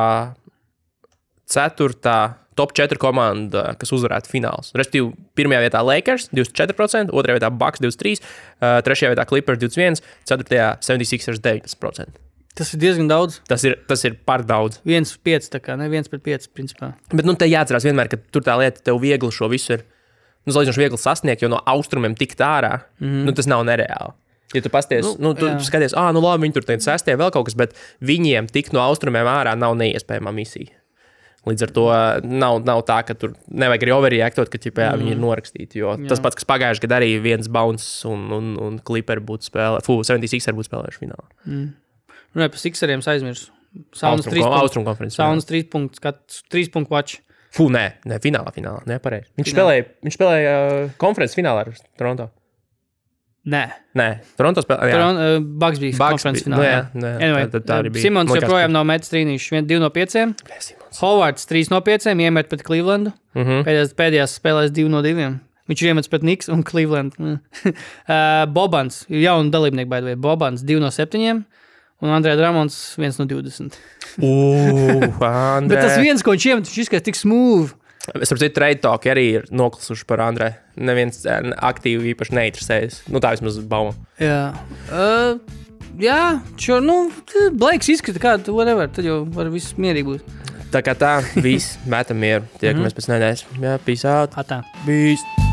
[SPEAKER 2] ceturtā top 4 komanda, kas uzvarētu fināls. Respektīvi, pirmajā vietā Lakers 24%, otrajā vietā Bucks 23%, uh, trešajā vietā Clippers 21%, ceturtajā 76% 19%.
[SPEAKER 1] Tas ir diezgan daudz.
[SPEAKER 2] Tas ir, tas ir par daudz.
[SPEAKER 1] Viens pieci, tā kā ne viens pret pieci, principā.
[SPEAKER 2] Bet nu, te jāatcerās vienmēr, ka tur tā lieta, tev viegli šo visu ir. Nu, Zvaigznes viegli sasniegt, jo no austrumiem tikt ārā. Mm -hmm. nu, tas nav nereāli. Ja tu pasties, nu,
[SPEAKER 1] Mhm. Nu,
[SPEAKER 2] nu, tu
[SPEAKER 1] jā.
[SPEAKER 2] skaties, ah, nu labi, viņi tur tagad sestie vēl kaut kas, bet viņiem tikt no austrumiem ārā nav neiespējama misija. Līdz ar to ā,
[SPEAKER 1] Mhm.
[SPEAKER 2] nav, nav tā, ka tur nevajag arī overreaktot, ka ķipā, mm. viņi ir norakstīti. Jo jā. tas pats, kas pagājušajā gadā arī viens bounce un, un, un kliperi būtu spēlējuši, Fu, 76 būtu spēlējuši finālā.
[SPEAKER 1] Runājot par sikseriem, es aizmirsu. Saunas
[SPEAKER 2] Austrum,
[SPEAKER 1] trīs
[SPEAKER 2] ko-
[SPEAKER 1] punktu.
[SPEAKER 2] austrum konferences. finālā.
[SPEAKER 1] Saunas trīs punktu, skats, trīs punktu vaču.
[SPEAKER 2] Fū, nē, nē, finālā, finālā. Nepareizi. Viņš spēlēja, viņš spēlēja uh, konferences finālā ar Toronto.
[SPEAKER 1] Nē.
[SPEAKER 2] Nē, Toronto spēlēja.
[SPEAKER 1] Toronto, uh, Bugs bija
[SPEAKER 2] Bugs
[SPEAKER 1] konferences
[SPEAKER 2] bija, nu
[SPEAKER 1] finālā.
[SPEAKER 2] jā,
[SPEAKER 1] jā.
[SPEAKER 2] nu jā,
[SPEAKER 1] anyway, eh,
[SPEAKER 2] tā- tā- tā arī bija.
[SPEAKER 1] Simons
[SPEAKER 2] Man liekas,
[SPEAKER 1] joprojām nav metis trīnīšus. 1 no 5. Hovards 3 no 5 iemet pret Clevelandu.
[SPEAKER 2] Mm -hmm.
[SPEAKER 1] Pēdējās, pēdējās spēlēs 2 no 2. Viņš ir iemetis pret Niks un Cleveland. uh, Bobans, ir jauna dalībnieka baidvē. Bobans 2 no 7. Un Andrejs Dārmons 1 no 20. Bet tas
[SPEAKER 2] Uuu,
[SPEAKER 1] viens, ko viņš iemet, viņš izskatās tik smūvi.
[SPEAKER 2] es saprotu, trade talk arī ir noklasuši par Andrē. Neviens eh, aktīvi īpaši neinteresējas. Nu, tā vismaz bauma.
[SPEAKER 1] Jā, uh, jā šo, nu, t- Blakes izskata kā tu whatever, tad jau var viss mierīgi būt. Mhm.
[SPEAKER 2] Tā kā tā, viss metam mieru. Tiekamies pēc nedēļas. Jā, pīsāt.
[SPEAKER 1] Atā.
[SPEAKER 2] Peace.